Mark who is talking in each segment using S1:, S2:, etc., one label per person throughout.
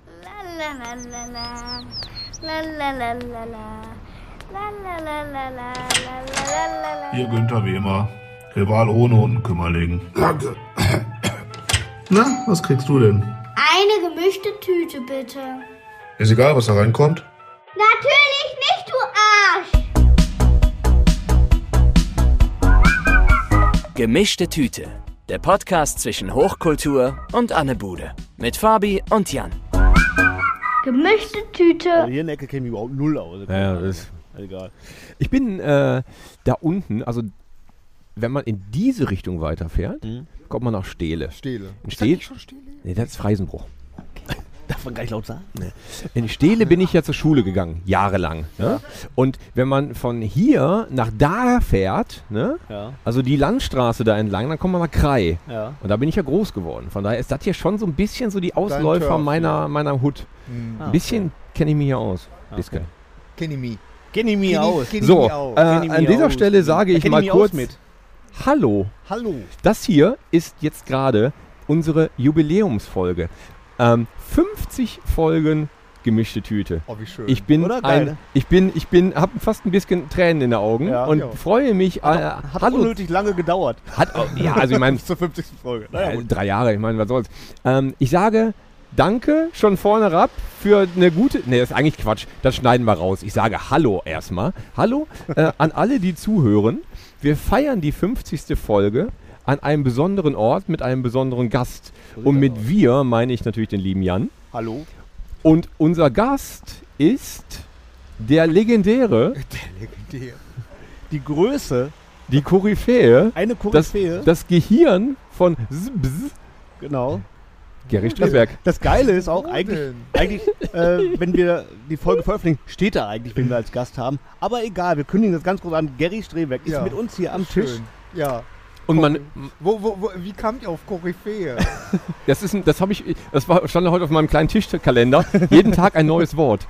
S1: la la la la. La la la la la. La la la la la. La la la la
S2: Ihr
S1: la.
S2: Günther wie immer. Rival ohne Unkümmerling.
S3: Danke.
S2: Na, was kriegst du denn?
S1: Eine gemischte Tüte bitte.
S2: Ist egal, was da reinkommt.
S1: Natürlich nicht, du Arsch!
S4: Gemischte Tüte. Der Podcast zwischen Hochkultur und Anne Bude. Mit Fabi und Jan.
S1: Gemischte Tüte.
S5: Also hier in der Ecke käme ich überhaupt null aus.
S6: Ja, ja, das-
S5: Egal.
S6: Ich bin äh, da unten, also wenn man in diese Richtung weiterfährt, kommt man nach Stehle.
S3: Stehle.
S6: In Stehle? Nee, das ist Freisenbruch.
S5: Darf man gar nicht laut sagen?
S6: In Stehle bin ich ja zur Schule gegangen, jahrelang. Ne? Und wenn man von hier nach da fährt, ne?
S5: Ja.
S6: also die Landstraße da entlang, dann kommt man nach Krei.
S5: Ja.
S6: Und da bin ich ja groß geworden. Von daher ist das hier schon so ein bisschen so die Ausläufer
S3: Turf,
S6: meiner, meiner Hut.
S5: Ah,
S6: Ein bisschen kenne ich mich hier aus. Bisschen.
S3: Kenny me.
S5: Kenny
S3: Kenny-
S5: mir aus.
S3: Kenny
S6: So,
S3: me
S6: äh,
S3: aus.
S5: Kenny me
S6: an dieser
S5: aus.
S6: Stelle sage
S5: Ja,
S6: ich
S5: kenny
S6: mal
S5: me
S6: kurz
S5: aus mit.
S6: Hallo.
S3: Hallo.
S6: Das hier ist jetzt gerade unsere Jubiläumsfolge. Ähm, 50 Folgen gemischte Tüte.
S3: Oh, wie schön.
S6: Ich bin
S5: Oder? Geil,
S6: ein,
S5: ne?
S6: ich bin, ich bin, hab fast ein bisschen Tränen in den Augen
S5: Ja,
S6: und
S3: ja.
S6: freue mich. Äh,
S5: Hat
S6: hallo.
S5: unnötig lange gedauert.
S6: Hat, auch- ja, also ich meine,
S3: Bis zur 50. Folge. Naja,
S6: äh,
S3: gut.
S6: drei Jahre, ich meine, was soll's. Ähm, ich sage Danke schon vorne ab für eine gute. Nee, das ist eigentlich Quatsch. Das schneiden wir raus. Ich sage Hallo erstmal. Hallo äh, an alle, die zuhören. Wir feiern die 50. Folge an einem besonderen Ort mit einem besonderen Gast. Und mit wir meine ich natürlich den lieben Jan.
S5: Hallo.
S6: Und unser Gast ist der legendäre,
S3: Legendär.
S5: Die Größe,
S6: die Koryphäe,
S5: eine
S6: das,
S5: Koryphäe.
S6: das Gehirn von Zbz,
S5: genau.
S6: Gary Strasberg.
S5: Das Geile ist auch
S3: Wo
S5: eigentlich,
S3: denn?
S5: eigentlich äh, wenn wir die Folge veröffentlichen, steht da eigentlich, wen wir als Gast haben. Aber egal, wir kündigen das ganz groß an. Gary Strebeck ist
S3: Ja.
S5: mit uns hier am Tisch.
S3: Schön. Ja.
S6: Und man,
S3: Wo, wo, wo, wie kamt ihr auf Koryphäe?
S6: Das ist ein, das habe ich, das war, stand heute auf meinem kleinen Tischkalender. Jeden Tag ein neues Wort.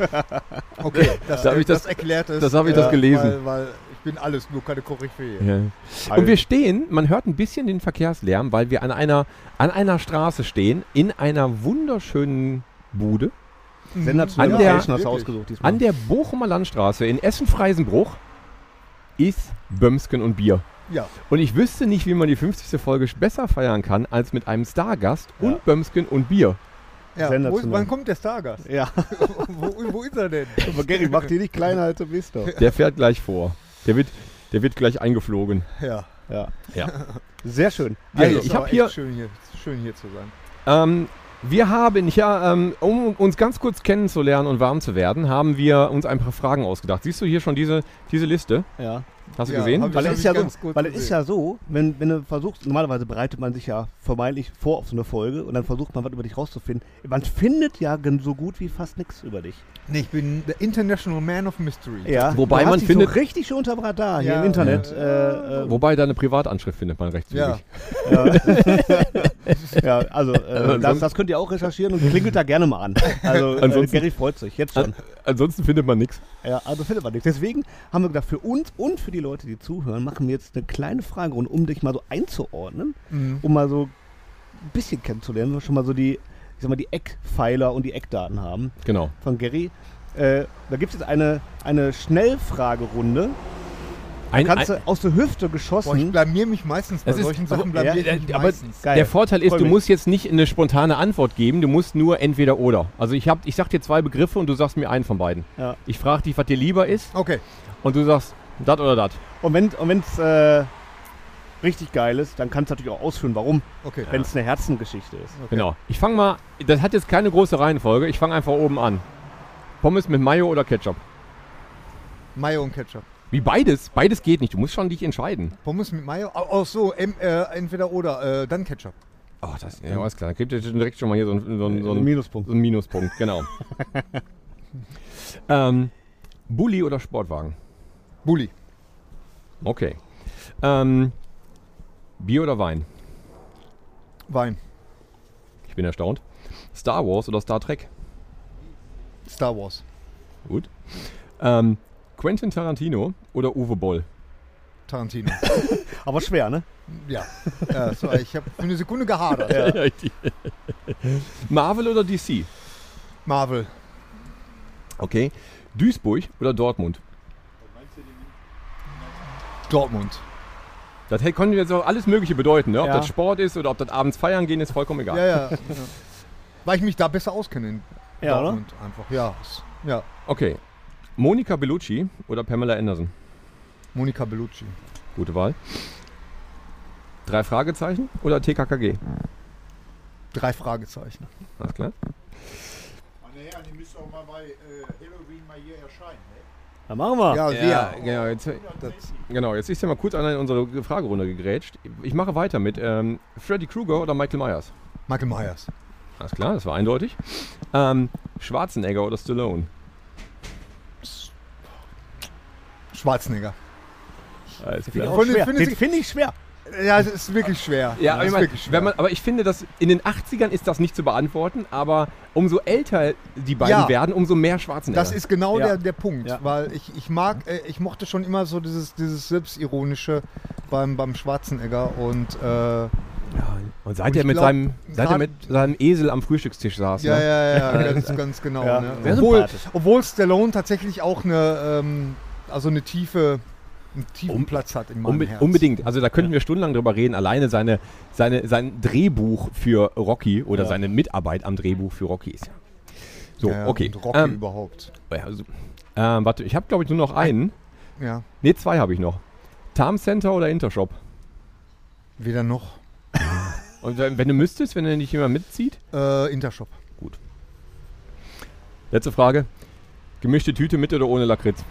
S3: Okay, das,
S6: Da hab ich das-
S3: erklärt es.
S6: das hab ich das gelesen.
S3: Weil, weil ich bin alles, nur keine Koryphäe.
S6: Und wir stehen, man hört ein bisschen den Verkehrslärm, weil wir an einer, an einer Straße stehen, in einer wunderschönen Bude,
S5: Sensationelle
S6: An der-
S5: Location hast du
S3: Wirklich.
S5: ausgesucht diesmal.
S6: an der Bochumer Landstraße in Essen-Freisenbruch, ist Bömsken und Bier.
S3: Ja.
S6: Und ich wüsste nicht, wie man die 50. Folge besser feiern kann, als mit einem Stargast
S5: Ja.
S6: und Bömsken und Bier.
S3: ja. Wo ist,
S5: Sensationell.
S3: wann kommt der Stargast?
S5: ja,
S3: wo, wo ist er denn?
S5: aber Gary, mach dir nicht kleiner, als du bist doch.
S6: Der fährt gleich vor. Der wird, der wird gleich eingeflogen.
S3: Ja.
S5: Ja.
S6: Ja.
S5: Sehr schön.
S6: Also,
S3: ist
S6: ich hab
S3: aber echt
S6: hier-
S3: Schön hier, schön hier zu sein.
S6: Ähm, wir haben ja, ähm, um uns ganz kurz kennenzulernen und warm zu werden, haben wir uns ein paar Fragen ausgedacht. Siehst du hier schon diese, diese Liste?
S5: Ja.
S6: Hast du
S3: Ja,
S6: gesehen?
S3: hab
S5: Weil
S3: Das
S5: es ist
S3: hab
S5: ja
S3: ich ganz
S5: so,
S3: gut
S5: weil es ist
S3: gesehen.
S5: ja so, wenn, wenn du versuchst, normalerweise bereitet man sich ja vermeintlich vor auf so eine Folge und dann versucht man was über dich rauszufinden. Man findet ja gen- so gut wie fast nichts über dich.
S3: Nee, ich bin der International Man of Mystery.
S5: Ja,
S6: Wobei
S5: du hast
S6: man
S5: dich
S6: findet-
S5: so richtig schön unterm Radar hier
S3: Ja.
S5: im Internet.
S3: Ja.
S5: Äh, äh,
S6: Wobei deine Privatanschrift findet man recht
S3: Ja.
S6: zügig.
S5: ja, also äh, das, das könnt ihr auch recherchieren und klingelt da gerne mal an. Also äh,
S6: Ansonsten-
S5: Gary freut sich jetzt schon.
S6: Ansonsten findet man nichts.
S5: Ja, also findet man nichts. Deswegen haben wir gedacht, für uns und für die Leute, die zuhören, machen wir jetzt eine kleine Fragerunde, um dich mal so einzuordnen,
S3: Mhm.
S5: um mal so ein bisschen kennenzulernen, wenn wir schon mal so die, ich sag mal, die Eckpfeiler und die Eckdaten haben
S6: Genau.
S5: von Gary. Äh, da gibt es jetzt eine, eine Schnellfragerunde.
S6: Ein,
S5: Kannst
S6: ein,
S5: du aus der Hüfte
S3: Boah, ich
S5: geschossen.
S3: blamier mich meistens bei
S6: Das ist-
S3: solchen Sachen.
S5: äh, aber-
S3: Blamier
S5: ja,
S3: ich mich
S6: aber-
S3: meistens.
S5: Geil.
S6: der Vorteil ist,
S5: Freu
S6: du
S5: mich.
S6: musst jetzt nicht eine spontane Antwort geben, du musst nur entweder oder. Also ich, hab, ich sag dir zwei Begriffe und du sagst mir einen von beiden.
S5: Ja.
S6: Ich frage dich, was dir lieber ist
S3: Okay.
S6: und du sagst das oder das.
S5: Und wenn und wenn's äh, richtig geil ist, dann kannst du natürlich auch ausführen, warum,
S3: Okay.
S5: wenn es eine Herzengeschichte ist.
S6: Genau. Ich fange mal, das hat jetzt keine große Reihenfolge, ich fange einfach oben an. Pommes mit Mayo oder Ketchup?
S3: Mayo und Ketchup.
S6: Wie beides? Beides geht nicht. Du musst schon dich entscheiden.
S3: Pommes mit Mayo? Ach oh, so, em, äh, entweder oder, äh, dann Ketchup.
S6: Ach, das ja, alles klar. Dann kriegt ihr direkt schon mal hier so einen, so einen, so einen,
S5: Minuspunkt.
S6: so einen Minuspunkt. Genau. ähm, Bulli oder Sportwagen?
S3: Bulli.
S6: Okay. Ähm, Bier oder Wein?
S3: Wein.
S6: Ich bin erstaunt. Star Wars oder Star Trek?
S3: Star Wars.
S6: Gut. Ähm, Quentin Tarantino oder Uwe Boll?
S3: Tarantino.
S5: Aber schwer, ne?
S3: ja. ja so, ich habe für eine Sekunde gehadert.
S6: Marvel oder DC?
S3: Marvel.
S6: Okay. Duisburg oder Dortmund?
S3: Dortmund.
S6: Das hätte- konnte jetzt auch alles Mögliche bedeuten, ne? Ob
S5: Ja.
S6: das Sport ist oder ob das abends feiern gehen, ist vollkommen egal.
S3: Ja, ja. ja. Weil ich mich da besser auskenne in
S5: Ja, oder?
S3: Dortmund einfach. Ja, ist- ja.
S6: Okay. Monika Bellucci oder Pamela Anderson?
S3: Monika Bellucci.
S6: Gute Wahl. Drei Fragezeichen oder TKKG?
S3: Drei Fragezeichen.
S6: Alles klar.
S7: Meine Herren, die müsst auch mal bei äh, Halloween mal hier erscheinen. Ne?
S5: Dann machen wir.
S3: Ja,
S6: Ja,
S3: sehr.
S6: genau. Jetzt,
S3: Das,
S6: genau, jetzt ist ja mal kurz einer in unsere Fragerunde gegrätscht. Ich mache weiter mit ähm, Freddy Krueger oder Michael Myers.
S3: Michael Myers.
S6: Alles klar, das war eindeutig. Ähm, Schwarzenegger oder Stallone?
S3: Schwarzenegger.
S6: Alles
S5: Auch
S6: klar.
S3: Von den
S5: schwer.
S3: findet
S5: Den
S3: sie-
S5: finde ich schwer.
S3: Ja, es ist wirklich schwer.
S6: Ja, aber
S3: es
S6: ich,
S3: ist
S6: mein,
S3: wirklich schwer.
S6: wenn man, aber ich finde, dass in den 80ern ist das nicht zu beantworten, aber umso älter die beiden
S3: Ja.
S6: werden, umso mehr Schwarzenegger.
S3: das ist genau
S5: Ja.
S3: der, der Punkt,
S5: Ja.
S3: weil ich, ich mag, äh, ich mochte schon immer so dieses, dieses Selbstironische beim, beim Schwarzenegger und äh,
S6: Ja, und seit
S3: Und
S6: er
S3: ich
S6: mit
S3: glaub,
S6: seinem seit er
S3: grad-
S6: mit seinem Esel am Frühstückstisch saß.
S3: Ja,
S6: ne?
S3: ja, ja, ganz, ganz genau.
S5: Ja,
S3: Ne?
S5: sehr
S3: Obwohl,
S5: sympathisch.
S3: obwohl Stallone tatsächlich auch eine, ähm, also eine tiefe, einen tiefen
S6: Um-
S3: Platz hat in meinem
S6: Unbe
S3: Herz.
S6: unbedingt. Also da könnten wir stundenlang drüber reden. Alleine seine, seine, sein Drehbuch für Rocky oder
S5: Ja.
S6: seine Mitarbeit am Drehbuch für Rocky ist ja. So,
S3: Ja,
S6: okay.
S3: Und Rocky
S6: Ähm,
S3: überhaupt.
S6: ja, also, ähm, warte, ich habe glaube ich nur noch einen.
S3: Ja,
S6: Ne, zwei habe ich noch. Tarm Center oder Intershop?
S3: weder noch.
S6: Und wenn wenn du müsstest, wenn du nicht jemand mitzieht.
S3: Äh, Intershop.
S6: Letzte Frage. Gemischte Tüte mit oder ohne Lakritz?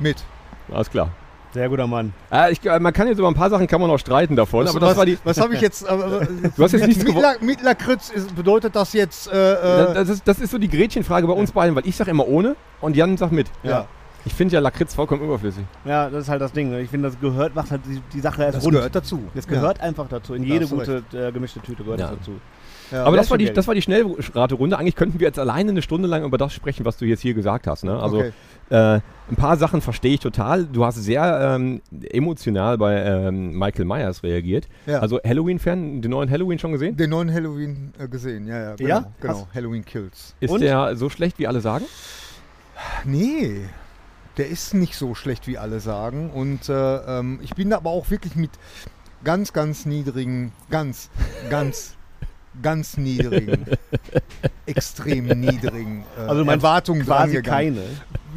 S3: Mit.
S6: Alles klar.
S5: Sehr guter Mann.
S6: Äh, ich, man kann jetzt über ein paar Sachen kann man noch streiten davon, aber das
S3: was
S6: war die.
S3: was habe ich jetzt? Äh, du
S6: hast jetzt nichts
S3: mit,
S6: gewo-
S3: La mit Lakritz ist, bedeutet das jetzt. Äh,
S6: Da-
S3: äh,
S6: Das ist, das ist so die Gretchenfrage bei uns beiden, weil ich sag immer ohne und Jan sagt mit.
S3: ja,
S6: Ich finde ja Lakritz vollkommen überflüssig.
S5: Ja, das ist halt das Ding. Ich finde, das gehört, macht halt die, die Sache erst
S3: das
S5: rund.
S3: gehört dazu.
S5: Das gehört einfach dazu. In
S3: Da
S5: jede
S3: hast du
S5: gute äh, gemischte Tüte gehört
S6: Ja.
S5: das dazu.
S3: Ja.
S6: Aber
S5: ja,
S6: das war,
S5: stimmt
S6: die,
S5: ja.
S6: das war die Schnellraterunde. Eigentlich könnten wir jetzt alleine eine Stunde lang über das sprechen, was du jetzt hier gesagt hast. Ne? Also
S3: Okay.
S6: äh, ein paar Sachen verstehe ich total. Du hast sehr ähm, emotional bei ähm, Michael Myers reagiert.
S3: Ja.
S6: Also Halloween-Fan, den neuen Halloween schon gesehen?
S3: den neuen Halloween äh, gesehen, ja, ja, genau.
S5: Ja?
S3: genau. Halloween Kills.
S6: Ist
S5: Und?
S6: der so schlecht, wie alle sagen?
S3: Nee, der ist nicht so schlecht, wie alle sagen. Und äh, ähm, ich bin da aber auch wirklich mit ganz, ganz niedrigen, ganz, ganz, ganz niedrigen, extrem niedrigen äh,
S5: Also du meinst
S3: Erwartungen
S5: Quasi
S3: drangegangen.
S5: keine.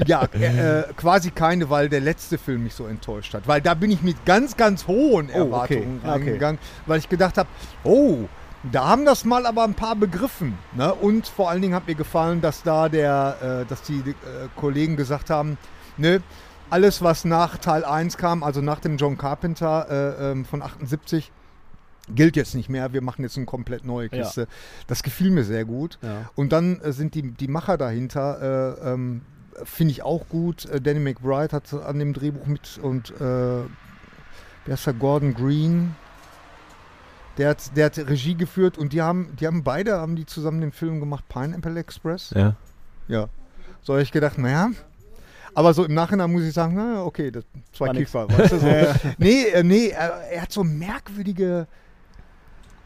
S3: Ja, äh, äh, quasi keine, weil der letzte Film mich so enttäuscht hat. Weil da bin ich mit ganz, ganz hohen
S5: okay.
S3: Erwartungen
S5: Ah, okay.
S3: reingegangen, weil ich gedacht habe, oh, da haben das mal aber ein paar begriffen. Ne? Und vor allen Dingen hat mir gefallen, dass da der, äh, dass die äh, Kollegen gesagt haben, ne, alles was nach Teil 1 kam, also nach dem John Carpenter äh, ähm, von 78, gilt jetzt nicht mehr. Wir machen jetzt eine komplett neue
S5: Ja.
S3: Kiste. Das gefiel mir sehr gut.
S5: Ja.
S3: Und dann äh, sind die, die Macher dahinter, äh, ähm, finde ich auch gut. Äh, Danny McBride hat an dem Drehbuch mit und äh, wer ist der? Gordon Green. Der hat, der hat Regie geführt und die haben, die haben beide, haben die zusammen den Film gemacht, Pineapple Express.
S6: Ja.
S3: Ja. So habe ich gedacht, naja. Aber so im Nachhinein muss ich sagen, na, okay, das zwei
S5: War nix.
S3: Kiefer, weißt du so. nee, äh, nee, äh, er hat so merkwürdige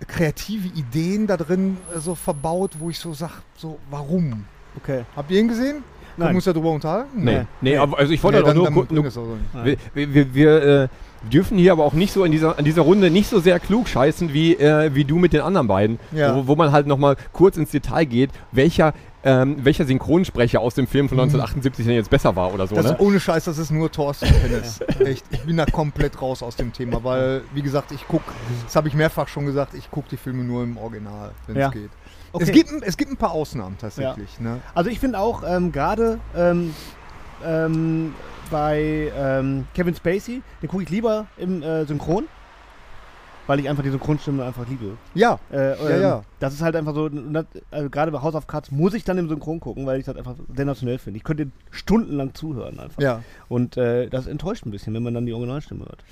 S3: äh, kreative Ideen da drin äh, so verbaut, wo ich so sag, so, warum?
S5: Okay.
S3: Habt ihr ihn gesehen?
S5: Nein.
S3: Du musst darüber unterhalten?
S6: Nee.
S5: Nee.
S6: Nee, aber- also ich wollte
S3: Nee,
S6: doch
S3: dann,
S6: nur,
S3: dann
S6: nur,
S3: bringt es auch so nicht.
S6: Wir, wir, wir, wir äh, dürfen hier aber auch nicht so in dieser, an dieser Runde nicht so sehr klug scheißen wie, äh, wie du mit den anderen beiden,
S3: Ja.
S6: wo, wo man halt nochmal kurz ins Detail geht, welcher, ähm, welcher Synchronsprecher aus dem Film von 1978 denn jetzt besser war oder so.
S3: Mhm. Das
S6: Ne?
S3: ist ohne Scheiß, das ist nur Thorsten Hennes. Echt, ich bin da komplett raus aus dem Thema, weil, wie gesagt, ich guck, das habe ich mehrfach schon gesagt, ich gucke die Filme nur im Original, wenn es
S5: Ja.
S3: geht.
S5: Okay.
S3: Es, gibt, ein- es gibt ein paar Ausnahmen tatsächlich. Ne?
S5: Also ich finde auch ähm, gerade ähm, ähm, bei ähm, Kevin Spacey, den gucke ich lieber im äh, Synchron, weil ich einfach die Synchronstimme einfach liebe.
S3: Ja,
S5: Äh, ähm,
S3: ja.
S5: Das ist halt einfach so, und das- also gerade bei House of Cards muss ich dann im Synchron gucken, weil ich das einfach sensationell finde. Ich könnte den stundenlang zuhören einfach.
S3: ja.
S5: Und äh, das enttäuscht ein bisschen, wenn man dann die Originalstimme hört.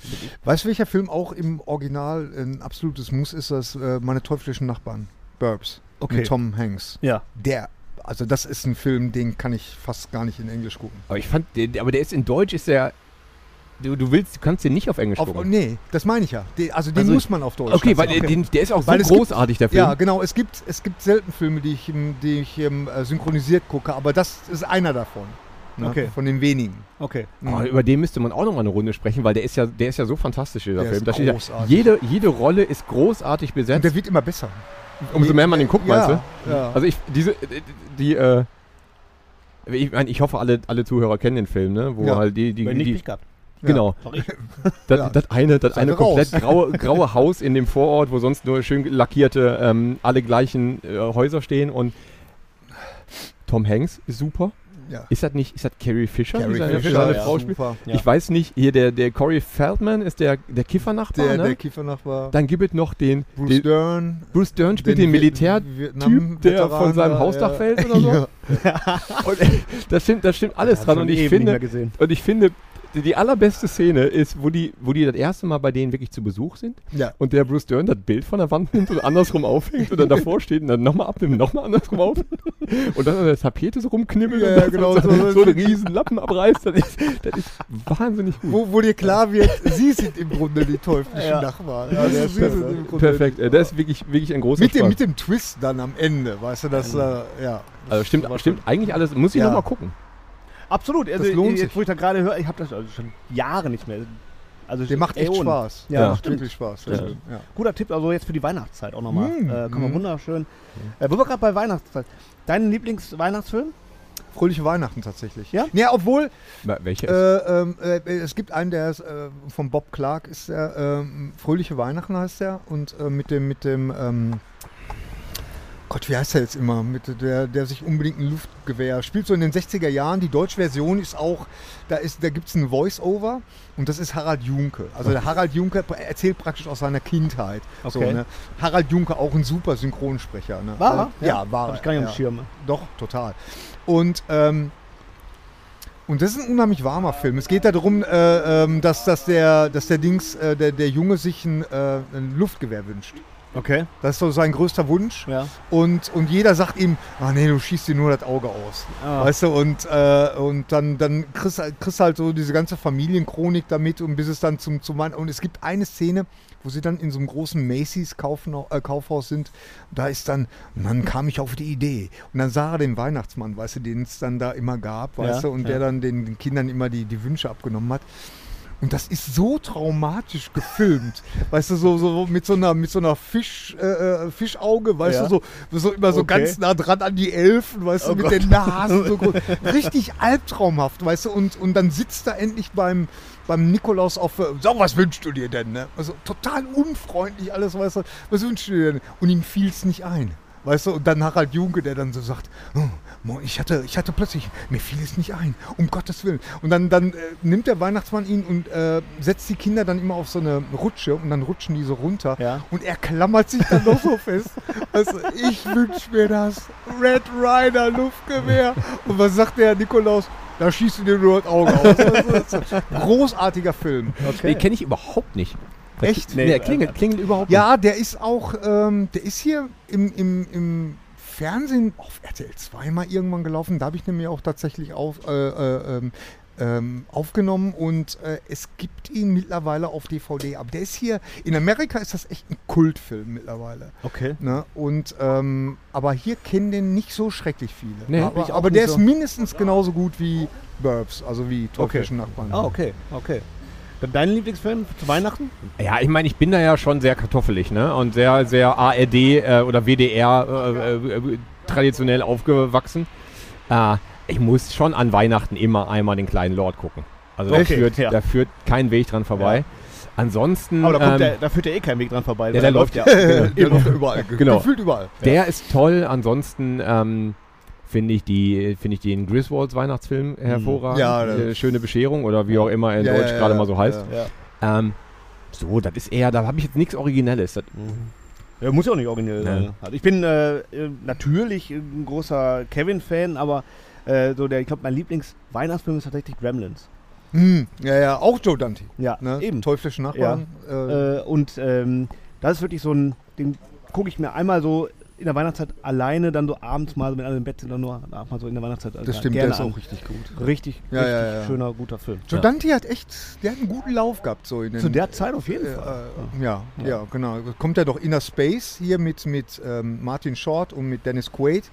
S3: Weißt du, welcher Film auch im Original ein absolutes Muss ist? Das äh, Meine teuflischen Nachbarn, Burbs,
S5: Okay.
S3: mit Tom Hanks.
S5: Ja.
S3: Der, also das ist ein Film, den kann ich fast gar nicht in Englisch gucken.
S6: Aber ich fand, den- aber der ist in Deutsch, ist der Du, du willst, du kannst den nicht auf Englisch
S3: Auf,
S6: gucken.
S3: nee, das meine ich ja. Den, also den
S6: Also-
S3: muss man auf Deutsch.
S6: Okay,
S3: lassen.
S6: weil Der, den, der ist auch
S3: Weil es
S6: so
S3: gibt-
S6: großartig, der Film.
S3: Ja, genau. Es gibt, es gibt selten Filme, die ich, ähm, die ich ähm, äh, synchronisiert gucke, aber das ist einer davon. Ne?
S5: Okay.
S3: Von den wenigen. Mhm.
S5: Okay.
S3: genau.
S6: Oh, über den müsste man auch nochmal eine Runde sprechen, weil der ist ja, der ist ja so fantastisch, dieser
S3: Der
S6: Film.
S3: ist
S6: Da steht ja,
S3: großartig.
S6: jede, jede Rolle ist großartig
S3: Und der
S6: besetzt.
S3: wird immer besser.
S6: Umso mehr man den guckt,
S3: ja,
S6: meinst du?
S3: Ja.
S6: Also ich, diese, äh, die, äh, ich meine, ich hoffe, alle, alle Zuhörer kennen den Film, ne? Wo
S3: Ja.
S6: halt die, die,
S5: Wenn nicht,
S6: die
S5: Pech gehabt.
S6: genau.
S5: Sorry.
S6: Das,
S3: Ja.
S6: das eine, das
S3: Seid
S6: eine
S3: raus.
S6: komplett graue, graue Haus in dem Vorort, wo sonst nur schön lackierte, ähm, alle gleichen äh, Häuser stehen und Tom Hanks ist super.
S3: ja.
S6: Ist das nicht, ist das Carrie Fisher? die
S3: Carrie
S6: seine-
S3: Fisher,
S6: seine
S5: ja,
S6: Frau spielt?
S3: Super.
S5: Ja.
S6: Ich weiß nicht, hier der, der Corey Feldman ist der, der Kiffernachbar,
S3: Der,
S6: ne?
S3: der Kiefernachbar.
S6: Dann gibt es noch den
S3: Bruce
S6: den-
S3: Dern.
S6: Bruce Dern spielt den,
S3: Vi-
S6: Militärtyp,
S3: Vietnam-
S6: der
S3: Veteran
S6: von seinem
S3: da,
S6: Hausdach
S3: ja.
S6: fällt oder so.
S3: Ja.
S6: Und, äh, das stimmt, das stimmt alles
S5: Hab
S6: dran.
S5: schon
S6: Und ich
S5: ewig nicht mehr
S6: finde,
S5: gesehen.
S6: und ich finde, die- die allerbeste Szene ist, wo die, wo die das erste Mal bei denen wirklich zu Besuch sind
S3: Ja.
S6: und der Bruce Dern das Bild von der Wand nimmt und andersrum aufhängt und dann davor steht und dann nochmal abnimmt, nochmal andersrum aufhängt und dann an der Tapete so rumknibbelt
S3: Ja,
S6: und
S3: ja,
S6: das
S3: genau,
S6: und so,
S3: so-
S6: so einen riesen Lappen abreißt. Das ist, das ist wahnsinnig gut.
S3: Wo, wo dir klar wird, sie sind im Grunde die teuflischen
S5: Ja.
S3: Nachbarn.
S5: Ja,
S3: sie
S5: das
S3: sind
S5: stimmt,
S3: im Grunde
S6: Perfekt, äh, das ist wirklich, wirklich ein großer
S3: Mit dem,
S6: Spaß.
S3: mit dem Twist dann am Ende, weißt du, das, äh, ja.
S6: Also stimmt, stimmt eigentlich alles. Muss ich
S3: Ja.
S6: nochmal gucken.
S5: Absolut. Also,
S3: lohnt
S5: jetzt,
S3: sich.
S5: wo ich da gerade höre, ich habe das also schon Jahre nicht mehr. Also
S3: Der macht echt
S5: Äonen.
S3: Spaß.
S5: Ja,
S6: Ja.
S5: das
S3: Macht
S5: stimmt.
S3: wirklich Spaß.
S6: Ja.
S3: stimmt, Ja.
S5: Guter Tipp, also jetzt für die Weihnachtszeit auch nochmal.
S3: Mm,
S5: Äh, kann man
S3: mm.
S5: wunderschön. Äh, wo wir gerade bei Weihnachtszeit. Dein Lieblingsweihnachtsfilm?
S3: Fröhliche Weihnachten tatsächlich.
S5: Ja?
S3: Ja, obwohl,
S6: Na, Welche?
S3: äh, ähm, äh, es gibt einen, der ist äh, von Bob Clark, ist der, ähm, Fröhliche Weihnachten heißt der. Und äh, mit dem, mit dem, ähm, Gott, wie heißt der jetzt immer? Mit der, der sich unbedingt ein Luftgewehr spielt so in den 60er Jahren. Die deutsche Version ist auch, da, ist- da gibt es ein Voice-Over und das ist Harald Junke. Also der Harald Junke pr- erzählt praktisch aus seiner Kindheit. So,
S5: Okay.
S3: ne? Harald Junke auch ein super Synchronsprecher. Ne?
S5: War
S3: Also,
S5: er?
S3: Ja,
S5: Ja,
S3: war
S5: Hab ich gar nicht
S3: ja.
S5: am Schirm.
S3: Doch, total. Und, ähm, und das ist ein unheimlich warmer Film. Es geht darum, äh, ähm, dass, dass, der, dass der Dings, äh, der, der Junge sich ein, äh, ein Luftgewehr wünscht.
S5: Okay,
S3: Das ist so sein größter Wunsch.
S5: ja.
S3: Und, und jeder sagt ihm, ah nee, du schießt dir nur das Auge aus.
S5: Ah.
S3: Weißt du, und, äh, und dann, dann kriegst, kriegst halt so diese ganze Familienchronik damit und bis es dann zum, zum Mann. Und es gibt eine Szene, wo sie dann in so einem großen Macy's Kaufna- äh, Kaufhaus sind. Da ist dann, und dann kam ich auf die Idee. Und dann sah er den Weihnachtsmann, weißt du, den es dann da immer gab, weißt
S5: Ja,
S3: du, und
S5: ja.
S3: der dann den, den Kindern immer die, die Wünsche abgenommen hat. Und das ist so traumatisch gefilmt. Weißt du, so, so mit so einer, mit so einer Fisch, äh, äh, Fischauge, weißt
S5: Ja.
S3: du, so, so immer so
S5: Okay.
S3: ganz nah dran an die Elfen, weißt
S5: Oh
S3: du, mit
S5: Gott.
S3: den Nasen so groß. Richtig albtraumhaft, weißt du, und, und dann sitzt er endlich beim, beim Nikolaus auf, äh, so, was wünschst du dir denn, ne? Also total unfreundlich alles, weißt du, was wünschst du dir denn? Und ihm fiel es nicht ein. Weißt du, und dann Harald Junke, der dann so sagt, "Oh, mo- ich hatte, ich hatte plötzlich, mir fiel es nicht ein, um Gottes Willen. Und dann, dann äh, nimmt der Weihnachtsmann ihn und äh, setzt die Kinder dann immer auf so eine Rutsche und dann rutschen die so runter.
S5: Ja.
S3: Und er klammert sich dann noch so fest. Also ich wünsch mir das Red Rider Luftgewehr. Und was sagt der Nikolaus? Da schießt du dir nur das Auge aus. Also, das ist ein großartiger Film.
S6: Den kenne ich überhaupt nicht.
S3: Echt?
S6: Nee,
S5: Nee,
S6: der klingelt,
S5: äh,
S6: klingelt überhaupt nicht.
S3: Ja, der ist auch, ähm, der ist hier im, im, im Fernsehen auf RTL 2 mal irgendwann gelaufen. Da habe ich nämlich auch tatsächlich auf, äh, äh, ähm, ähm, aufgenommen und äh, es gibt ihn mittlerweile auf DVD. Aber der ist hier, in Amerika ist das echt ein Kultfilm mittlerweile.
S5: Okay.
S3: Ne? Und, ähm, aber hier kennen den nicht so schrecklich viele.
S6: Nee,
S3: aber
S6: ich auch
S3: aber der
S6: nicht
S3: ist
S6: so.
S3: mindestens genauso gut wie Burbs, also wie teuflischen Nachbarn.
S5: Ah, okay, okay. Dann dein Lieblingsfilm zu Weihnachten?
S6: Ja, ich meine, ich bin da ja schon sehr kartoffelig, ne? Und sehr, sehr ARD äh, oder WDR äh, äh, äh, traditionell aufgewachsen. Äh, ich muss schon an Weihnachten immer einmal den kleinen Lord gucken. Also da,
S5: Okay,
S6: führt,
S5: ja.
S6: da führt kein Weg dran vorbei.
S5: Ja.
S6: Ansonsten,
S5: Aber da, kommt
S6: ähm,
S5: der, da führt ja eh kein Weg dran vorbei. weil
S6: der
S5: er
S6: läuft
S5: ja.
S3: Äh, der läuft ja überall, ge-
S6: Genau.
S3: gefühlt überall.
S6: der ist toll. Ansonsten ähm, finde ich, die, finde ich den Griswolds
S5: Mhm.
S6: Weihnachtsfilm hervorragend.
S3: Ja,
S6: äh,
S3: das-
S6: Schöne Bescherung oder wie auch immer in
S3: Ja,
S6: Deutsch
S3: ja,
S6: gerade
S3: ja,
S6: mal so heißt.
S3: ja.
S5: ja.
S6: Ähm, so, das ist eher, da habe ich jetzt nichts Originelles. Das,
S5: Ja, muss ja auch nicht originell
S6: Nee.
S5: sein. Also ich bin äh, äh, natürlich ein großer Kevin-Fan, aber äh, so der, ich glaube, mein Lieblings-Weihnachtsfilm ist tatsächlich Gremlins.
S3: Hm, ja, ja, auch Joe Dante.
S5: Ja,
S3: Ne?
S5: eben.
S3: Teuflische Nachbarn. Äh,
S5: Äh, und ähm, das ist wirklich so ein, den gucke ich mir einmal so in der Weihnachtszeit alleine dann so abends mal, so, wenn alle im Bett sind, dann nur abends mal so in der Weihnachtszeit. also
S3: Das stimmt, der
S5: gerne
S3: ist
S5: an.
S3: auch richtig gut.
S5: Richtig,
S3: Ja,
S5: richtig
S3: ja, ja.
S5: schöner, guter Film.
S3: Joe
S5: Ja.
S3: Dante hat echt, der hat einen guten Lauf gehabt so in den
S5: Zu der Zeit auf jeden Fall.
S3: Äh, ja, ja, genau. Kommt ja doch Inner Space hier mit, mit ähm, Martin Short und mit Dennis Quaid.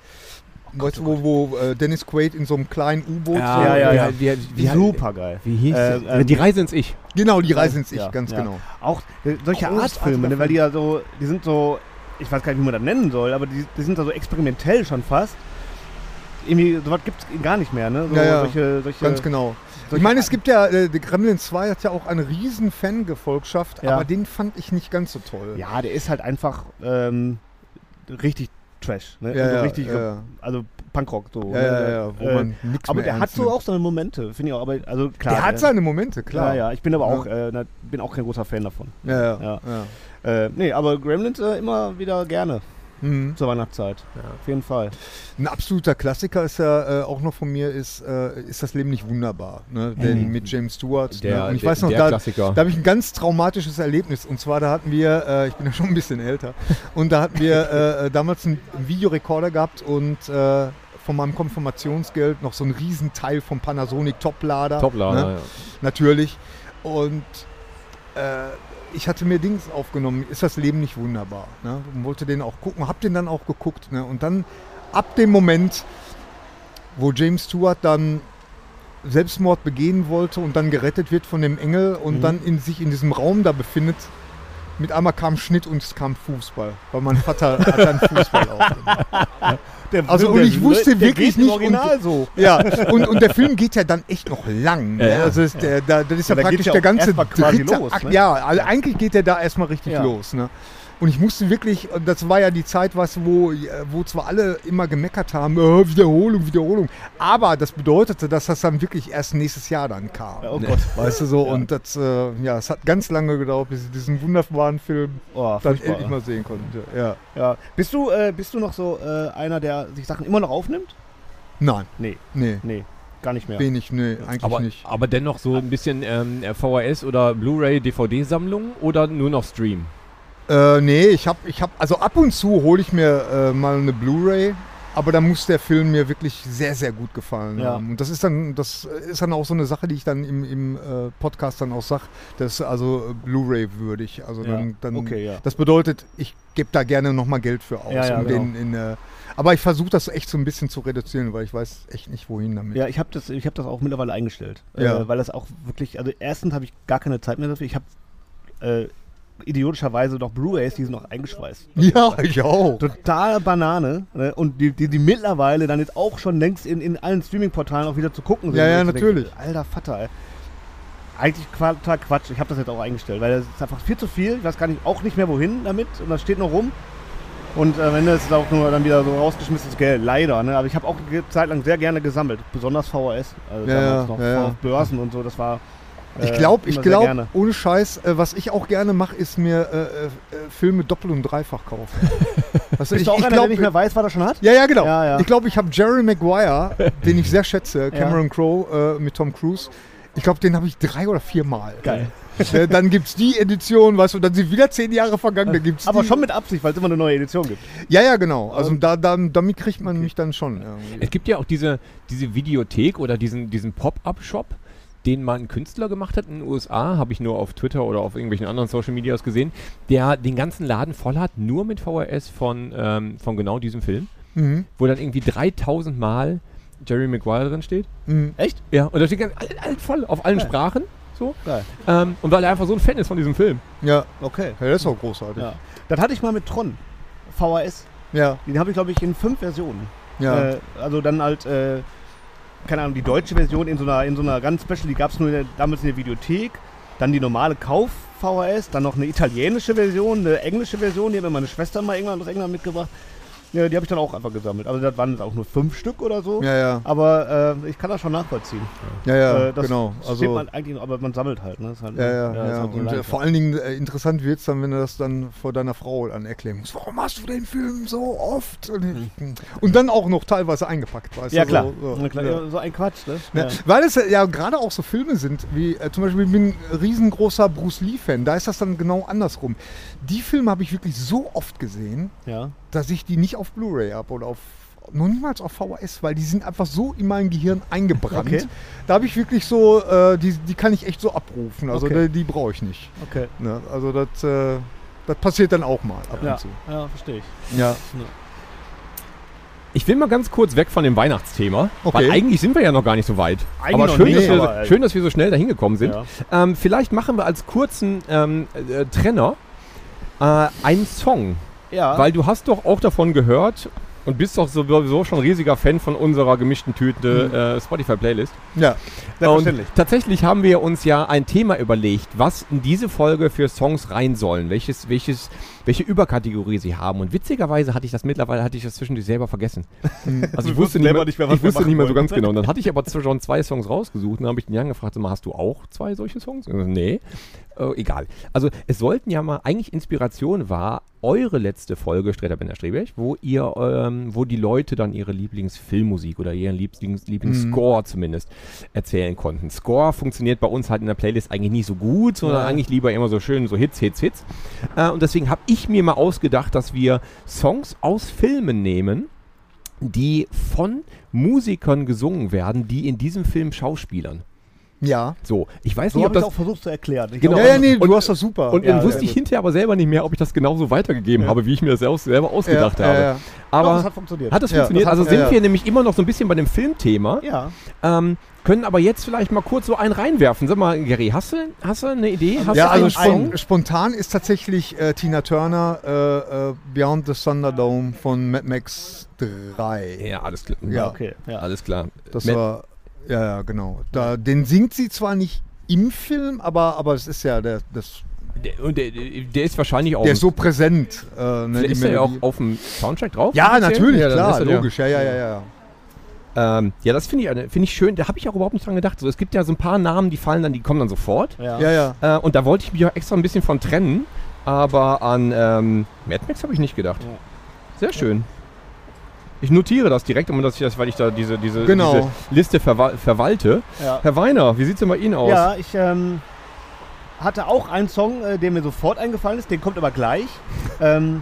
S5: Oh
S3: weißt du, wo, wo äh, Dennis Quaid in so einem kleinen U-Boot. so,
S5: ja, ja, ja.
S6: Wie, wie,
S5: Super geil.
S6: Wie hieß
S5: Äh,
S6: das?
S5: ähm,
S6: Die Reise ins Ich.
S3: Genau, die Reise ins Ich,
S5: Ja,
S3: ganz
S5: ja.
S3: genau.
S5: Auch äh, solche
S3: Großartiger
S5: Artfilme, ne, weil die ja so, die sind so, ich weiß gar nicht, wie man das nennen soll, aber die, die sind da so experimentell schon fast. Irgendwie, sowas gibt es gar nicht mehr, ne? So,
S3: Ja, ja.
S5: Solche, solche,
S3: Ganz genau. Ich
S5: solche
S3: meine, es gibt ja, äh, The Gremlins 2 hat ja auch eine riesen Fangefolgschaft,
S5: Ja.
S3: aber den fand ich nicht ganz so toll.
S5: Ja, der ist halt einfach ähm, richtig Trash, ne?
S3: Ja,
S5: also
S3: ja,
S5: richtig,
S3: ja, ja.
S5: also Punkrock so.
S3: ja,
S5: ne?
S3: ja, ja, wo
S5: Äh,
S3: man nichts
S5: aber
S3: mehr
S5: der hat
S3: ernst
S5: so
S3: nimmt.
S5: auch seine Momente, finde ich auch. Aber also klar.
S3: Der hat
S5: ne?
S3: seine Momente,
S5: Ja,
S3: klar.
S5: ja. Ich bin aber
S3: Ja.
S5: auch, äh, na, bin auch kein großer Fan davon.
S3: ja. ja,
S5: Ja.
S3: ja.
S5: Äh, nee, aber Gremlins äh, immer wieder gerne
S3: Mhm.
S5: zur Weihnachtszeit. Auf jeden Fall.
S3: Ein absoluter Klassiker ist ja äh, auch noch von mir, ist, äh, ist das Leben nicht wunderbar? Ne? Denn mit James Stewart. ne?
S6: Der-
S3: Und ich
S6: der-
S3: weiß noch,
S6: der
S3: da,
S6: Klassiker.
S3: da habe ich ein ganz traumatisches Erlebnis. Und zwar, da hatten wir, äh, ich bin ja schon ein bisschen älter, und da hatten wir äh, äh, damals einen Videorekorder gehabt und äh, von meinem Konfirmationsgeld noch so einen Riesenteil vom Panasonic Toplader.
S6: Toplader,
S3: ne?
S6: ja.
S3: Natürlich. Und äh, ich hatte mir Dings aufgenommen, ist das Leben nicht wunderbar? Ne? Und wollte den auch gucken, hab den dann auch geguckt. Ne? Und dann ab dem Moment, wo James Stewart dann Selbstmord begehen wollte und dann gerettet wird von dem Engel und dann in sich in diesem Raum da befindet, mit einmal kam Schnitt und es kam Fußball, weil mein Vater hat dann Fußball aufgenommen.
S5: Der,
S3: Also, und ich wusste wirklich
S5: geht im
S3: nicht,
S5: Original so.
S3: Ja, und, und der Film geht ja dann echt noch lang. Ne?
S6: Ja, ja.
S3: Also ist der, da, das ist
S5: Ja,
S3: ja,
S5: da geht's
S3: praktisch
S5: ja
S3: der
S5: auch
S3: ganze
S5: erst mal quasi
S3: dritte
S5: los,
S3: Akt.
S5: ne?
S3: Ja, also eigentlich geht der da erstmal richtig
S5: Ja.
S3: los. Ne? Und ich musste wirklich, und das war ja die Zeit, was, wo, äh, wo zwar alle immer gemeckert haben, äh, Wiederholung, Wiederholung, aber das bedeutete, dass das dann wirklich erst nächstes Jahr dann kam.
S5: Oh Gott.
S3: Weißt du so, und das, äh, ja, es hat ganz lange gedauert, bis ich diesen wunderbaren Film
S5: Oh,
S3: dann
S5: furchtbar.
S3: endlich mal sehen konnte. Ja.
S5: ja. Bist du, äh, bist du noch so äh, einer, der sich Sachen immer noch aufnimmt?
S3: Nein,
S5: Nee,
S3: nee,
S5: nee, gar nicht mehr.
S3: bin ich, nee, eigentlich
S6: Aber,
S3: nicht.
S6: aber dennoch so ein bisschen ähm, VHS oder Blu-ray, DVD-Sammlung oder nur noch Stream?
S3: Äh, nee, ich hab, ich hab, also ab und zu hole ich mir äh, mal eine Blu-ray, aber da muss der Film mir wirklich sehr, sehr gut gefallen
S5: Ja.
S3: haben. Und das ist dann, das ist dann auch so eine Sache, die ich dann im, im äh, Podcast dann auch sag, das ist also äh, Blu-ray würdig. Also
S5: Ja.
S3: dann, dann
S5: Okay, ja.
S3: das bedeutet, ich gebe da gerne nochmal Geld für aus.
S5: Ja, genau. ja,
S3: um den in, äh, aber ich versuche das echt so ein bisschen zu reduzieren, weil ich weiß echt nicht, wohin damit.
S5: Ja, ich habe das, ich hab das auch mittlerweile eingestellt.
S3: Ja.
S5: Äh, weil das auch wirklich, also erstens habe ich gar keine Zeit mehr dafür. Ich habe äh, idiotischerweise noch Blu-Rays, die sind noch eingeschweißt.
S3: Ja, ich auch.
S5: Total Banane. Ne? Und die, die, die mittlerweile dann jetzt auch schon längst in, in allen Streaming-Portalen auch wieder zu gucken
S3: Ja,
S5: Wo
S3: ja,
S5: ich so denke,
S3: natürlich.
S5: alter Vater, ey. Eigentlich qua- total Quatsch. Ich habe das jetzt auch eingestellt, weil das ist einfach viel zu viel. Ich weiß gar nicht, auch nicht mehr wohin damit. Und das steht noch rum. Und äh, am Ende ist es auch nur dann wieder so rausgeschmissenes Geld. Leider, ne? Aber ich habe auch eine Zeit lang sehr gerne gesammelt. Besonders VHS. Also
S3: Ja,
S5: damals
S3: ja,
S5: noch
S3: ja, ja.
S5: auf Börsen und so. Das war.
S3: Ich
S5: äh,
S3: glaube, ich
S5: immer sehr
S3: glaube,
S5: gerne.
S3: ohne Scheiß, äh, was ich auch gerne mache, ist mir äh, äh, äh, Filme doppelt und dreifach kaufen. Also
S5: Bist du auch einer, der nicht mehr weiß, was er schon hat?
S3: ja, ja, genau.
S5: Ja, ja.
S3: Ich glaube, ich habe Jerry Maguire, den ich sehr schätze, Cameron Crowe äh, mit Tom Cruise. Ich glaube, den habe ich drei oder viermal.
S5: Geil.
S3: Äh, dann gibt es die Edition, weißt du, dann sind wieder zehn Jahre vergangen, dann gibt's
S5: Aber
S3: die.
S5: schon mit Ähm, Absicht, weil es immer eine neue Edition gibt.
S3: Ja, ja, genau. Also da, da, damit kriegt man mich dann schon.
S6: Es
S3: irgendwie.
S6: gibt ja auch diese, diese Videothek oder diesen, diesen Pop-Up-Shop, den mal ein Künstler gemacht hat in den USA, habe ich nur auf Twitter oder auf irgendwelchen anderen Social Medias gesehen, der den ganzen Laden voll hat, nur mit VHS von, ähm, von genau diesem Film,
S3: Mhm.
S6: wo dann irgendwie 3000 Mal Jerry Maguire drin steht.
S3: Mhm.
S5: Echt?
S6: Ja, und da steht ganz alt, alt voll auf allen Sprachen. So.
S5: Geil.
S6: Ähm, und weil er einfach so ein Fan ist von diesem Film.
S3: Ja.
S5: Okay.
S3: ja, das ist auch großartig.
S5: Ja. Das hatte ich mal mit Tron. VHS.
S3: Ja,
S5: Den habe ich, glaube ich, in fünf Versionen.
S3: ja.
S5: Äh, also dann halt, äh, keine Ahnung, die deutsche Version in so einer, in so einer ganz Special, die gab es nur in der, damals in der Videothek. Dann die normale Kauf-VHS, dann noch eine italienische Version, eine englische Version, die hat mir meine Schwester mal irgendwann aus England mitgebracht. Ja, die habe ich dann auch einfach gesammelt. Also das waren jetzt auch nur fünf Stück oder so.
S3: ja, ja,
S5: Aber äh, ich kann das schon nachvollziehen.
S3: ja, ja,
S5: äh, das
S3: genau.
S5: steht man eigentlich, aber man sammelt halt. Ne? Ist halt
S3: Ja, ja,
S5: ist
S3: ja.
S5: halt so
S3: Und
S5: leicht,
S3: äh, vor allen Dingen äh, interessant wird es dann, wenn du das dann vor deiner Frau dann erklären musst. Warum hast du den Film so oft? Und, und dann auch noch teilweise eingepackt, weißt
S5: Hm. ja,
S3: du?
S5: klar.
S3: So, so.
S5: Na klar.
S3: Ja.
S5: Ja, So ein Quatsch, ne?
S3: Ne? Weil es äh, ja gerade auch so Filme sind, wie äh, zum Beispiel, ich bin ein riesengroßer Bruce Lee-Fan, da ist das dann genau andersrum. Die Filme habe ich wirklich so oft gesehen,
S5: Ja.
S3: dass ich die nicht auf Blu-ray habe oder auf noch niemals auf VHS, weil die sind einfach so in mein Gehirn eingebrannt.
S5: Okay.
S3: Da habe ich wirklich so, äh, die, die kann ich echt so abrufen. Also
S5: Okay.
S3: die, die brauche ich nicht.
S5: Okay.
S3: Ne? Also das, äh, das passiert dann auch mal ab
S5: Ja,
S3: und zu.
S5: ja verstehe ich.
S3: Ja.
S6: Ich will mal ganz kurz weg von dem Weihnachtsthema,
S3: Okay.
S6: weil eigentlich sind wir ja noch gar nicht so weit.
S5: Eigentlich
S6: aber
S5: noch
S6: schön,
S5: nicht,
S6: dass wir,
S5: aber-
S6: schön, dass wir so schnell dahin gekommen sind.
S5: Ja.
S6: Ähm, vielleicht machen wir als kurzen ähm, äh, Trenner äh, einen Song,
S5: Ja,
S6: weil du hast doch auch davon gehört und bist doch sowieso schon riesiger Fan von unserer gemischten Tüte
S5: Mhm.
S6: äh, Spotify-Playlist.
S3: ja.
S5: selbstverständlich.
S6: Und tatsächlich haben wir uns ja ein Thema überlegt, was in diese Folge für Songs rein sollen, welches, welches, welche Überkategorie sie haben. Und witzigerweise hatte ich das mittlerweile, hatte ich das zwischendurch selber vergessen. Also ich wusste
S5: wussten
S6: nicht
S5: selber
S6: mehr,
S5: nicht mehr, was
S6: ich
S5: wir
S6: wusste
S5: machen
S6: nicht mehr so
S5: wollten.
S6: ganz genau. Und dann hatte ich aber zu- schon zwei Songs rausgesucht und dann habe ich den Jan gefragt, sag mal, hast du auch zwei solche Songs? Und er so, nee. Äh, egal. Also es sollten ja mal, eigentlich Inspiration war eure letzte Folge Streter Bender Strebech, wo ihr, ähm, wo die Leute dann ihre Lieblingsfilmmusik oder ihren Lieblings, Lieblingsscore
S5: Mhm.
S6: zumindest erzählen konnten. Score funktioniert bei uns halt in der Playlist eigentlich nicht so gut, sondern eigentlich lieber immer so schön so Hits, Hits, Hits. Äh, und deswegen habe ich mir mal ausgedacht, dass wir Songs aus Filmen nehmen die von Musikern gesungen werden, die in diesem Film Schauspielern.
S3: Ja.
S6: So, ich weiß
S5: So
S6: nicht,
S5: habe
S6: ob
S5: ich es
S6: das.
S5: auch versucht zu erklären. Ich
S6: Genau.
S3: Ja,
S5: glaube,
S3: ja, nee, du
S6: Und-
S3: hast das super.
S6: Und
S5: Ja,
S6: dann wusste
S5: sehr
S6: ich hinterher aber selber nicht mehr, ob ich das genauso weitergegeben habe, wie ich mir das selber- selber ausgedacht
S3: ja,
S6: habe.
S3: ja.
S5: doch,
S6: Aber
S5: das hat funktioniert.
S6: hat das
S3: Ja,
S6: funktioniert?
S3: das hat-
S6: also sind
S3: ja, ja.
S6: wir nämlich immer noch so ein bisschen bei dem Filmthema,
S5: ja.
S6: ähm, können aber jetzt vielleicht mal kurz so einen reinwerfen. Sag mal, Gary, hast du, hast du eine Idee? Hast
S3: ja,
S6: du
S3: also
S6: einen Song?
S3: spon spontan ist tatsächlich äh, Tina Turner äh, äh, Beyond the Thunderdome von Mad Max 3.
S6: Ja, alles klar.
S3: Ja.
S5: Okay, ja.
S6: Alles klar.
S3: Das
S6: Matt-
S3: war, ja, ja, genau. Da, den singt sie zwar nicht im Film, aber, aber es ist ja, der, das,
S6: der, und der, der ist wahrscheinlich auch.
S3: der ist so präsent. Äh, ne, die
S6: ist der ja auch
S3: Melodie.
S6: auf dem Soundtrack drauf?
S3: ja,
S6: offiziell?
S3: natürlich,
S6: Ja, dann ist
S3: klar,
S6: er der-
S3: logisch. Ja, ja, ja, ja.
S6: Ähm, ja, das finde ich, eine- finde ich schön. Da habe ich auch überhaupt nicht dran gedacht. So, es gibt ja so ein paar Namen, die fallen dann, die kommen dann sofort.
S5: Ja.
S3: Ja, ja.
S6: Äh, und da wollte ich mich auch extra ein bisschen von trennen. Aber an ähm, Mad Max habe ich nicht gedacht.
S5: Ja.
S6: Sehr schön. Ich notiere das direkt, um dass ich das, weil ich da diese, diese,
S3: Genau.
S6: diese Liste verwa verwalte.
S5: Ja.
S6: Herr Weiner, wie sieht es denn bei Ihnen aus?
S5: Ja, ich ähm, hatte auch einen Song, äh, der mir sofort eingefallen ist, den kommt aber gleich. ähm,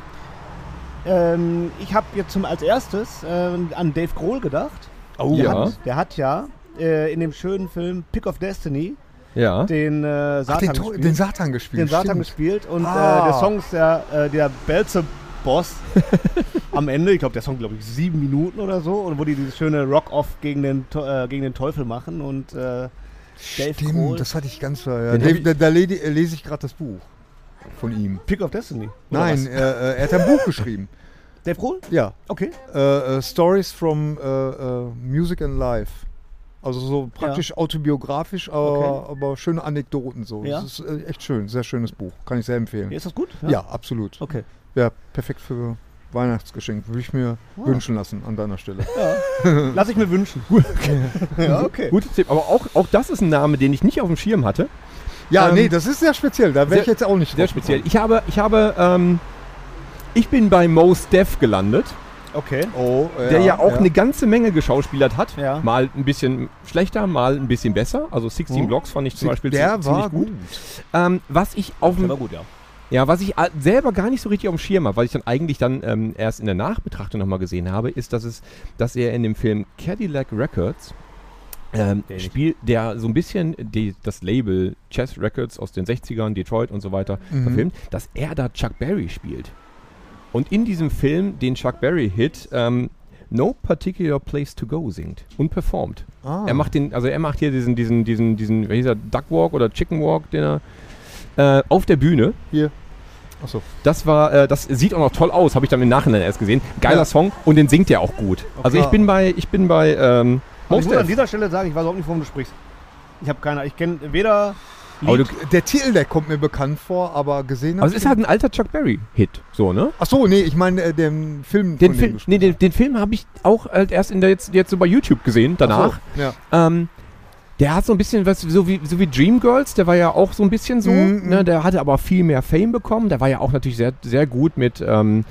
S5: ähm, ich habe jetzt zum, als erstes ähm, an Dave Grohl gedacht.
S6: Oh,
S5: der,
S6: ja.
S5: hat, der hat ja äh, in dem schönen Film Pick of Destiny
S6: ja.
S5: den äh, Satan
S3: Ach, den, To-
S5: gespielt.
S3: den Satan gespielt.
S5: den Satan
S3: stimmt.
S5: gespielt und
S3: Ah.
S5: äh, der Song ist der, äh, der Belze-Boss am Ende. Ich glaube, der Song, glaube ich, sieben Minuten oder so. Und wo die dieses schöne Rock-Off gegen, den Teu- äh, gegen den Teufel machen und äh, Dave Grohl.
S3: Stimmt, das hatte ich ganz. Äh, ja.
S6: Den hab ich-
S3: da, da, le- äh, lese ich gerade das Buch von ihm.
S5: Pick of Destiny. oder
S3: Nein,
S5: was?
S3: äh, äh, er hat ein Buch geschrieben.
S5: Dave Grohl?
S3: Ja.
S5: Okay.
S3: äh, äh, Stories from äh, äh, Music and Life. Also so praktisch autobiografisch, aber, aber schöne Anekdoten so.
S5: Ja.
S3: Das ist äh, echt schön, sehr schönes Buch. Kann ich sehr empfehlen.
S5: Ja, ist das gut?
S3: Ja, absolut.
S5: Okay.
S3: Ja, perfekt für Weihnachtsgeschenk. Würde ich mir
S6: Ah.
S3: wünschen lassen an deiner Stelle.
S5: Lass ich mir wünschen. ja, okay.
S6: Guter Tipp. Aber auch, auch das ist ein Name, den ich nicht auf dem Schirm hatte.
S3: Ja,
S6: Ähm,
S3: nee, das ist sehr speziell. Da wäre ich
S6: sehr-
S3: jetzt auch nicht
S6: Sehr
S3: drauf
S6: speziell. Ich habe, ich habe, ähm, ich bin bei Mos Def gelandet.
S5: Okay.
S3: gekommen. Oh, äh,
S6: der ja auch
S3: ja.
S6: eine ganze Menge geschauspielert hat.
S5: Ja.
S6: Mal ein bisschen schlechter, mal ein bisschen besser. Also 16
S5: Oh.
S6: Blocks fand ich zum Beispiel
S3: der
S6: zie-
S3: war
S6: ziemlich gut. Ähm, was ich auf dem,
S5: gut, ja.
S6: ja, was ich a- selber gar nicht so richtig auf dem Schirm habe, weil ich dann eigentlich dann ähm, erst in der Nachbetrachtung nochmal gesehen habe, ist, dass es, dass er in dem Film Cadillac Records ähm,
S5: Den ich-
S6: spielt, der so ein bisschen die, das Label Chess Records aus den 60ern, Detroit und so weiter
S3: Mhm.
S6: verfilmt, dass er da Chuck Berry spielt. Und in diesem Film den Chuck Berry-Hit ähm, No Particular Place to Go singt und performt.
S3: Ah.
S6: Er macht den, also er macht hier diesen, diesen, diesen, diesen, wie hieß er, Duck Walk oder Chicken Walk, den er äh, auf der Bühne.
S3: Hier. Achso.
S6: Das war, äh, das sieht auch noch toll aus, habe ich dann im Nachhinein erst gesehen. Geiler
S3: Ja.
S6: Song und den singt er auch gut. Also ich
S3: klar.
S6: bin bei, ich bin bei ähm,
S5: Also ich muss an
S6: Mostert.
S5: dieser Stelle sagen, ich weiß auch nicht, worum du sprichst. Ich habe keine Ich kenne weder.
S6: Aber, du,
S3: Der Titel, der kommt mir bekannt vor, aber gesehen
S6: aber es
S3: hab ich
S6: ist halt ein alter Chuck Berry-Hit, so, ne?
S3: ihn- Ach so, nee, ich meine äh, den
S6: Den Film,
S3: Film. von dem du sprichst.
S6: nee, den, den Film habe ich auch halt erst in der, jetzt, jetzt so bei YouTube gesehen, danach.
S3: Ach so, ja.
S6: Ähm, der hat so ein bisschen was, so wie, so wie Dreamgirls, der war ja auch so ein bisschen so,
S3: Mhm,
S6: ne,
S3: mhm.
S6: der hatte aber viel mehr Fame bekommen, der war ja auch natürlich sehr, sehr gut mit ähm,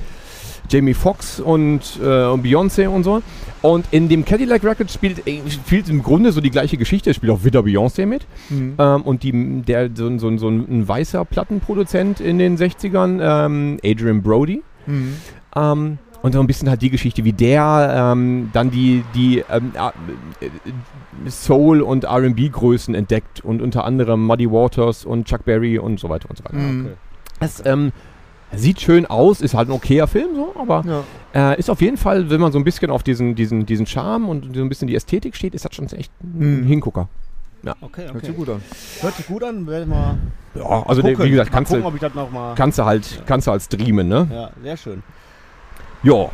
S6: Jamie Foxx und, äh, und Beyoncé und so. Und in dem Cadillac Records spielt, äh, spielt im Grunde so die gleiche Geschichte, es spielt auch wieder Beyoncé mit.
S3: Mhm.
S6: Ähm, und die, der, so, ein- so, ein- so ein weißer Plattenproduzent in den 60ern, ähm, Adrian Brody.
S3: Mhm.
S6: Ähm, Und so ein bisschen halt die Geschichte, wie der ähm, dann die, die ähm, ah, äh, äh, Soul- und RB-Größen entdeckt und unter anderem Muddy Waters und Chuck Berry und so weiter und so weiter.
S3: Mhm.
S6: Es ähm, sieht schön aus, ist halt ein okayer Film so, aber
S3: Ja.
S6: äh, ist auf jeden Fall, wenn man so ein bisschen auf diesen, diesen, diesen Charme und so ein bisschen die Ästhetik steht, ist das schon echt ein
S3: Mhm.
S6: Hingucker.
S5: Okay,
S3: Hört sich gut an.
S5: Hört sich gut an, werden wir
S6: Ja, also der,
S5: gucken.
S6: wie gesagt,
S5: mal
S6: kannst
S5: gucken,
S6: du,
S5: ob ich das nochmal...
S6: kannst du halt, kannst du halt streamen, ne?
S5: Ja, sehr schön.
S6: Ja.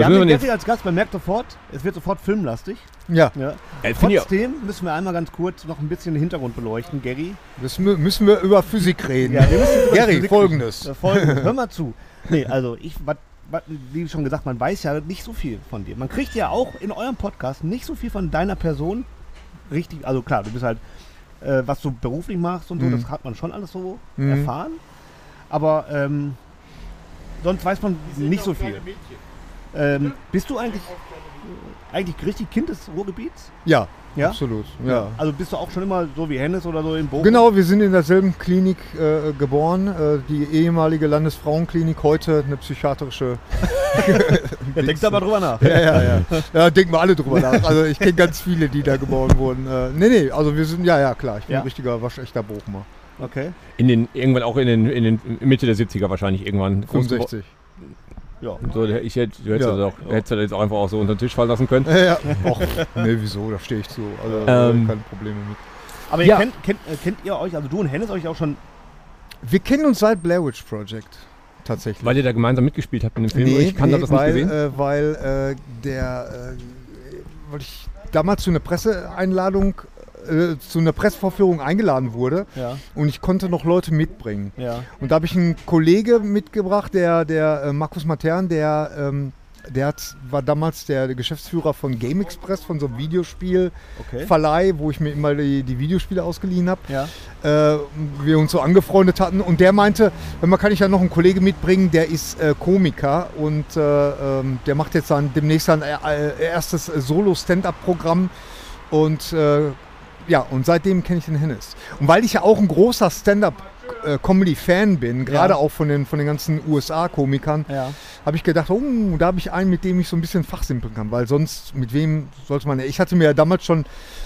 S5: wir
S6: jetzt
S5: haben den
S6: müssen wir den,
S5: Jeffrey als Gast, man merkt sofort, es wird sofort filmlastig.
S3: Ja,
S5: Ja.
S6: äh, find ich,
S5: Trotzdem müssen wir einmal ganz kurz noch ein bisschen den Hintergrund beleuchten, Gary.
S3: müssen wir, müssen wir über Physik reden.
S5: Ja, wir müssen über
S3: Gary,
S5: Physik-
S3: folgendes.
S5: Äh, Folgendes, hör mal zu. Nee, also ich, wat, wat, wie schon gesagt, man weiß ja nicht so viel von dir. Man kriegt ja auch in eurem Podcast nicht so viel von deiner Person richtig. Also klar, du bist halt, äh, was du beruflich machst und so,
S3: Mhm.
S5: das hat man schon alles so
S3: Mhm.
S5: erfahren. Aber ähm, sonst weiß man nicht so viel. Ähm, bist du eigentlich, eigentlich richtig Kind des Ruhrgebiets?
S3: Ja,
S5: Ja?
S3: absolut. Ja.
S5: Also bist du auch schon immer so wie Hennes oder so in Bochum?
S3: Genau, wir sind in derselben Klinik äh, geboren, äh, die ehemalige Landesfrauenklinik, heute eine psychiatrische.
S5: Ja, denkst du aber drüber nach.
S3: Ja, ja, ja. Ja, denken wir alle drüber nach. Also ich kenne ganz viele, die da geboren wurden. Äh, nee, nee, also wir sind, ja, ja, klar, ich bin
S5: Ja.
S3: ein richtiger, waschechter Bochumer.
S5: Okay.
S6: in den, irgendwann auch in den, in den Mitte der 70er wahrscheinlich irgendwann. groß geworden.
S3: 65.
S5: Ja.
S6: So, der- ich hätte, du hättest,
S3: Ja.
S6: das auch, hättest das jetzt auch einfach auch so unter den Tisch fallen lassen können.
S3: Ja, ja. Och, nee, wieso, da stehe ich zu. Also
S6: Ähm.
S3: keine Probleme mit.
S5: Aber ihr
S6: Ja.
S5: kennt, kennt, äh, kennt ihr euch, also du und Hennes euch auch schon
S3: Wir kennen uns seit Blair Witch Project, tatsächlich.
S6: Weil ihr da gemeinsam mitgespielt habt in dem Film. ich kann das nicht
S3: weil,
S6: gesehen.
S3: Äh, weil äh, der, äh, weil ich damals zu einer Presseeinladung, äh, zu einer Pressevorführung eingeladen wurde
S5: Ja,
S3: und ich konnte noch Leute mitbringen.
S5: ja.
S3: Und da habe ich einen Kollege mitgebracht, der, der äh, Markus Matern, der, ähm, der hat, war damals der Geschäftsführer von Game Express, von so einem
S5: Okay.
S3: Videospielverleih, wo ich mir immer die, die Videospiele ausgeliehen habe
S5: Ja.
S3: äh, wir uns so angefreundet hatten. Und der meinte, man kann ich ja noch einen Kollegen mitbringen, der ist äh, Komiker und äh, ähm, der macht jetzt dann demnächst sein äh, äh, erstes Solo-Stand-Up-Programm. Und äh, ja, und seitdem kenne ich den Hennis. Und weil ich ja auch ein großer Stand-Up-Comedy-Fan bin, gerade
S5: Ja.
S3: auch von den, von den ganzen USA-Komikern,
S5: Ja.
S3: habe ich gedacht, oh, da habe ich einen, mit dem ich so ein bisschen fachsimpeln kann, weil sonst, mit wem sollte man. Ich hatte mir ja damals schon,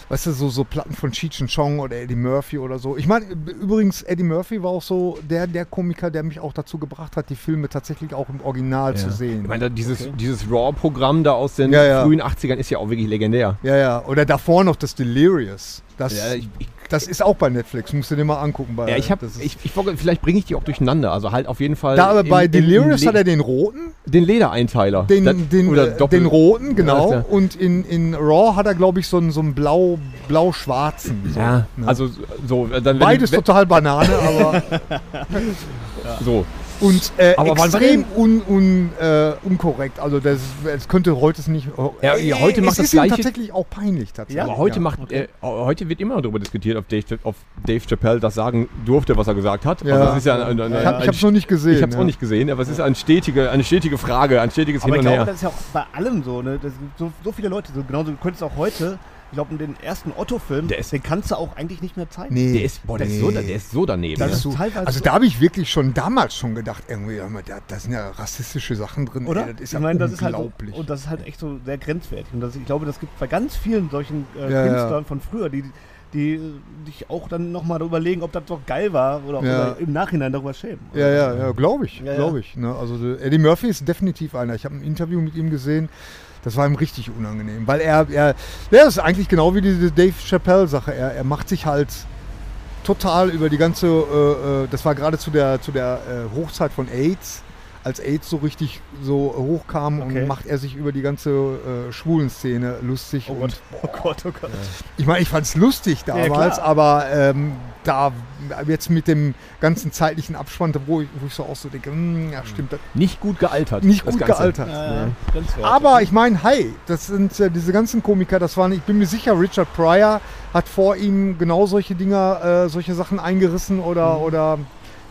S3: weißt du, so, so Platten von Cheech and Chong oder Eddie Murphy oder so. Ich meine, übrigens, Eddie Murphy war auch so der, der Komiker, der mich auch dazu gebracht hat, die Filme tatsächlich auch im Original zu sehen.
S6: Ich meine, da dieses, dieses Raw-Programm da aus den
S3: Ja, ja.
S6: frühen 80ern ist ja auch wirklich legendär.
S3: ja, ja, oder davor noch das Delirious. Das,
S6: Ja, ich, ich,
S3: das ist auch bei Netflix, musst du dir mal angucken. Bei,
S6: ja, ich habe,
S3: das ist-
S6: ich, ich, wollte- vielleicht bringe ich die auch durcheinander. Also halt auf jeden Fall.
S3: da, aber
S6: im-
S3: bei
S6: im
S3: Delirious
S6: Le-
S3: hat er den roten,
S6: den Ledereinteiler.
S3: den,
S6: Das-
S3: den,
S6: oder
S3: äh,
S6: Doppel-
S3: den roten, genau.
S6: Ja, ist
S3: und in, in Raw hat er, glaube ich, so einen, so einen blau, blau-schwarzen. So. ne?
S6: Ja, also so, äh, dann wenn-
S3: Beides
S6: wenn,
S3: total Banane, aber
S6: so.
S3: und äh,
S6: Aber wann war
S3: extrem un, un, äh, unkorrekt. Also das, es könnte heute es nicht.
S6: Ja,
S3: äh,
S6: heute
S3: es
S6: macht das
S3: ist ihm
S6: Gleiche-
S3: tatsächlich auch peinlich tatsächlich.
S6: Aber heute
S3: ja.
S6: macht, äh, heute wird immer noch darüber diskutiert, ob Dave, ob Dave Chappelle das sagen durfte, was er gesagt hat.
S3: Ja.
S6: Also das ist ja ein, ein, ein,
S3: ich habe
S6: ein,
S3: es noch nicht gesehen.
S6: Ich habe es auch
S3: ja.
S6: nicht gesehen, aber es ist eine stetige, eine stetige Frage, ein stetiges
S5: Aber ich
S6: Hin und
S5: glaube,
S6: Her.
S5: das ist ja auch bei allem so, ne? Das gibt so, so viele Leute, so genauso, du könntest auch heute, ich glaube, den ersten Otto-Film,
S6: Der ist-
S5: den kannst du auch eigentlich nicht mehr zeigen.
S3: Nee.
S6: Der ist, boah, der, ist so, der ist so daneben.
S5: Das
S6: ne?
S5: ist
S3: So,
S5: teilweise
S3: also
S5: so.
S3: da habe ich wirklich schon damals schon gedacht, irgendwie, ja, da, da sind ja rassistische Sachen drin.
S5: Oder?
S3: Ey, das ist
S5: ich
S3: ja
S5: meine, das ist halt so,
S3: unglaublich.
S5: und das ist halt echt so sehr grenzwertig. Und das, ich glaube, das gibt bei ganz vielen solchen äh,
S3: Ja, ja.
S5: Künstlern von früher, die, die äh, dich auch dann nochmal überlegen, ob das doch geil war oder auch
S3: Ja.
S5: über- im Nachhinein darüber schämen.
S3: Ja, ja, ja, glaube ich,
S5: Ja, ja.
S3: glaube ich. Ne? Also äh, Eddie Murphy ist definitiv einer. Ich habe ein Interview mit ihm gesehen. Das war ihm richtig unangenehm, weil er, er, der ist eigentlich genau wie diese Dave Chappelle-Sache. Er, er macht sich halt total über die ganze, äh, äh, das war gerade zu der, zu der äh, Hochzeit von AIDS, als AIDS so richtig so hochkam
S5: Okay.
S3: und macht er sich über die ganze äh, Schwulenszene lustig.
S5: Oh
S3: und
S5: Gott, oh Gott, oh Gott.
S3: ich meine, ich fand es lustig
S5: ja,
S3: damals,
S5: klar.
S3: aber ähm, da jetzt mit dem ganzen zeitlichen Abspann, wo ich, wo ich so auch so denke, hm, ja stimmt, das
S6: Nicht gut gealtert.
S3: nicht
S6: das
S3: gut
S6: Ganze.
S3: gealtert.
S5: Ja, ja,
S3: ne?
S5: grenzwertig.
S3: Aber ich meine, hey, das sind äh, diese ganzen Komiker, das waren, ich bin mir sicher, Richard Pryor hat vor ihm genau solche Dinger, äh, solche Sachen eingerissen oder,
S6: Mhm.
S3: oder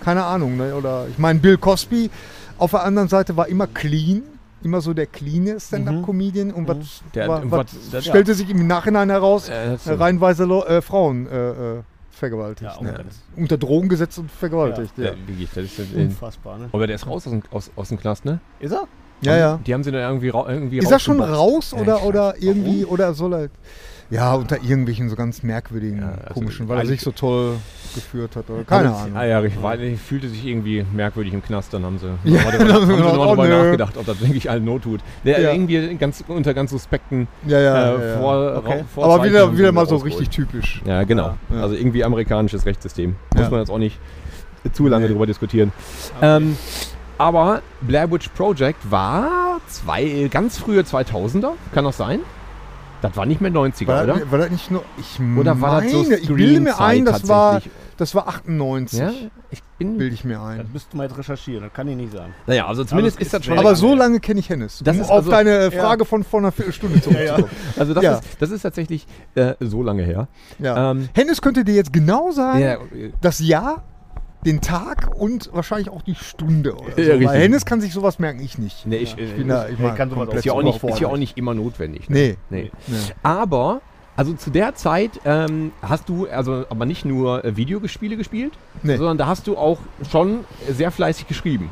S3: keine Ahnung, ne? oder ich meine, Bill Cosby auf der anderen Seite war immer clean, immer so der cleane Stand-Up-Comedian und was,
S6: Mhm. Der-
S3: wa-
S6: und
S3: was
S6: was- das-
S3: stellte sich im Nachhinein heraus,
S6: Äh, das-
S3: äh, reihenweise Lo äh, Frauen äh, äh, vergewaltigt.
S5: Ja, oh auch
S3: ne?
S5: ganz-
S3: Unter Drogen gesetzt und vergewaltigt. Ja,
S6: Ja, wirklich, das ist in,
S5: Unfassbar, ne?
S6: aber der ist raus aus dem, aus, aus dem Knast, ne?
S5: Ist er?
S3: ja. ja.
S6: Die haben sie dann irgendwie, ra irgendwie
S3: Ist er schon
S6: rausgeboxt.
S3: raus
S6: Ja,
S3: oder,
S6: ich
S3: oder
S6: weiß.
S3: irgendwie, oder soll er. Ja, unter irgendwelchen so ganz merkwürdigen,
S6: Ja, also
S3: komischen, weil er sich
S6: eigentlich-
S3: so toll geführt hat. Oder? Keine
S6: Warum?
S3: Ahnung.
S6: Ah ja, ich, weiß, ich fühlte sich irgendwie merkwürdig im Knast, dann haben sie,
S3: Ja,
S6: haben sie,
S3: dann haben
S6: haben
S3: sie
S6: sie
S3: gedacht,
S6: noch
S3: oh,
S6: darüber
S3: nö.
S6: nachgedacht, ob das wirklich allen Not tut. Der
S3: Ja.
S6: irgendwie ganz, unter ganz suspekten
S3: Ja, ja.
S6: äh,
S3: ja, ja.
S6: Vor,
S5: Okay.
S6: ra- Vorzeichen
S3: Aber wieder,
S6: haben sie
S3: wieder
S6: ihn
S3: mal so
S6: rausgeholt.
S3: richtig typisch.
S6: Ja, genau.
S3: Ja.
S6: Also irgendwie amerikanisches Rechtssystem. Muss
S3: Ja.
S6: man jetzt auch nicht zu lange
S3: Nee.
S6: drüber diskutieren. Ähm, aber Blair Witch Project war zwei, ganz frühe 2000er, kann das sein? Das war nicht mehr 90er,
S3: War,
S6: oder?
S3: das- war das nicht nur. Ich
S6: Oder war
S3: meine,
S6: das so
S3: ich bilde mir ein, das
S6: Screenzeit
S3: war,
S6: tatsächlich?
S3: das war 98.
S6: Ja, ich bin.
S3: Bilde ich mir ein.
S5: Das müssten wir jetzt recherchieren, das kann ich nicht sagen.
S6: Naja, also zumindest
S5: das
S6: ist das
S5: ist
S6: schon.
S5: sehr
S3: Hm. Aber so lange kenne ich Hennes.
S6: Das
S3: um
S6: ist
S3: auf
S6: also-
S3: deine Frage von vor einer Viertelstunde zurückzukommen.
S6: Also das,
S3: Ja.
S6: ist, das ist tatsächlich äh, so lange her.
S3: Ja.
S6: Ähm,
S3: Hennes könnte dir jetzt genau sagen,
S6: ja, äh,
S3: das Jahr, den Tag und wahrscheinlich auch die Stunde. Oder so.
S6: Ja, richtig.
S3: Weil Hennes kann sich sowas merken, ich nicht.
S6: nee, ich, äh,
S3: Ich bin da, ich
S5: Ja,
S3: mag
S5: kann sowas
S3: komplett
S6: ist ja auch nicht, ne? ist ja auch
S3: überfordert.
S6: nicht immer notwendig.
S3: Nee.
S6: Nee.
S3: nee.
S6: Aber, also zu der Zeit ähm, hast du also aber nicht nur äh, Videospiele gespielt,
S3: Nee.
S6: sondern da hast du auch schon sehr fleißig geschrieben.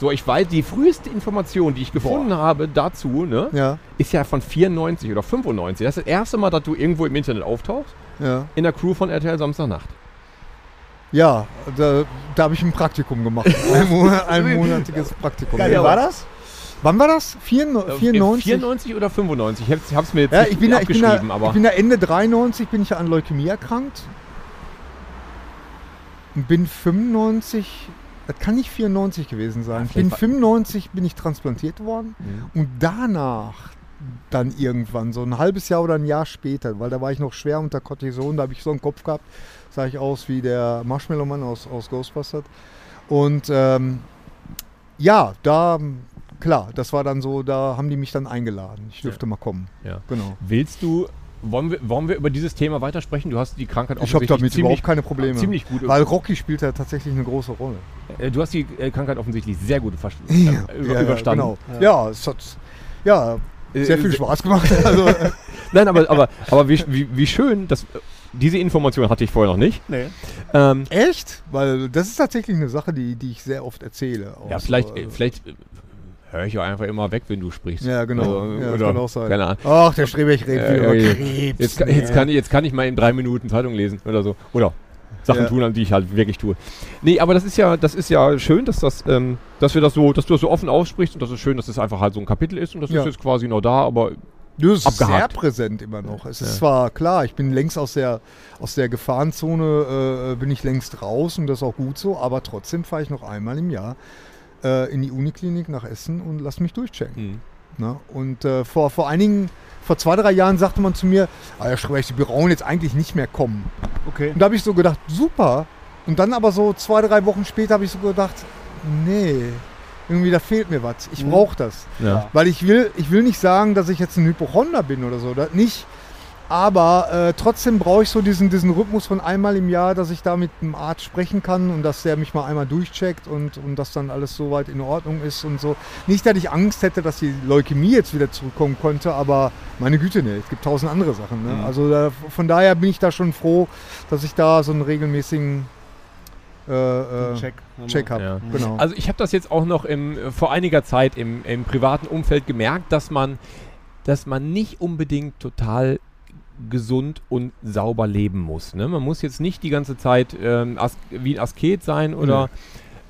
S6: So, ich weiß, die früheste Information, die ich gefunden habe dazu, ne,
S3: Ja,
S6: ist ja von 94 oder 95. Das ist das erste Mal, dass du irgendwo im Internet auftauchst,
S3: ja.
S6: in der Crew von RTL Samstagnacht.
S3: Ja, da, da habe ich ein Praktikum gemacht. Ein, Mo ein monatiges Praktikum.
S5: Geil,
S3: Ja.
S5: wer war das?
S3: Wann war das?
S6: Äh,
S3: 94? 94?
S6: 94 oder 95? Ich hab's, hab's mir jetzt
S3: Äh, Ja,
S6: nicht
S3: ich bin, da, ich, bin da,
S6: abgeschrieben,
S3: ich
S6: aber
S3: bin da Ende 93, bin ich ja an Leukämie erkrankt. Und bin 95, das kann nicht 94 gewesen sein. Ich bin
S6: war-
S3: 95 bin ich transplantiert worden und danach dann irgendwann, so ein halbes Jahr oder ein Jahr später, weil da war ich noch schwer unter Cortison, da habe ich so einen Kopf gehabt, sah ich aus wie der Marshmallow-Mann aus, aus Ghostbusters. Und ähm, ja, da, klar, das war dann so, da haben die mich dann eingeladen. Ich dürfte mal kommen.
S6: Ja.
S3: Genau.
S6: willst du, wollen wir, wollen wir über dieses Thema weitersprechen? Du hast die Krankheit
S3: Ich habe
S6: offensichtlich
S3: damit
S6: ziemlich
S3: überhaupt keine Probleme.
S6: ziemlich gut
S3: Weil Rocky spielt da tatsächlich eine große Rolle.
S6: Äh, Du hast die äh, Krankheit offensichtlich sehr gut ver- äh, über,
S3: ja,
S6: überstanden.
S3: Genau. Ja. es hat ja, sehr
S6: Äh,
S3: viel
S6: se-
S3: Spaß gemacht. Also, äh,
S6: Nein, aber, aber, aber wie, wie, wie schön, dass äh, diese Information hatte ich vorher noch nicht.
S5: Nee.
S6: Ähm,
S3: echt? Weil das ist tatsächlich eine Sache, die, die ich sehr oft erzähle. auch
S6: ja,
S3: so,
S6: vielleicht, äh,
S3: also.
S6: vielleicht äh, höre ich auch einfach immer weg, wenn du sprichst.
S3: Ja, genau.
S6: Also,
S3: ja, das
S6: oder,
S3: kann auch sein.
S6: Keine Ahnung.
S3: Ach, der Strebeck redet
S6: Äh, ja,
S3: wieder über
S6: ja.
S3: Krebs. ne?
S6: Jetzt, kann- jetzt, kann, ich- jetzt kann ich mal in drei Minuten Zeitung lesen oder so. Oder Sachen
S3: Ja.
S6: tun, an die ich halt wirklich tue. Nee, aber das ist ja, das ist ja schön, dass das, ähm, dass wir das so, dass du das so offen aussprichst und das ist schön, dass das einfach halt so ein Kapitel ist und das
S3: Ja.
S6: ist jetzt quasi noch da, aber
S3: Das ist
S6: Abgehakt.
S3: sehr präsent immer noch. Es ist zwar klar, ich bin längst aus der, aus der Gefahrenzone, äh, bin ich längst raus und das ist auch gut so, aber trotzdem fahre ich noch einmal im Jahr äh, in die Uniklinik nach Essen und lass mich durchchecken.
S6: Mhm.
S3: Na? Und äh, vor, vor einigen, vor zwei, drei Jahren sagte man zu mir, ah, Herr Schreck, Sie brauchen jetzt eigentlich nicht mehr kommen.
S5: Okay.
S3: Und da habe ich so gedacht, super. Und dann aber so zwei, drei Wochen später habe ich so gedacht, nee, irgendwie da fehlt mir was. Ich brauche das.
S6: ja.
S3: Weil ich will, ich will nicht sagen, dass ich jetzt ein Hypochonder bin oder so, das nicht. Aber äh, trotzdem brauche ich so diesen, diesen Rhythmus von einmal im Jahr, dass ich da mit einem Arzt sprechen kann und dass der mich mal einmal durchcheckt und, und dass dann alles soweit in Ordnung ist und so. Nicht, dass ich Angst hätte, dass die Leukämie jetzt wieder zurückkommen konnte, aber meine Güte, ne, es gibt tausend andere Sachen. Ne? Also da, von daher bin ich da schon froh, dass ich da so einen regelmäßigen äh, äh, Check,
S5: Check.
S3: habe.
S6: Ja.
S3: Genau.
S6: Also ich habe das jetzt auch noch im, äh, vor einiger Zeit im, im privaten Umfeld gemerkt, dass man, dass man nicht unbedingt total gesund und sauber leben muss. Ne? Man muss jetzt nicht die ganze Zeit ähm, as wie ein Asket sein oder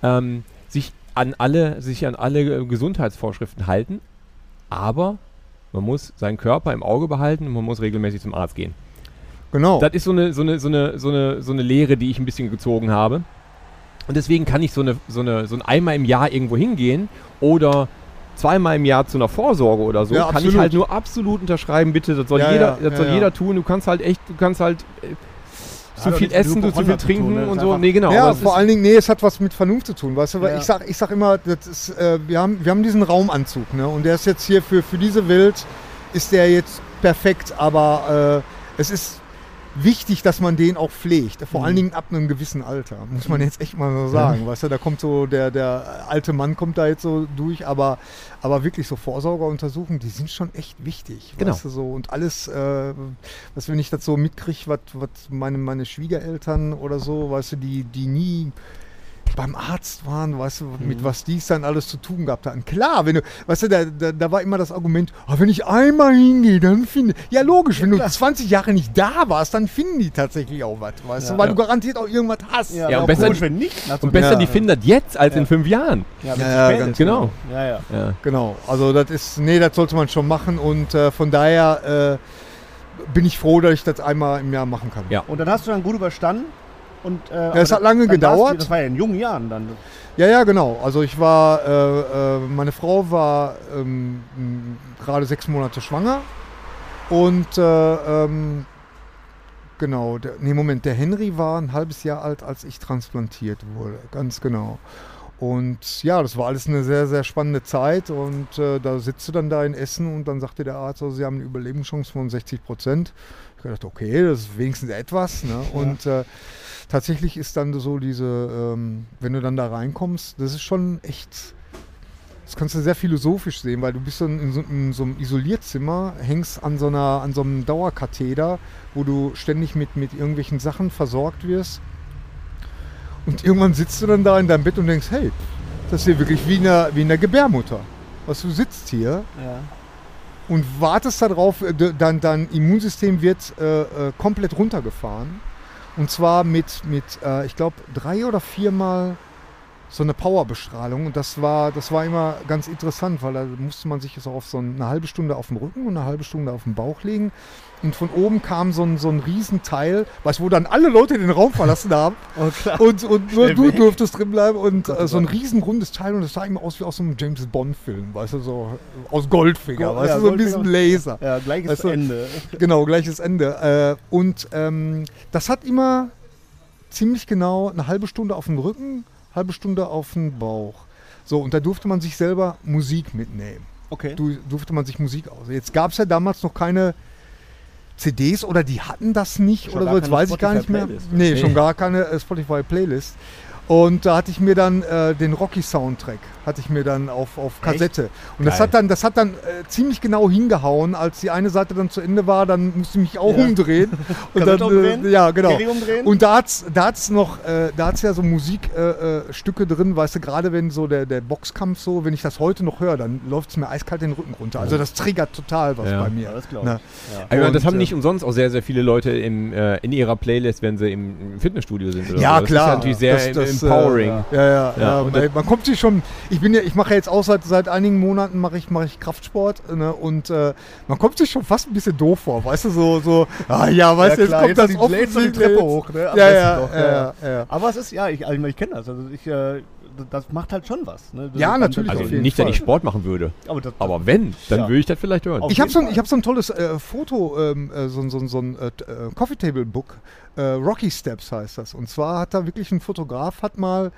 S6: ähm, sich an alle, sich an alle äh, Gesundheitsvorschriften halten, aber man muss seinen Körper im Auge behalten und man muss regelmäßig zum Arzt gehen.
S3: genau.
S6: Das ist so eine, so eine, so eine, so eine, so eine Lehre, die ich ein bisschen gezogen habe. Und deswegen kann ich so, eine, so, eine, so ein einmal im Jahr irgendwo hingehen oder zweimal im Jahr zu einer Vorsorge oder so,
S3: Ja,
S6: kann ich
S3: absolut.
S6: halt nur absolut unterschreiben, bitte, das soll
S3: Ja,
S6: jeder,
S3: ja,
S6: das soll
S3: ja, ja.
S6: jeder tun, du kannst halt echt, du kannst halt äh, zu
S5: doch
S6: viel
S5: nichts mit
S6: essen, du zu viel
S5: Hypochondern zu tun,
S6: trinken
S5: ne? Das
S6: und
S5: ist
S6: so.
S5: einfach-
S6: Nee, genau. aber
S3: Ja,
S6: es
S3: vor
S6: ist-
S3: allen Dingen, nee, es hat was mit Vernunft zu tun, weißt du, weil
S5: Ja.
S3: ich sag, ich sag immer, das ist, äh, wir, haben, wir haben diesen Raumanzug, ne? Und der ist jetzt hier für, für diese Welt, ist der jetzt perfekt, aber äh, es ist, wichtig, dass man den auch pflegt. Vor allen Dingen ab einem gewissen Alter, muss man jetzt echt mal so sagen. Weißt du, da kommt so, der, der alte Mann kommt da jetzt so durch, aber, aber wirklich so Vorsorgeuntersuchungen, die sind schon echt wichtig.
S6: Genau.
S3: Weißt du, so. Und alles, äh, was wenn ich das so mitkriege, was was meine, meine Schwiegereltern oder so, weißt du, die, die nie beim Arzt waren, weißt du, mit was dies dann alles zu tun gehabt hatten. Klar, wenn du, weißt du, da, da, da war immer das Argument, ah, wenn ich einmal hingehe, dann finde Ja, logisch, wenn du 20 Jahre nicht da warst, dann finden die tatsächlich auch was, weißt du, weil
S6: Ja.
S3: du garantiert auch irgendwas hast.
S5: Ja,
S6: Ja,
S5: ja
S6: und
S5: und
S6: besser-
S5: wenn nicht. also
S6: Und besser,
S3: Ja.
S6: die finden das jetzt als in fünf Jahren.
S5: Ja,
S3: Ja, ja,
S5: später.
S3: ganz
S6: Genau.
S5: Ja, ja.
S6: Ja.
S3: Genau, also das ist, nee, das sollte man schon machen und äh, von daher äh, bin ich froh, dass ich das einmal im Jahr machen kann.
S6: Ja.
S5: Und dann hast du dann gut überstanden. Und, äh, aber
S3: es hat lange
S5: dann darfst
S3: gedauert.
S5: Du, das war ja in jungen Jahren dann.
S3: Ja, ja, genau. Also ich war, äh, äh, meine Frau war ähm, m, gerade sechs Monate schwanger und äh, ähm, genau, der, nee, Moment, der Henry war ein halbes Jahr alt, als ich transplantiert wurde, ganz genau. Und ja, das war alles eine sehr, sehr spannende Zeit und äh, da sitzt du dann da in Essen und dann sagte der Arzt, also, sie haben eine Überlebenschance von 60 Prozent. Ich dachte, okay, das ist wenigstens etwas. Ne? Und äh, tatsächlich ist dann so diese, ähm, wenn du dann da reinkommst, das ist schon echt, das kannst du sehr philosophisch sehen, weil du bist dann in so, in so einem Isolierzimmer, hängst an so, einer, an so einem Dauerkatheter, wo du ständig mit, mit irgendwelchen Sachen versorgt wirst. Und irgendwann sitzt du dann da in deinem Bett und denkst, hey, das ist hier wirklich wie in der, wie in der Gebärmutter. Was du sitzt hier
S5: Ja.
S3: und wartest darauf, äh, de- dein, dein Immunsystem wird äh, äh, komplett runtergefahren. Und zwar mit, mit äh, ich glaube, drei oder viermal so eine Powerbestrahlung. Und das war, das war immer ganz interessant, weil da musste man sich so auf so eine halbe Stunde auf dem Rücken und eine halbe Stunde auf den Bauch legen. Und von oben kam so ein, so ein Riesenteil, weißt, du, wo dann alle Leute den Raum verlassen haben.
S5: Oh, klar.
S3: Und, und nur
S5: Schnell
S3: du
S5: weg. oh
S3: durftest drin bleiben und äh, so ein riesenrundes Teil und das sah immer aus wie aus so einem James Bond Film, weißt du, so äh, aus Goldfinger,
S5: Gold-
S3: weißt
S5: ja,
S3: du, so ein
S5: Goldfinger.
S3: bisschen Laser.
S5: Ja, gleiches
S3: Weißt du,
S5: Ende.
S3: Genau, gleiches Ende. Äh, und ähm, das hat immer ziemlich genau eine halbe Stunde auf dem Rücken, halbe Stunde auf dem Bauch. So, und da durfte man sich selber Musik mitnehmen.
S5: Okay.
S3: Du, durfte man sich Musik aus. Jetzt gab es ja damals noch keine CDs oder die hatten das nicht
S5: Schon
S3: oder
S5: gar
S3: so, jetzt
S5: keine
S3: weiß ich gar nicht mehr.
S5: Spotify-Playlist.
S3: Nee, schon gar keine äh, Spotify-Playlist. Und da hatte ich mir dann äh, den Rocky-Soundtrack, hatte ich mir dann auf, auf Kassette. Und das
S6: Geil.
S3: hat dann, das hat dann äh, ziemlich genau hingehauen, als die eine Seite dann zu Ende war, dann musste ich mich auch umdrehen. Und
S5: Kassette
S3: dann,
S5: umdrehen?
S3: Äh, ja, genau.
S5: Serie umdrehen?
S3: Und da hat's, da hat's noch, äh, da hat's ja so Musikstücke äh, Stücke drin, weißt du, gerade wenn so der, der Boxkampf so, wenn ich das heute noch höre, dann läuft's mir eiskalt den Rücken runter. Also das triggert total was
S6: Ja.
S3: bei mir.
S5: Ja, das glaub
S3: Na,
S6: Ich meine, Also, das
S3: Und,
S6: haben
S3: äh,
S6: nicht umsonst auch sehr, sehr viele Leute im, äh, in ihrer Playlist, wenn sie im im Fitnessstudio sind. Oder
S3: Ja,
S6: so. Das
S3: klar.
S6: Ist ja natürlich sehr
S3: Das- das, äh,
S6: empowering.
S5: ja.
S3: Ja, ja,
S6: Ja,
S3: ja.
S6: und
S3: man, man kommt sich schon. Ich bin ja, ich mache ja jetzt auch seit, seit einigen Monaten mache ich, mache ich Kraftsport ne, und äh, man kommt sich schon fast ein bisschen doof vor, weißt du, so, so, ah ja, weißt du, jetzt
S5: klar, jetzt
S3: kommt das
S5: die- lädst du die
S3: offensichtlich-
S5: Treppe hoch, ne? Am
S3: Ja,
S5: besten
S3: ja,
S5: doch,
S3: ja, ja, ja,
S5: Aber es ist, ja, ich, also ich, meine, ich kenne das. Also ich, äh, das macht halt schon was. Ne? Das
S3: Ja,
S5: ist-
S3: natürlich,
S6: Also
S3: auf jeden
S6: nicht, dass ich
S3: Fall.
S6: Sport machen würde.
S5: aber das,
S6: Aber wenn, dann
S5: Ja.
S6: würde ich das vielleicht hören.
S5: Auf
S3: Ich habe
S5: jeden
S3: so, ein-
S5: Fall.
S3: ich hab so ein tolles äh, Foto, ähm, äh, so, ein- so, ein- so ein äh, t- äh, Coffee Table Book, äh, Rocky Steps heißt das. Und zwar hat da wirklich ein Fotograf, hat mal,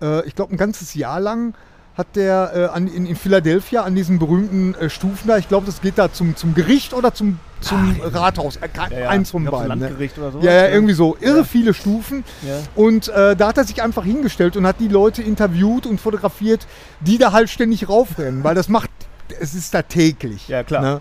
S3: äh, ich glaube ein ganzes Jahr lang, hat der äh, an, in, in Philadelphia an diesen berühmten äh, Stufen da, ich glaube, das geht da zum, zum Gericht oder zum, zum Rathaus, äh, kein-
S5: Ah, ja, ja.
S3: eins von
S5: Ich glaub, so
S3: beiden. Ne?
S5: Landgericht oder so.
S3: Ja, ja, irgendwie so. Irre viele Stufen.
S5: Ja.
S3: Und äh, da hat er sich einfach hingestellt und hat die Leute interviewt und fotografiert, die da halt ständig raufrennen, weil das macht, es ist da täglich.
S5: Ja, klar.
S3: Ne?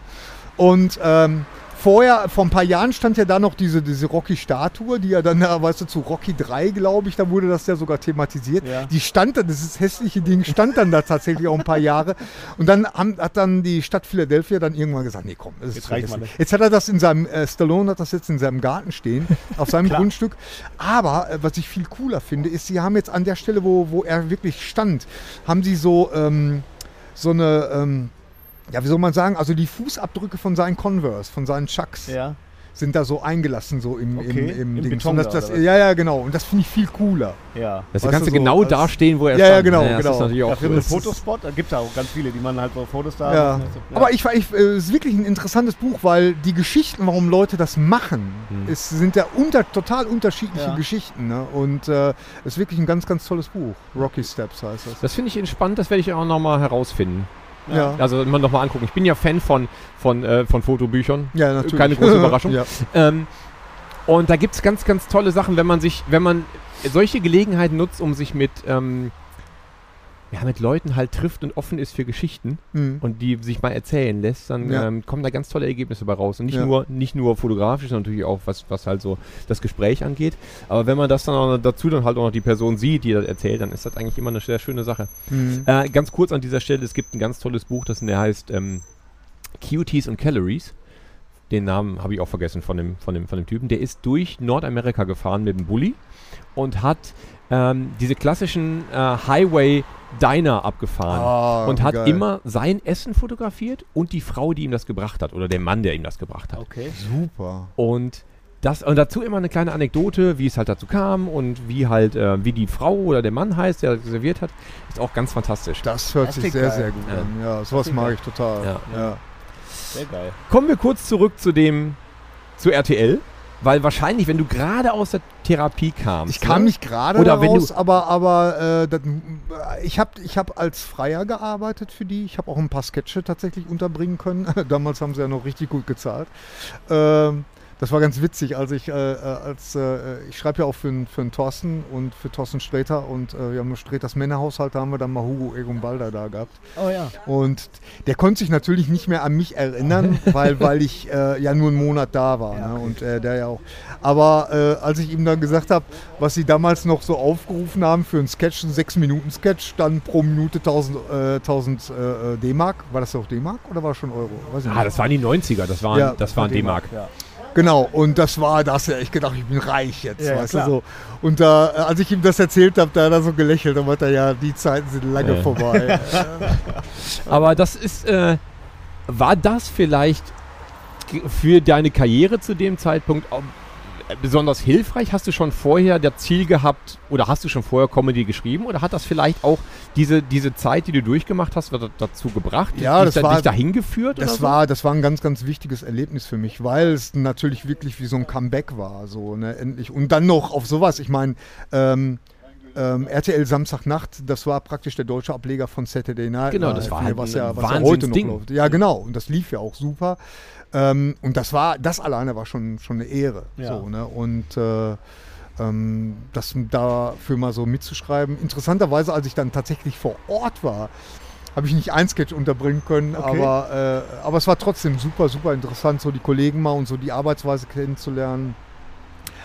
S3: Und ähm, vorher, vor ein paar Jahren stand ja da noch diese, diese Rocky-Statue, die ja dann, da, weißt du, zu Rocky 3, glaube ich, da wurde das ja sogar thematisiert.
S5: Ja.
S3: Die stand dann, dieses hässliche Ding stand dann da tatsächlich auch ein paar Jahre. Und dann haben, hat dann die Stadt Philadelphia dann irgendwann gesagt, nee, komm, das ist
S5: Jetzt
S3: zu
S5: reicht mal,
S3: hässlich. Jetzt hat er das in seinem, äh, Stallone hat das jetzt in seinem Garten stehen, auf seinem Grundstück. Aber äh, was ich viel cooler finde, ist, sie haben jetzt an der Stelle, wo, wo er wirklich stand, haben sie so, ähm, so eine, ähm, ja, wie soll man sagen, also die Fußabdrücke von seinen Converse, von seinen Chucks
S5: Ja.
S3: sind da so eingelassen, so im,
S5: Okay,
S3: im, im,
S5: im
S3: Dings.
S5: Beton
S3: Und das,
S5: da,
S3: das,
S5: oder was?
S3: ja, ja, genau. Und das finde ich viel cooler.
S5: Ja.
S6: Das
S3: Weißt
S6: kannst du
S3: du, Also so
S6: genau
S3: als-
S6: dastehen, wo er
S3: Ja, ja,
S6: stand.
S3: genau,
S6: das
S3: genau.
S6: ist natürlich
S5: Ja,
S6: auch
S5: für
S6: cool.
S5: einen Fotospot, da gibt es auch ganz viele, die man halt so Fotos da
S3: Ja.
S5: machen. Ja.
S3: Aber ich, war- ich, äh, es ist wirklich ein interessantes Buch, weil die Geschichten, warum Leute das machen,
S6: Hm.
S3: es sind ja unter, total unterschiedliche
S5: Ja.
S3: Geschichten. Ne? Und äh, es ist wirklich ein ganz, ganz tolles Buch. Rocky Steps heißt das.
S6: Das finde ich entspannt, das werde ich auch nochmal herausfinden.
S3: Ja, ja.
S6: Also immer nochmal angucken. Ich bin ja Fan von, von, äh, von Fotobüchern.
S3: natürlich.
S6: Keine große Überraschung.
S3: ja.
S6: Ähm, Und da gibt es ganz, ganz tolle Sachen, wenn man sich, wenn man solche Gelegenheiten nutzt, um sich mit, ähm, ja, mit Leuten halt trifft und offen ist für Geschichten
S3: Mhm.
S6: und die sich mal erzählen lässt, dann
S3: Ja.
S6: ähm, kommen da ganz tolle Ergebnisse bei raus. Und nicht,
S3: Ja.
S6: nur, nicht nur fotografisch, sondern natürlich auch, was, was halt so das Gespräch angeht. Aber wenn man das dann auch noch dazu dann halt auch noch die Person sieht, die das erzählt, dann ist das eigentlich immer eine sehr schöne Sache.
S3: Mhm.
S6: Äh, ganz kurz an dieser Stelle, es gibt ein ganz tolles Buch, das der heißt ähm, Cuties und Calories. Den Namen habe ich auch vergessen von dem, von, dem, von dem Typen. Der ist durch Nordamerika gefahren mit dem Bulli und hat ähm, diese klassischen äh, Highway-Diner abgefahren.
S3: Ah,
S6: und hat
S3: geil.
S6: immer sein Essen fotografiert und die Frau, die ihm das gebracht hat. Oder der Mann, der ihm das gebracht hat.
S5: Okay.
S3: Super.
S6: Und das und dazu immer eine kleine Anekdote, wie es halt dazu kam und wie halt äh, wie die Frau oder der Mann heißt, der das serviert hat, ist auch ganz fantastisch.
S3: Das hört
S5: Das
S3: sich
S5: klingt
S3: sehr,
S5: geil.
S3: sehr gut
S6: Ja.
S3: an. Ja, sowas mag ich total.
S6: Ja.
S3: Ja.
S5: Sehr geil.
S6: Kommen wir kurz zurück zu dem zu RTL, weil wahrscheinlich, wenn du gerade aus der Therapie kamst,
S3: Ich kam
S6: ne?
S3: nicht gerade
S6: Oder wenn
S3: daraus,
S6: du-
S3: aber, aber äh, das, ich habe ich hab als Freier gearbeitet für die. Ich habe auch ein paar Sketche tatsächlich unterbringen können. Damals haben sie ja noch richtig gut gezahlt. Ähm, das war ganz witzig, als ich äh, äh, als äh, ich schreibe ja auch für, den- für den Thorsten und für Thorsten Sträter und äh, wir haben Sträters Männerhaushalt, da haben wir dann mal Hugo Egon Balder da gehabt.
S5: Oh ja.
S3: Und der konnte sich natürlich nicht mehr an mich erinnern, weil, weil ich äh, ja nur einen Monat da war. Ne? Und äh, der ja auch. Aber äh, als ich ihm dann gesagt habe, was sie damals noch so aufgerufen haben für einen Sketch, einen 6-Minuten-Sketch, dann pro Minute 1000, äh, 1000 äh, äh, D-Mark. War das auch D-Mark oder war das schon Euro? Weiß ich
S6: Ah, das waren die 90er, das waren,
S3: Ja,
S6: das waren D-Mark.
S3: Genau, und das war das ja. Ich gedacht, ich bin reich jetzt,
S5: Ja, ja,
S3: weißt
S5: klar.
S3: du so. Und da, äh, als ich ihm das erzählt habe, da hat er so gelächelt und meinte, ja, die Zeiten sind lange
S6: Ja.
S3: vorbei.
S6: Aber das ist, äh, war das vielleicht g- für deine Karriere zu dem Zeitpunkt auch besonders hilfreich? Hast du schon vorher das Ziel gehabt oder hast du schon vorher Comedy geschrieben oder hat das vielleicht auch diese, diese Zeit, die du durchgemacht hast, was dazu gebracht?
S3: Ja,
S6: dich,
S3: das
S6: da-
S3: war-
S6: dich dahin geführt? oder
S3: Das
S6: so?
S3: war, das war ein ganz, ganz wichtiges Erlebnis für mich, weil es natürlich wirklich wie so ein Comeback war, so ne, endlich. Und dann noch auf sowas. Ich meine, ähm, ähm, RTL Samstagnacht, das war praktisch der deutsche Ableger von Saturday Night.
S6: Genau,
S3: Live,
S6: das war
S3: ne,
S6: halt
S3: was
S6: ein
S3: ja, was ja heute noch
S6: Wahnsinnsding.
S3: läuft. Ja, genau. Und das lief ja auch super. Ähm, und das war, das alleine war schon, schon eine Ehre.
S5: Ja.
S3: So, ne? Und äh, ähm, das dafür mal so mitzuschreiben. Interessanterweise, als ich dann tatsächlich vor Ort war, habe ich nicht ein Sketch unterbringen können,
S5: Okay.
S3: aber, äh, aber es war trotzdem super, super interessant, so die Kollegen mal und so die Arbeitsweise kennenzulernen.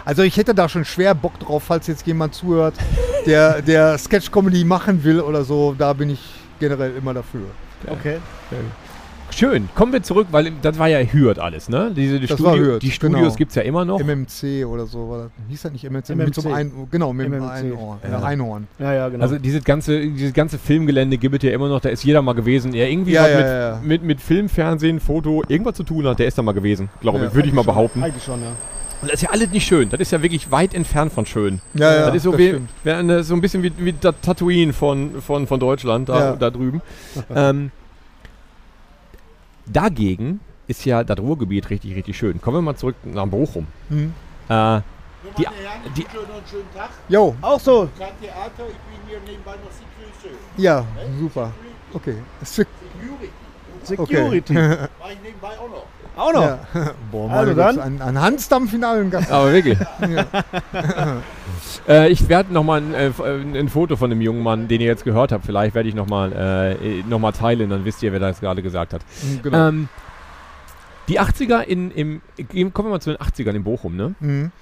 S3: Also ich hätte da schon schwer Bock drauf, falls jetzt jemand zuhört, der, der Sketch-Comedy machen will oder so, da bin ich generell immer dafür.
S5: Okay.
S6: Schön, kommen wir zurück, weil das war ja Hürth alles, ne? Diese, die,
S3: Das war Hürth,
S6: die Studios
S3: genau.
S6: gibt es ja immer noch.
S3: MMC oder so, war das, hieß das nicht MMC? Mit so einem
S5: MMC.
S3: ein, genau, mit einem
S5: MMC.
S3: Einhorn.
S6: Ja.
S3: Äh, Einhorn.
S5: Ja, ja, genau.
S6: Also dieses ganze, dieses ganze Filmgelände gibt es ja immer noch, da ist jeder mal gewesen, der irgendwie
S3: Ja,
S6: was
S3: ja,
S6: mit,
S3: ja, ja.
S6: Mit, mit Film, Fernsehen, Foto, irgendwas zu tun hat, der ist da mal gewesen, glaube
S3: Ja,
S6: ich, würde ich mal behaupten.
S5: Eigentlich schon, ja.
S6: Und Das ist ja alles nicht schön, das ist ja wirklich weit entfernt von schön.
S3: Ja, ja,
S6: das ist so,
S3: das
S6: wie,
S3: stimmt.
S6: wie eine, so ein bisschen wie, wie das Tatooine von, von, von Deutschland, da,
S3: Ja.
S6: da drüben. ähm, dagegen ist ja das Ruhrgebiet richtig, richtig schön. Kommen wir mal zurück nach Bochum.
S3: Hm.
S6: Äh, die-
S7: meine Herren, ich
S6: die-
S7: wünsche euch noch einen schönen Tag.
S3: Jo,
S5: Auch so.
S7: Kein Theater, ich bin hier nebenbei noch Security.
S3: ja, super. Okay.
S7: Security.
S5: Security.
S7: Mach ich nebenbei auch noch.
S5: Auch noch.
S3: Ja. Boah,
S5: Also
S3: also
S5: dann.
S3: dann. Ein, ein Hansdampf in allen Gassen.
S6: Aber wirklich. äh, ich werde nochmal ein, äh, ein Foto von dem jungen Mann, den ihr jetzt gehört habt, vielleicht werde ich nochmal äh, noch mal teilen, dann wisst ihr, wer das gerade gesagt hat.
S3: Genau.
S6: Ähm, die 80er in, im, gehen- kommen wir mal zu den 80ern in Bochum, ne?
S3: Mhm.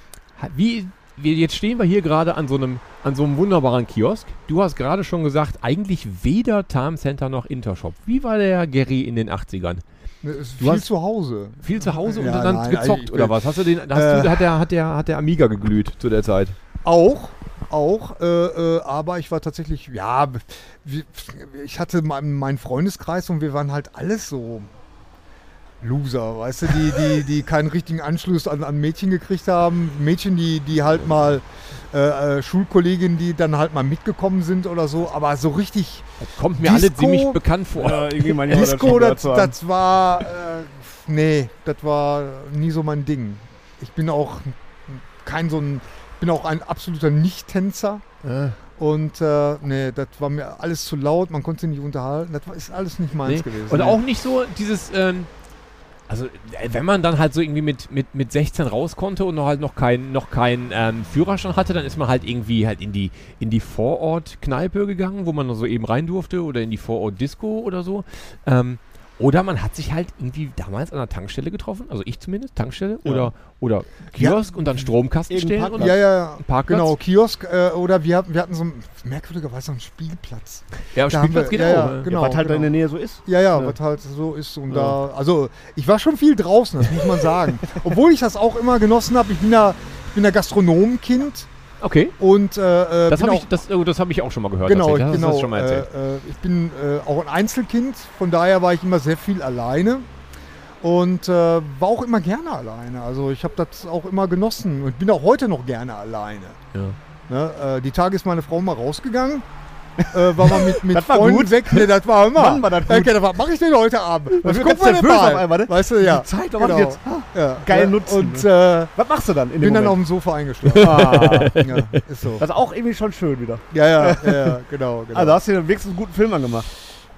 S6: Ha- Wie, wir, jetzt stehen wir hier gerade an so einem, an so einem wunderbaren Kiosk. Du hast gerade schon gesagt, eigentlich weder Time Center noch Intershop. Wie war der Gary in den 80ern?
S3: Ne, Ist
S6: Du
S3: viel
S6: hast-
S3: zu Hause.
S6: Viel zu Hause
S3: Ja,
S6: und dann
S3: nein,
S6: gezockt
S3: ich
S6: oder
S3: bin-
S6: was? Hast du den, hast
S3: Äh.
S6: du, hat, der, hat, der, hat der Amiga geglüht zu der Zeit?
S3: Auch, auch, äh, äh, aber ich war tatsächlich, ja, b- wie- ich hatte meinen mein Freundeskreis und wir waren halt alles so Loser, weißt du, die, die, die keinen richtigen Anschluss an, an Mädchen gekriegt haben. Mädchen, die, die halt mal, äh, äh, Schulkolleginnen, die dann halt mal mitgekommen sind oder so, aber so richtig
S6: Kommt mir alle
S3: Disco?
S6: ziemlich bekannt vor.
S5: Ja, irgendwie meine Jahre
S3: Disco,
S5: schon gehört
S3: das,
S5: zu haben.
S3: das war, äh, nee, das war nie so mein Ding. Ich bin auch kein so ein, bin auch ein absoluter Nicht-Tänzer. Und äh, nee, das war mir alles zu laut, man konnte sich nicht unterhalten. Das war, ist alles nicht meins
S6: Nee.
S3: gewesen.
S6: Und
S3: Nee.
S6: auch nicht so dieses, ähm, Also, äh, wenn man dann halt so irgendwie mit, mit, mit 16 raus konnte und noch halt noch keinen noch kein, ähm, Führerschein hatte, dann ist man halt irgendwie halt in die, in die Vorort-Kneipe gegangen, wo man noch so eben rein durfte oder in die Vorort-Disco oder so. Ähm, oder man hat sich halt irgendwie damals an der Tankstelle getroffen, also ich zumindest, Tankstelle
S5: Ja.
S6: oder, oder Kiosk und dann Stromkasten
S5: Irgendein
S6: stellen.
S5: Parkplatz.
S6: Und
S3: Ja, ja, ja.
S6: Parkplatz?
S3: Genau, Kiosk äh, oder wir, hatten- wir hatten so einen, merkwürdigerweise einen Spielplatz.
S6: ja,
S3: Da haben
S6: Spielplatz
S3: wir-
S6: geht
S3: ja,
S6: auch.
S3: ja,
S6: ne?
S3: genau,
S5: ja, was halt
S3: genau.
S5: da in der Nähe so ist.
S3: Ja, ja,
S5: Ja.
S3: was halt so ist und da. Also, ich war schon viel draußen, das muss man sagen. Obwohl ich das auch immer genossen habe. Ich bin da, ich bin da Gastronomenkind
S6: Okay,
S3: und äh, äh,
S6: das
S3: bin
S6: habe
S3: auch,
S6: ich, das, äh, das hab ich auch schon mal gehört.
S3: genau,
S6: tatsächlich. das hast du
S3: genau.
S6: schon mal erzählt.
S3: Äh, äh, ich bin äh, auch ein Einzelkind, von daher war ich immer sehr viel alleine und äh, war auch immer gerne alleine. Also, ich habe das auch immer genossen und bin auch heute noch gerne alleine.
S6: ja.
S3: Ne, äh, die Tage ist meine Frau mal rausgegangen. Äh, war mal mit, mit
S5: Das war
S3: Freunden
S5: gut.
S3: weg. Ne, das war immer.
S5: Mann, war das gut.
S3: Okay, was mache ich denn heute Abend?
S5: Man
S3: Was
S5: wird
S3: gucken wir
S5: ganz
S3: denn
S5: nervös
S3: mal?
S5: auf einmal, ne?
S3: Weißt du, ja. Genau.
S5: Die Zeit, aber jetzt, ah,
S3: Ja,
S5: geil
S3: ne?
S5: nutzen,
S3: Und äh,
S5: Was machst du dann in dem
S3: bin dann auf
S5: Moment?
S3: dem Sofa eingeschlafen.
S5: ah,
S3: ja, ist so.
S5: das ist auch irgendwie schon schön wieder.
S3: Ja, ja, ja, ja genau.
S6: Ah,
S3: genau.
S5: Also hast du dir wenigstens einen guten Film angemacht.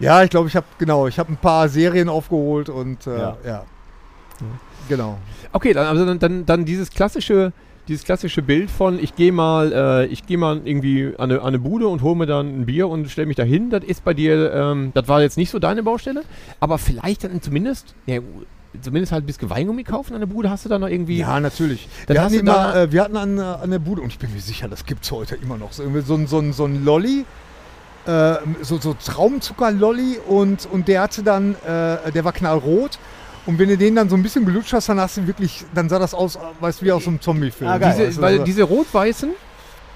S3: ja, ich glaube, ich habe genau, ich habe ein paar Serien aufgeholt und äh,
S5: Ja.
S3: ja. Genau.
S6: Okay, dann, also dann, dann, dann dieses klassische, dieses klassische Bild von ich gehe mal, äh, ich gehe mal irgendwie an eine, an eine Bude und hole mir dann ein Bier und stelle mich da hin. Das ist bei dir, ähm, das war jetzt nicht so deine Baustelle, aber vielleicht dann zumindest, ja, zumindest halt bis Weingummi kaufen an der Bude hast du da noch irgendwie.
S3: Ja, natürlich.
S6: Dann
S3: wir,
S6: hast
S3: hatten
S6: du
S3: immer,
S6: da-
S3: äh, wir hatten an, äh, an der Bude, und ich bin mir sicher, das gibt es heute immer noch, so, irgendwie so, ein- so, ein- so ein Lolli, äh, so, so Traumzucker-Lolli und, und der hatte dann, äh, der war knallrot. Und wenn du den dann so ein bisschen gelutscht hast, dann hast du wirklich, dann sah das aus, äh, weißt du, wie aus so einem Zombie-Film.
S5: Ah, geil.
S3: Weißt du,
S6: diese, weil
S3: also-
S6: diese rot-weißen,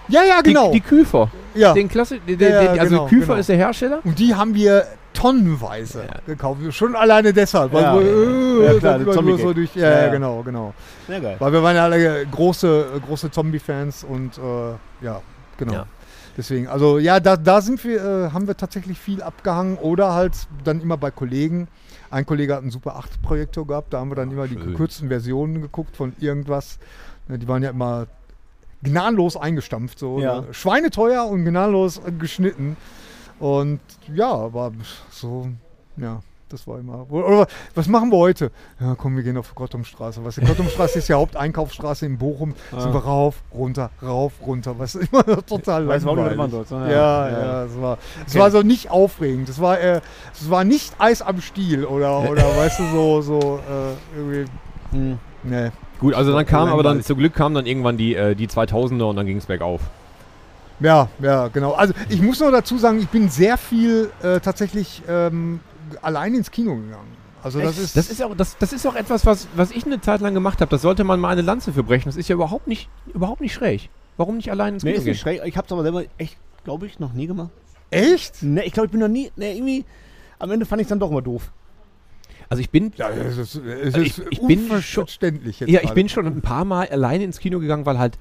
S3: ja, ja, genau.
S6: die, die Küfer,
S3: ja.
S6: den Klasse, den,
S3: Ja, ja,
S6: den, also
S3: genau,
S6: Küfer
S3: genau.
S6: ist der Hersteller.
S3: und die haben wir tonnenweise gekauft. Schon alleine deshalb. Also, äh, Weil
S5: Ja.
S3: wir,
S5: Ja, klar,
S3: dann
S5: der
S3: immer nur
S5: Zombie-Gag.
S3: so also durch,
S5: Ja,
S3: ja, ja,
S5: ja.
S3: genau, genau.
S5: Sehr geil.
S3: Weil wir waren ja alle äh, große, äh, große Zombie-Fans und äh, ja, genau.
S6: Ja.
S3: Deswegen, also ja, da, da sind wir, äh, haben wir tatsächlich viel abgehangen oder halt dann immer bei Kollegen. Ein Kollege hat einen Super 8-Projektor gehabt, da haben wir dann immer die
S6: schön.
S3: gekürzten Versionen geguckt von irgendwas. Ne, Die waren ja immer gnadenlos eingestampft, so
S5: Ja.
S3: ne? schweineteuer und gnadenlos äh, geschnitten. Und ja, aber so, ja, das war immer. Oder was machen wir heute? Ja, komm, wir gehen auf Gottumstraße. Was? Gottumstraße ist ja Haupteinkaufsstraße in Bochum. Sind wir rauf, runter, rauf, runter. Was immer total
S5: Weiß man auch nicht, was man
S3: langweilig.
S5: soll.
S3: Ja,
S5: sondern-
S3: ja, es war, es war so nicht aufregend. Es war, äh, es war nicht Eis am Stiel oder, oder weißt du, so, so äh, irgendwie. ne.
S5: Hm.
S3: Nee.
S6: Gut, also dann kam, aber dann
S3: Langweilig.
S6: zum Glück kamen dann irgendwann die, äh, die 2000er und dann ging es bergauf.
S3: Ja, ja, genau. Also ich muss nur dazu sagen, ich bin sehr viel äh, tatsächlich ähm, allein ins Kino gegangen. Also das ist,
S6: Das ist auch, das, das ist auch etwas, was, was ich eine Zeit lang gemacht habe. Das sollte man mal eine Lanze für brechen. Das ist ja überhaupt nicht, überhaupt nicht schräg. Warum nicht allein ins
S5: Nee,
S6: Kino
S5: ist
S6: gehen?
S5: nicht schräg. Ich hab's aber selber echt, glaube ich, noch nie gemacht.
S3: echt?
S5: Ne, ich glaube, ich bin noch nie. Ne, irgendwie. Am Ende fand ich dann doch immer doof.
S6: Also ich bin,
S3: Ja, es ist, es
S6: Also
S3: ist
S6: ich- ich bin
S3: unverständlich jetzt
S6: ja, ich
S3: gerade.
S6: bin schon ein paar Mal alleine ins Kino gegangen, weil halt,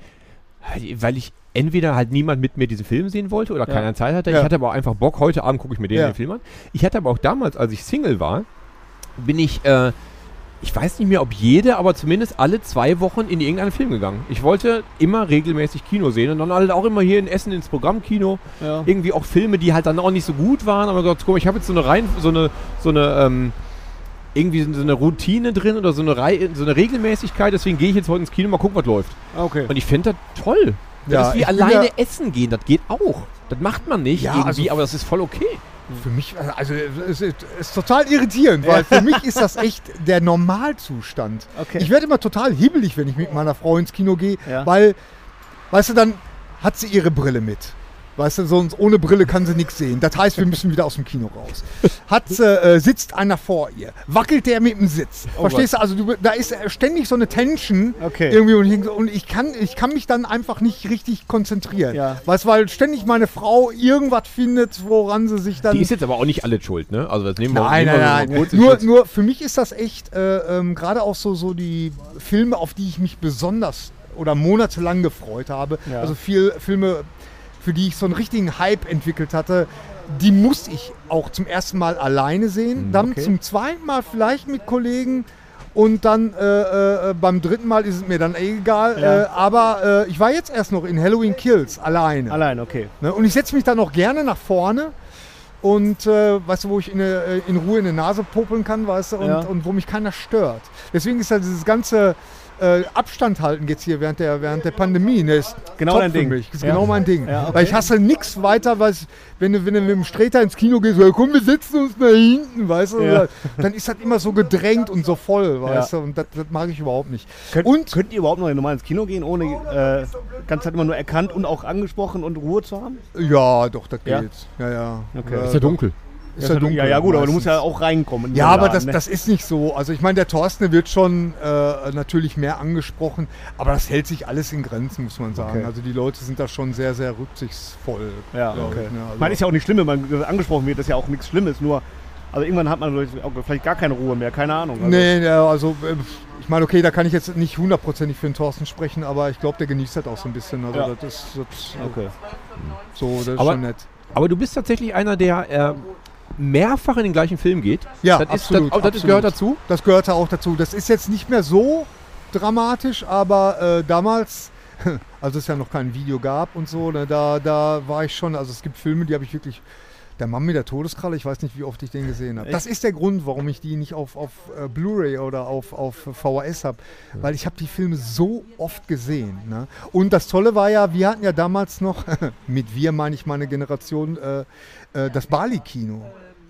S6: weil ich entweder halt niemand mit mir diesen Film sehen wollte oder
S5: Ja.
S6: keiner Zeit hatte.
S3: Ja.
S6: Ich hatte aber auch einfach Bock. Heute Abend gucke ich mir den,
S3: Ja.
S6: den Film an. Ich hatte aber auch damals, als ich Single war, bin ich, äh, ich weiß nicht mehr, ob jede, aber zumindest alle zwei Wochen in irgendeinen Film gegangen. Ich wollte immer regelmäßig Kino sehen und dann halt auch immer hier in Essen ins Programmkino.
S5: Ja.
S6: irgendwie auch Filme, die halt dann auch nicht so gut waren, aber gesagt, guck mal, ich habe jetzt so eine rein, so eine, so eine, ähm, irgendwie so eine Routine drin oder so eine, Rei so eine Regelmäßigkeit, deswegen gehe ich jetzt heute ins Kino, mal gucken, was läuft.
S3: Ah, Okay.
S6: Und ich finde das toll.
S3: Ja,
S6: das ist wie
S3: ich bin
S6: alleine
S3: ja-
S6: essen gehen, das geht auch. Das macht man nicht
S3: Ja,
S6: irgendwie,
S3: also-
S6: aber das ist voll okay.
S3: Für mich, also es ist, es ist total irritierend, weil für mich ist das echt der Normalzustand.
S5: Okay.
S3: Ich werde immer total hibbelig, wenn ich mit meiner Frau ins Kino gehe,
S5: Ja.
S3: weil, weißt du, dann hat sie ihre Brille mit. Weißt du, sonst ohne Brille kann sie nichts sehen. Das heißt, wir müssen wieder aus dem Kino raus. Hat sie, äh, sitzt einer vor ihr, wackelt der mit dem Sitz. Verstehst du? Also du, da ist äh, ständig so eine Tension
S5: Oh Okay.
S3: irgendwie und, ich denk so, und ich kann, ich kann mich dann einfach nicht richtig konzentrieren.
S5: Ja.
S3: Weißt du, weil ständig meine Frau irgendwas findet, woran sie sich dann
S6: Die ist jetzt aber auch nicht alle schuld, ne? Also das nehmen wir
S3: Ähm, Nein,
S6: nehmen wir
S3: nein, nein.
S6: mal kurz in
S3: Nur,
S6: Schutz.
S3: nur für mich ist das echt äh, ähm, gerade auch so, so die Filme, auf die ich mich besonders oder monatelang gefreut habe.
S5: Ja.
S3: Also viel Filme, für die ich so einen richtigen Hype entwickelt hatte. Die musste ich auch zum ersten Mal alleine
S6: Hm,
S3: sehen, dann zum zweiten Mal vielleicht mit Kollegen und dann äh, äh, beim dritten Mal ist es mir dann eh egal.
S5: Ja.
S3: Äh, aber äh, ich war jetzt erst noch in Halloween Kills alleine.
S5: Allein, okay.
S3: Ne? Und ich setze mich dann auch gerne nach vorne und äh, weißt du, wo ich in, eine, äh, in Ruhe in die Nase popeln kann, weißt du, und,
S5: Ja.
S3: und wo mich keiner stört. Deswegen ist ja dieses ganze äh, Abstand halten jetzt hier während der, während der Pandemie. Ne, ist
S5: Genau
S3: top
S5: dein
S3: für
S5: Ding.
S3: Mich. Ist
S5: Ja.
S3: genau mein Ding.
S5: Ja, okay.
S3: Weil ich hasse nichts weiter, weil ich- wenn du, wenn du mit dem Streter ins Kino gehst, ja, komm, wir setzen uns da hinten, weißt du,
S5: Ja.
S3: dann ist das immer so gedrängt und so voll, weißt
S5: Ja.
S3: du, und das, das mag ich überhaupt nicht.
S5: Könnt,
S3: Und-
S5: könnt ihr überhaupt noch normal ins Kino gehen, ohne äh, ganze Zeit immer nur erkannt und auch angesprochen und Ruhe zu haben?
S3: Ja, doch, das
S5: Ja?
S3: geht. Ja, ja.
S5: Okay.
S3: Äh,
S6: Ist ja dunkel.
S3: Ist ja dunkel.
S5: ja, ja, gut, aber du musst ja
S3: meistens.
S5: auch reinkommen. in
S3: Ja,
S5: den
S3: aber
S5: Laden,
S3: das,
S5: ne?
S3: das ist nicht so. Also ich meine, der Thorsten der wird schon äh, natürlich mehr angesprochen, aber das hält sich alles in Grenzen, muss man sagen.
S5: Okay.
S3: Also die Leute sind da schon sehr, sehr rücksichtsvoll.
S5: Ja,
S3: glaub
S5: okay.
S3: Ich, ne? also,
S5: man ist ja auch nicht schlimm, wenn man angesprochen wird, das ist ja auch nichts Schlimmes, nur also irgendwann hat man vielleicht auch- vielleicht gar keine Ruhe mehr, keine Ahnung. Also,
S3: nee, ja, also äh, ich meine, okay, da kann ich jetzt nicht hundertprozentig für den Thorsten sprechen, aber ich glaube, der genießt das auch so ein bisschen. Also
S5: Ja.
S3: das ist das,
S5: Okay.
S3: so, das ist
S6: Aber-
S3: schon nett.
S6: Aber du bist tatsächlich einer, der äh, mehrfach in den gleichen Film geht.
S3: Ja,
S6: das
S3: absolut,
S6: Ist, das, oh, das
S3: absolut.
S6: gehört dazu.
S3: Das gehörte auch dazu. Das ist jetzt nicht mehr so dramatisch, aber äh, damals, also es ja noch kein Video gab und so, ne, da, da war ich schon, also es gibt Filme, die habe ich wirklich. Der Mann mit der Todeskralle, ich weiß nicht, wie oft ich den gesehen habe. Das ist der Grund, warum ich die nicht auf, auf äh, Blu-ray oder auf, auf VHS habe, weil ich habe die Filme so oft gesehen. Ne? Und das Tolle war ja, wir hatten ja damals noch, mit wir meine ich meine Generation, äh, äh, das Bali-Kino,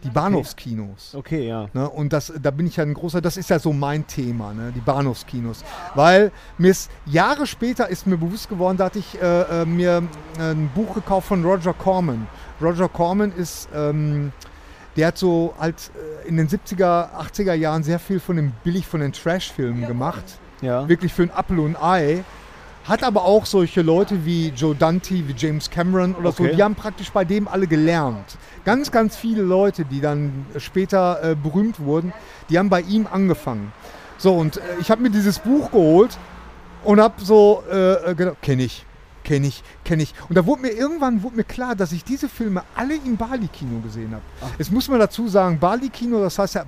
S3: die Bahnhofskinos.
S5: Okay, ja.
S3: Ne? Und das, da bin ich ja ein großer, das ist ja so mein Thema, ne? die Bahnhofskinos. Weil mir ist, Jahre später ist mir bewusst geworden, da hatte ich äh, äh, mir ein Buch gekauft von Roger Corman. Roger Corman ist, ähm, der hat so halt äh, in den 70er, 80er Jahren sehr viel von dem billig von den Trash-Filmen gemacht
S5: Ja.
S3: wirklich für ein Apfel und ein Ei. Hat aber auch solche Leute wie Joe Dante, wie James Cameron oder so,
S5: Okay.
S3: die haben praktisch bei dem alle gelernt. Ganz, ganz viele Leute, die dann später äh, berühmt wurden, die haben bei ihm angefangen. So, und äh, ich habe mir dieses Buch geholt und habe so äh, äh, gedacht, kenne ich, kenne ich, kenne ich. Und da wurde mir irgendwann wurde mir klar, dass ich diese Filme alle im Bali-Kino gesehen
S5: Ah.
S3: habe. Jetzt muss man dazu sagen, Bali-Kino, das heißt ja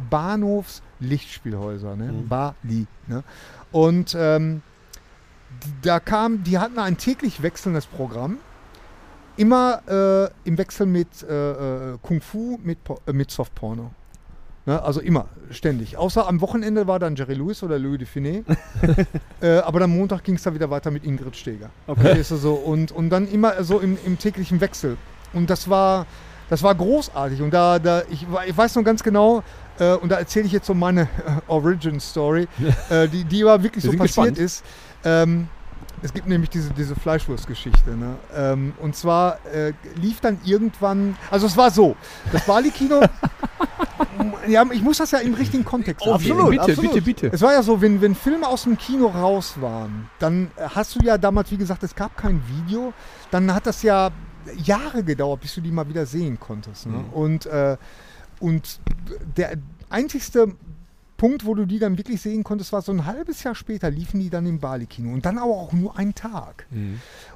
S3: Bahnhofs-Lichtspielhäuser, ne?
S5: Mhm.
S3: Bali. Ne? Und ähm, die- da kam, die hatten ein täglich wechselndes Programm. Immer äh, im Wechsel mit äh, äh, Kung Fu, mit, Po- äh, mit Softporno. Ne? Also immer, ständig. Außer am Wochenende war dann Jerry Lewis oder Louis Dufiné. äh, aber am Montag ging es dann wieder weiter mit Ingrid Steger. Okay. Ist so, und, und dann immer äh, so im, im täglichen Wechsel. Und das war, das war großartig. Und da, da ich, wa- ich weiß noch ganz genau, äh, und da erzähle ich jetzt so meine äh, Origin Story, äh, die, die aber wirklich
S6: Wir
S3: so
S6: sind
S3: passiert
S6: gespannt.
S3: ist. Ähm, es gibt nämlich diese, diese Fleischwurstgeschichte. Ne? Ähm, und zwar äh, lief dann irgendwann, also es war so, das Bali-Kino, ja, ich muss das ja im richtigen Kontext
S5: Absolut,
S6: Oh, bitte,
S5: absolut.
S6: bitte, bitte,
S3: es war ja so, wenn, wenn Filme aus dem Kino raus waren, dann äh, hast du ja damals, wie gesagt, es gab kein Video, dann hat das ja Jahre gedauert, bis du die mal wieder sehen konntest.
S6: Mhm.
S3: Ne? Und, äh, und der einzigste Punkt, wo du die dann wirklich sehen konntest, war so ein halbes Jahr später, liefen die dann im Bali-Kino. Und dann aber auch nur einen Tag.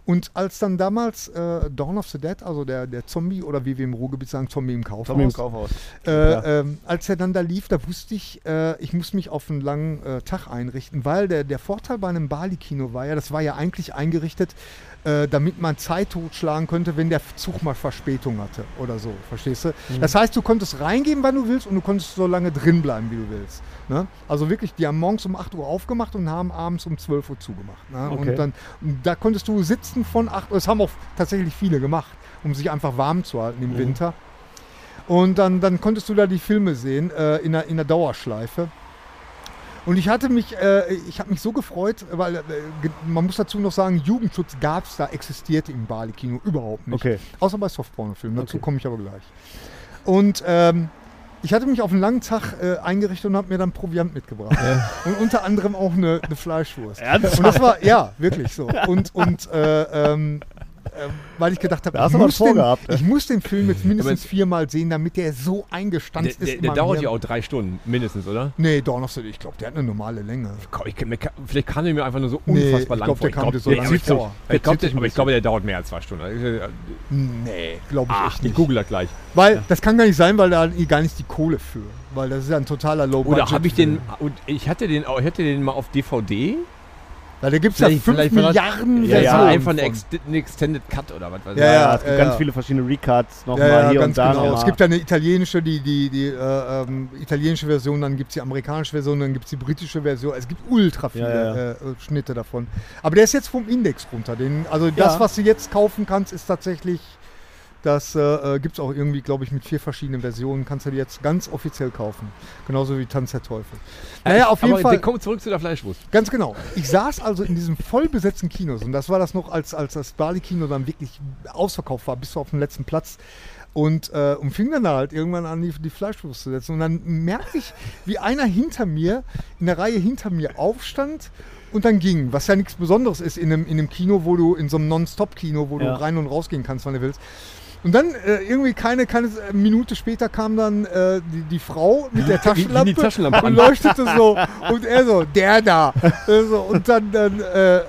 S3: Und als dann damals äh, Dawn of the Dead, also der, der Zombie, oder wie wir im Ruhrgebiet sagen, Zombie im Kaufhaus,
S5: Tommy im Kaufhaus.
S3: äh,
S5: Ja.
S3: ähm, als er dann da lief, da wusste ich, äh, ich muss mich auf einen langen äh, Tag einrichten, weil der, der Vorteil bei einem Bali-Kino war ja, das war ja eigentlich eingerichtet, äh, damit man Zeit totschlagen könnte, wenn der Zug mal Verspätung hatte oder so, verstehst du?
S5: Mhm.
S3: Das heißt, du konntest reingehen, wann du willst und du konntest so lange drin bleiben, wie du willst. Ne? Also wirklich, die haben morgens um 8 Uhr aufgemacht und haben abends um 12 Uhr zugemacht. Ne?
S5: Okay.
S3: Und dann, und da konntest du sitzen von 8 Uhr, das haben auch tatsächlich viele gemacht, um sich einfach warm zu halten
S5: Mhm.
S3: im Winter. Und dann, dann konntest du da die Filme sehen äh, in, der, in der Dauerschleife. Und ich hatte mich, äh, ich habe mich so gefreut, weil äh, ge- man muss dazu noch sagen, Jugendschutz gab es da, existierte im Bali-Kino überhaupt nicht.
S5: Okay.
S3: Außer bei Softporno-Filmen, dazu
S5: Okay.
S3: komme ich aber gleich. Und ähm, ich hatte mich auf einen langen Tag äh, eingerichtet und habe mir dann Proviant mitgebracht. Und unter anderem auch eine, eine Fleischwurst.
S5: Ernsthaft?
S3: Und das war, ja, wirklich so. Und, und äh, ähm, äh, weil ich gedacht habe,
S5: Da hast du
S3: ich,
S5: aber
S3: muss
S5: was
S3: den-
S5: vorgehabt, ne?
S3: ich muss den Film jetzt mindestens
S6: jetzt-
S3: viermal sehen, damit der so
S6: Der,
S3: eingestanzt ist.
S6: der,
S3: in
S6: der
S3: meinem
S6: dauert
S3: Hirn.
S6: ja auch drei Stunden mindestens, oder?
S3: Nee, Dawn of the Dead, ich glaube, der hat eine normale Länge.
S6: Komm, Ich, mir ka- vielleicht kam der mir einfach nur so
S3: Nee,
S6: unfassbar
S3: ich
S6: lang
S3: glaub,
S6: vor.
S3: der kam dir so
S6: der
S3: lange
S6: zieht sich-
S3: vor.
S6: ich glaub, der- aber ich glaube, der dauert mehr als zwei Stunden. Also, äh,
S3: Nee, glaube ich
S6: Ach,
S3: echt
S6: ich
S3: nicht.
S6: google das gleich.
S3: Weil das kann gar nicht sein, weil da hat die gar nicht die Kohle für. Weil das ist ja ein totaler low
S6: Oder habe ich den. Und ich hatte den, auch- ich hatte den mal auf DVD
S3: Weil da gibt es ja
S6: Vielleicht-
S3: 5
S6: vielleicht war das-
S3: Milliarden
S5: Ja, ja,
S6: das war
S3: Versionen
S6: einfach eine,
S3: von.
S6: Ex eine Extended Cut oder was weiß
S3: Ja, ja.
S5: es gibt ganz viele verschiedene Recards nochmal
S3: Ja, ja,
S5: hier
S3: ganz
S5: und da.
S3: genau.
S5: nochmal.
S3: Es gibt ja eine italienische, die, die, die äh, ähm, italienische Version, dann gibt es die amerikanische Version, dann gibt es die britische Version. Es gibt ultra viele
S5: Ja, ja.
S3: Äh, äh, Schnitte davon. Aber der ist jetzt vom Index runter. Den, also das,
S5: Ja.
S3: was du jetzt kaufen kannst, ist tatsächlich, das äh, gibt es auch irgendwie, glaube ich, mit vier verschiedenen Versionen, kannst du die jetzt ganz offiziell kaufen. Genauso wie Tanz der Teufel. Naja, auf jeden
S6: Aber
S3: Fall.
S6: wir kommen zurück zu der Fleischwurst.
S3: Ganz genau. Ich saß also in diesem vollbesetzten Kino und das war das noch, als, als das Bali-Kino dann wirklich ausverkauft war, bis auf den letzten Platz. Und, äh, und fing dann da halt irgendwann an, die, die Fleischwurst zu setzen. Und dann merkte ich, wie einer hinter mir, in der Reihe hinter mir aufstand und dann ging. Was ja nichts Besonderes ist in einem, in einem Kino, wo du, in so einem Non-Stop-Kino, wo
S5: Ja.
S3: du rein und rausgehen kannst, wann du willst. Und dann äh, irgendwie keine, keine äh, Minute später kam dann äh, die, die Frau mit der
S6: Wie,
S3: Taschenlampe
S6: wie die Taschenlampe
S3: und
S6: an.
S3: leuchtete so. Und er so, der da. Äh, So, und dann, dann äh,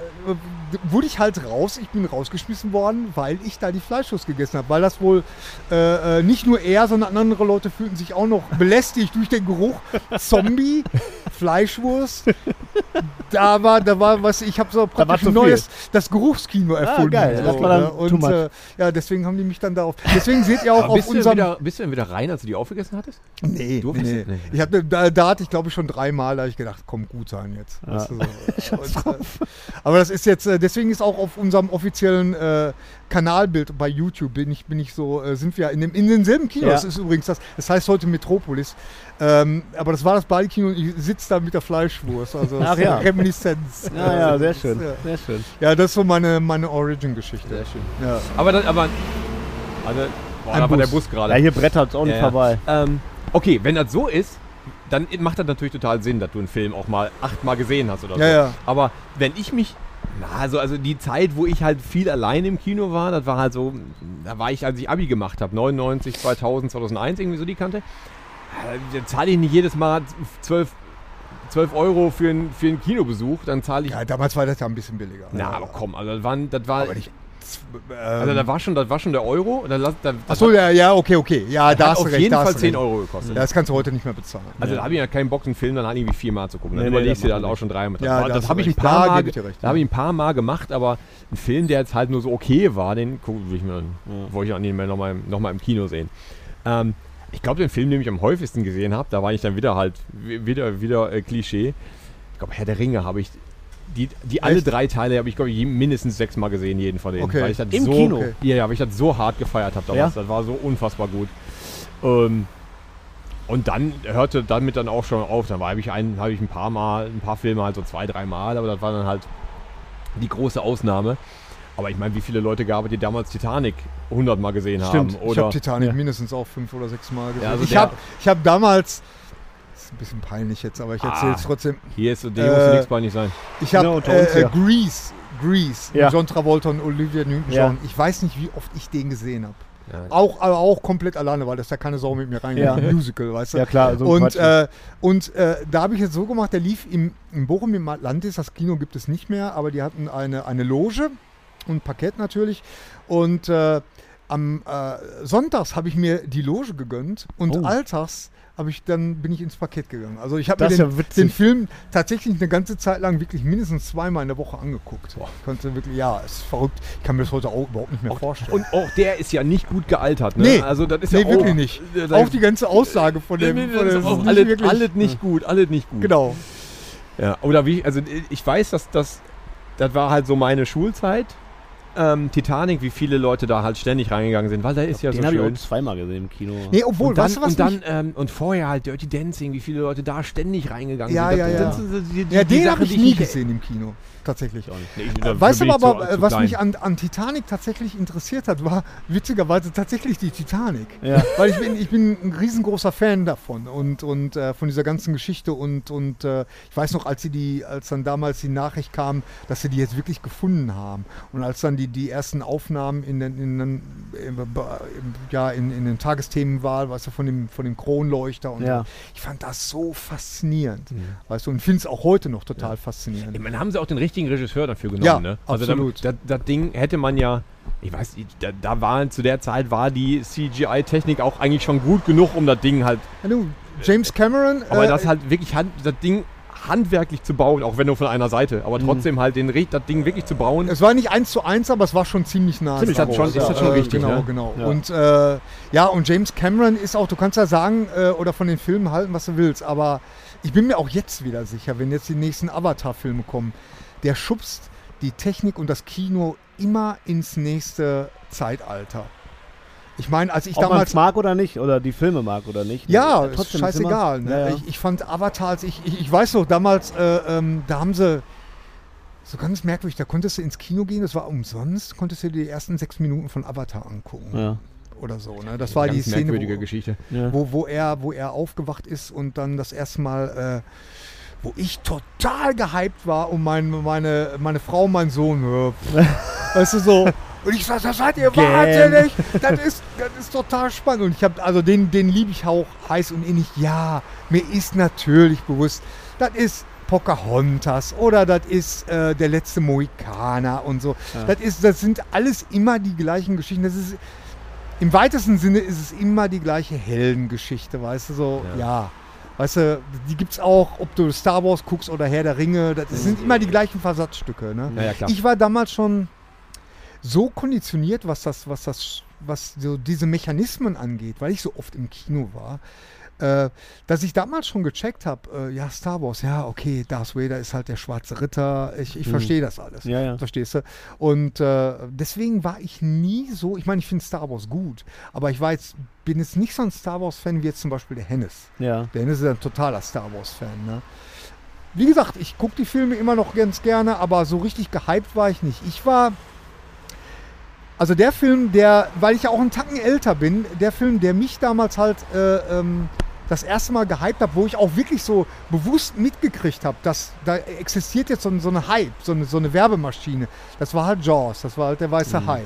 S3: wurde ich halt raus. Ich bin rausgeschmissen worden, weil ich da die Fleischwurst gegessen habe. Weil das wohl äh, äh, nicht nur er, sondern andere Leute fühlten sich auch noch belästigt durch den Geruch. Zombie, Fleischwurst. Da war, da war was, ich habe so
S5: war
S3: praktisch
S5: zu
S3: ein
S5: viel.
S3: neues, das Geruchskino erfunden.
S5: geil.
S3: so,
S5: Das war dann
S3: ne?
S5: too
S3: und
S5: much.
S3: äh, ja, deswegen haben die mich dann darauf. Deswegen seht ihr auch
S6: Aber
S3: auf
S6: bist, du denn
S3: unserem
S6: wieder, bist du denn wieder rein, als du die aufgegessen hattest?
S3: Nee,
S6: Durftest
S3: nee.
S6: du? Nee.
S3: Ich hab, ne, da, da hatte ich, glaube ich, schon dreimal, da habe ich gedacht, komm, gut sein jetzt. Weißt du, so. Und, äh, aber das ist jetzt, äh, deswegen ist auch auf unserem offiziellen äh, Kanalbild bei YouTube, bin ich, bin ich so, äh, sind wir in, dem, in denselben Kino.
S5: Ja.
S3: Das ist übrigens das, das heißt heute Metropolis. Ähm, aber das war das Bali-Kino und ich sitze da mit der Fleischwurst. Also das
S5: Ach
S3: ist eine
S5: ja.
S3: Reminiszenz.
S5: Ja, ja, sehr schön.
S3: Ja.
S5: Sehr schön.
S3: Ja, das ist so meine, meine Origin-Geschichte.
S6: Sehr schön.
S3: Ja.
S6: Aber dann, aber. Also, boah,
S3: Ein
S6: da war der
S3: Bus.
S6: Bus gerade.
S5: Ja, hier brettert es auch nicht
S6: Ja, ja.
S5: vorbei.
S6: Ähm, okay, wenn das so ist, dann macht das natürlich total Sinn, dass du einen Film auch mal achtmal gesehen hast oder so.
S3: Ja, ja.
S6: Aber wenn ich mich. Na, also, also die Zeit, wo ich halt viel allein im Kino war, das war halt so, da war ich, als ich Abi gemacht habe, 99, 2000, 2001, irgendwie so die Kante. Äh, Da zahle ich nicht jedes Mal 12, 12 Euro für einen, für einen Kinobesuch, dann zahle ich.
S3: ja, damals war das ja ein bisschen billiger.
S6: na, aber komm, also das, waren, das war.
S3: Aber nicht, ähm,
S6: also da war schon, das war schon der Euro. Und dann, lass- dann, das
S3: Achso,
S6: hat-
S3: ja, ja, okay, okay. Ja, da
S6: hat
S3: hast du
S6: auf
S3: recht.
S6: jeden
S3: da hast
S6: Fall
S3: du
S6: 10
S3: recht.
S6: Euro gekostet.
S3: Ja, das kannst du heute nicht mehr bezahlen.
S6: Also da habe ich ja keinen Bock, einen Film dann halt irgendwie viermal zu gucken. Dann
S5: Nee, nee,
S6: überlegst du dir
S5: das
S6: dann
S5: macht
S6: auch schon dreimal. war-
S3: Ja, da
S6: das
S3: hast
S6: habe
S3: du
S6: ich ein
S3: recht.
S6: paar
S3: Da
S6: Mal,
S3: gebe ich dir recht,
S6: da habe ich ein paar Mal gemacht, aber ein Film, der jetzt halt nur so okay war, den guck ich mir, wollte ich auch nicht mehr nochmal noch mal im Kino sehen. Ähm, ich glaube, den Film, den ich am häufigsten gesehen habe, da war ich dann wieder halt, wi- wieder, wieder äh, Klischee. Ich glaube, Herr der Ringe habe ich, die, die alle
S3: Echt?
S6: drei Teile habe ich, glaube ich, je- mindestens sechsmal gesehen, jeden von denen.
S3: Okay.
S6: Weil ich das
S5: Im
S6: so,
S5: Kino?
S6: Ja, ja, weil ich das so hart gefeiert habe damals. Das war so unfassbar gut. Ähm, und dann hörte damit dann auch schon auf. Dann habe ich, einen- hab ich ein paar Mal, ein paar Filme halt so zwei, drei Mal, aber das war dann halt die große Ausnahme. Aber ich meine, wie viele Leute gab es, die damals Titanic 100 Mal gesehen
S5: Stimmt.
S6: haben?
S3: ich habe
S6: Oder
S3: Titanic mindestens auch fünf oder sechs Mal gesehen.
S6: Ja, also
S3: ich
S6: der-
S3: habe ich hab damals. Das ist ein bisschen peinlich jetzt, aber ich erzähle es
S6: Ah.
S3: trotzdem.
S6: hier ist, dir
S3: Äh,
S6: muss nichts bei nicht sein.
S3: Ich habe
S5: Ja, unter uns,
S3: äh, äh,
S5: ja.
S3: Grease. Grease. mit
S5: Ja.
S3: John Travolta und Olivia Newton-John.
S5: Ja.
S3: Ich weiß nicht, wie oft ich den gesehen habe.
S6: Ja.
S3: Auch, aber auch komplett alleine, weil das da keine Sau mit mir reingeht.
S5: Ja.
S3: Ein Musical, weißt du?
S5: Ja, klar, so ein
S3: und
S5: Quatsch.
S3: äh, und äh, da habe ich jetzt so gemacht, der lief im, in Bochum im Atlantis, das Kino gibt es nicht mehr, aber die hatten eine, eine Loge und Parkett natürlich. Und äh, am äh, Sonntags habe ich mir die Loge gegönnt und
S5: Oh.
S3: alltags habe ich dann bin ich ins Parkett gegangen. Also ich habe mir
S5: Das
S3: den,
S5: ist ja witzig.
S3: den Film tatsächlich eine ganze Zeit lang wirklich mindestens zweimal in der Woche angeguckt. Ich konnte wirklich, ja, es ist verrückt. Ich kann mir das heute auch überhaupt nicht mehr vorstellen.
S6: Und auch der ist ja nicht gut gealtert, ne?
S3: Nee.
S6: also das ist
S3: nee,
S6: ja
S3: wirklich
S6: auch,
S3: nicht.
S6: Das,
S3: Auch die ganze Aussage von dem.
S6: Nee, nee,
S3: von
S6: das
S3: dem
S6: ist auch
S3: nicht
S6: alles,
S3: wirklich- Hm.
S6: alles nicht gut, alles nicht gut.
S3: Genau.
S6: Ja, oder wie, also ich weiß, dass das, das war halt so meine Schulzeit. Ähm, Titanic, wie viele Leute da halt ständig reingegangen sind, weil da ist ja
S5: den
S6: so
S5: habe ich auch
S6: schön.
S5: zweimal gesehen im Kino.
S3: Nee, obwohl,
S6: und dann,
S3: weißt du was?
S6: und, dann
S3: mich-
S6: ähm, und vorher halt Dirty Dancing, wie viele Leute da ständig reingegangen
S3: Ja,
S6: sind.
S3: ja,
S6: das,
S3: ja.
S6: Das ist, so die, die,
S3: ja,
S6: die
S3: den
S6: Sache,
S3: habe ich
S6: die
S3: nie
S6: nicht-
S3: gesehen im Kino. Tatsächlich.
S6: Nee, ich- dafür
S3: Weißt
S6: bin
S3: du
S6: ich zu-
S3: aber, äh,
S6: zu
S3: was
S6: klein.
S3: mich an, an Titanic tatsächlich interessiert hat, war witzigerweise tatsächlich die Titanic.
S5: Ja.
S3: Weil ich bin, ich bin ein riesengroßer Fan davon und, und äh, von dieser ganzen Geschichte und, und äh, ich weiß noch, als sie die, als dann damals die Nachricht kam, dass sie die jetzt wirklich gefunden haben. Und als dann die, die ersten Aufnahmen in den, in den, im, im, ja, in, in den Tagesthemen waren, weißt du, von dem, von dem Kronleuchter und
S5: Ja.
S3: ich fand das so faszinierend. Weißt du, und finde es auch heute noch total faszinierend.
S6: Ich meine, haben sie auch den richtigen Regisseur dafür genommen,
S3: Ja,
S6: ne?
S3: absolut.
S6: Das, das Ding hätte man ja, ich weiß nicht, da, da war zu der Zeit war die CGI-Technik auch eigentlich schon gut genug, um das Ding halt
S3: Ja, du, James Cameron.
S6: Aber
S3: äh,
S6: das halt wirklich, hand- das Ding handwerklich zu bauen, auch wenn nur von einer Seite, aber trotzdem halt den, ri- das Ding wirklich zu bauen.
S3: Mhm. Es war nicht eins zu eins, aber es war schon ziemlich nah.
S6: Ziemlich,
S3: an
S6: ist das
S3: Star Wars,
S6: schon- ist das schon
S3: äh,
S6: richtig,
S3: Genau,
S6: ne?
S3: genau.
S5: Ja.
S3: Und äh, ja, und James Cameron ist auch, du kannst ja sagen äh, oder von den Filmen halten, was du willst, aber ich bin mir auch jetzt wieder sicher, wenn jetzt die nächsten Avatar-Filme kommen, der schubst die Technik und das Kino immer ins nächste Zeitalter. Ich meine, als ich
S5: Ob man
S3: damals
S5: es mag oder nicht, oder die Filme mag oder nicht.
S3: ja,
S5: ne,
S3: ist
S5: trotzdem immer-
S3: scheißegal. Ne?
S5: Ja, ja.
S3: Ich, ich fand Avatar, als ich, ich, ich weiß noch, damals, äh, ähm, da haben sie so ganz merkwürdig, da konntest du ins Kino gehen, das war umsonst, konntest du dir die ersten sechs Minuten von Avatar angucken
S5: Ja.
S3: oder so. Ne? Das war die
S6: Ganz
S3: Szene,
S6: merkwürdige
S3: wo,
S6: Geschichte.
S5: Ja.
S3: wo, wo, er, wo er aufgewacht ist und dann das erste Mal, äh, wo ich total gehypt war und mein, meine, meine Frau, und mein Sohn, äh, pff, weißt du so. Und ich sag, das seid ihr
S5: Gähn.
S3: wahnsinnig. Das ist, das ist total spannend. Und ich habe, also den, den liebe ich auch heiß und innig. Ja, mir ist natürlich bewusst, das ist Pocahontas oder das ist äh, der letzte Mohikaner und so. Das, ist, das sind alles immer die gleichen Geschichten. Das ist, im weitesten Sinne ist es immer die gleiche Heldengeschichte, weißt du, so, ja. Weißt du, die gibt's auch, ob du Star Wars guckst oder Herr der Ringe, das sind immer die gleichen Versatzstücke, ne?
S6: Ja, ja, klar.
S3: Ich war damals schon so konditioniert, was das, was das, was so diese Mechanismen angeht, weil ich so oft im Kino war, äh, dass ich damals schon gecheckt habe, äh, ja, Star Wars, ja, okay, Darth Vader ist halt der schwarze Ritter, ich,
S6: Mhm.
S3: ich verstehe das alles.
S5: Ja, ja.
S3: Verstehst du? Und äh, deswegen war ich nie so, ich meine, ich finde Star Wars gut, aber ich war jetzt, bin jetzt nicht so ein Star Wars-Fan wie jetzt zum Beispiel der Hennes.
S5: ja.
S3: Der Hennes ist ein totaler Star Wars-Fan, ne? Wie gesagt, ich gucke die Filme immer noch ganz gerne, aber so richtig gehypt war ich nicht. Ich war. Also der Film, der, weil ich ja auch einen Tacken älter bin, der Film, der mich damals halt äh, ähm, das erste Mal gehypt hat, wo ich auch wirklich so bewusst mitgekriegt habe, dass da existiert jetzt so, ein- so eine Hype, so eine, so eine Werbemaschine. Das war halt Jaws, das war halt der weiße
S5: Mhm.
S3: Hai.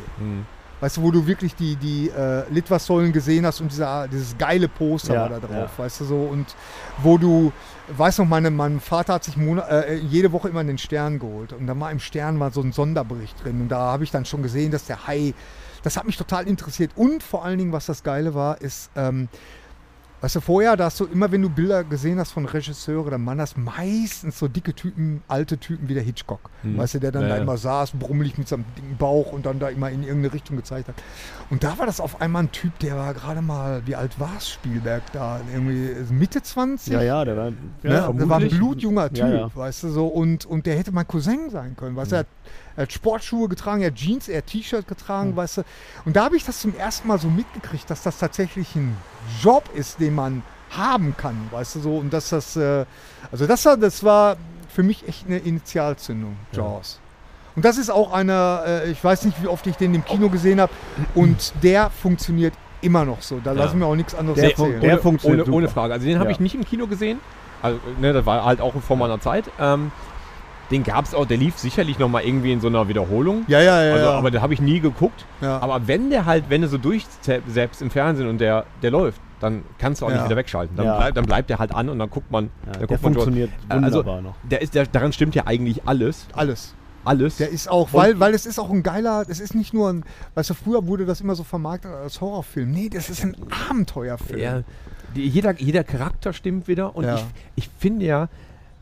S3: Weißt du, wo du wirklich die, die äh, Litwassäulen gesehen hast und dieser, dieses geile Poster
S5: Ja,
S3: war da drauf, weißt du so. Und wo du, weißt du, noch, meine, mein Vater hat sich Monat, äh, jede Woche immer den Stern geholt. Und dann war im Stern war so ein Sonderbericht drin. Und da habe ich dann schon gesehen, dass der Hai, das hat mich total interessiert. Und vor allen Dingen, was das Geile war, ist, ähm, Weißt du, vorher, da hast du immer, wenn du Bilder gesehen hast von Regisseuren, dann waren das meistens so dicke Typen, alte Typen wie der Hitchcock. Weißt du, der dann
S6: Mhm. Ja,
S3: da
S6: ja.
S3: immer saß, brummelig mit seinem dicken Bauch und dann da immer in irgendeine Richtung gezeigt hat. Und da war das auf einmal ein Typ, der war gerade mal, wie alt war Spielberg da? Irgendwie Mitte 20?
S5: ja, ja, der war.
S3: Ne?
S5: Ja,
S3: der war ein
S5: vermutlich.
S3: blutjunger Typ,
S5: Ja, Mhm. ja.
S3: weißt du so. Und, und der hätte mein Cousin sein können, weißt du. Er hat, er hat Sportschuhe getragen, er hat Jeans, er hat T-Shirt getragen,
S5: Mhm.
S3: weißt du. Und da habe ich das zum ersten Mal so mitgekriegt, dass das tatsächlich ein Job ist, den man haben kann, weißt du so. Und dass das, äh, also das, war- das war für mich echt eine Initialzündung, Jaws. Und das ist auch einer, äh, ich weiß nicht, wie oft ich den im Kino gesehen habe. Und der funktioniert immer noch so. Da lassen wir auch nichts anderes
S5: Der
S3: erzählen.
S5: Der
S6: ohne,
S5: funktioniert
S6: ohne, ohne
S5: super.
S6: Frage. Also den habe
S5: Ja.
S6: ich nicht im Kino gesehen. Also, ne, das war halt auch vor meiner Zeit. Ähm, den gab es auch, der lief sicherlich nochmal irgendwie in so einer Wiederholung.
S3: ja, ja, ja.
S6: Also,
S3: ja.
S6: aber den habe ich nie geguckt.
S3: Ja.
S6: Aber wenn der halt, wenn du so durch selbst im Fernsehen und der, der läuft, dann kannst du auch
S3: Ja.
S6: nicht wieder wegschalten. Dann,
S5: Ja.
S6: bleib, dann bleibt der halt an und dann guckt man.
S5: Ja,
S6: dann
S5: der
S6: guckt man schon.
S5: funktioniert
S6: Äh, also,
S5: wunderbar noch.
S6: Der ist, der, daran stimmt ja eigentlich alles.
S3: alles.
S6: Alles.
S3: Der ist auch, weil, weil es ist auch ein geiler, es ist nicht nur ein, weißt du, früher wurde das immer so vermarktet als Horrorfilm. Nee, das ist ein Abenteuerfilm.
S6: Ja, die, jeder, jeder Charakter stimmt wieder und
S3: Äh, Ja.
S6: ich, ich finde ja,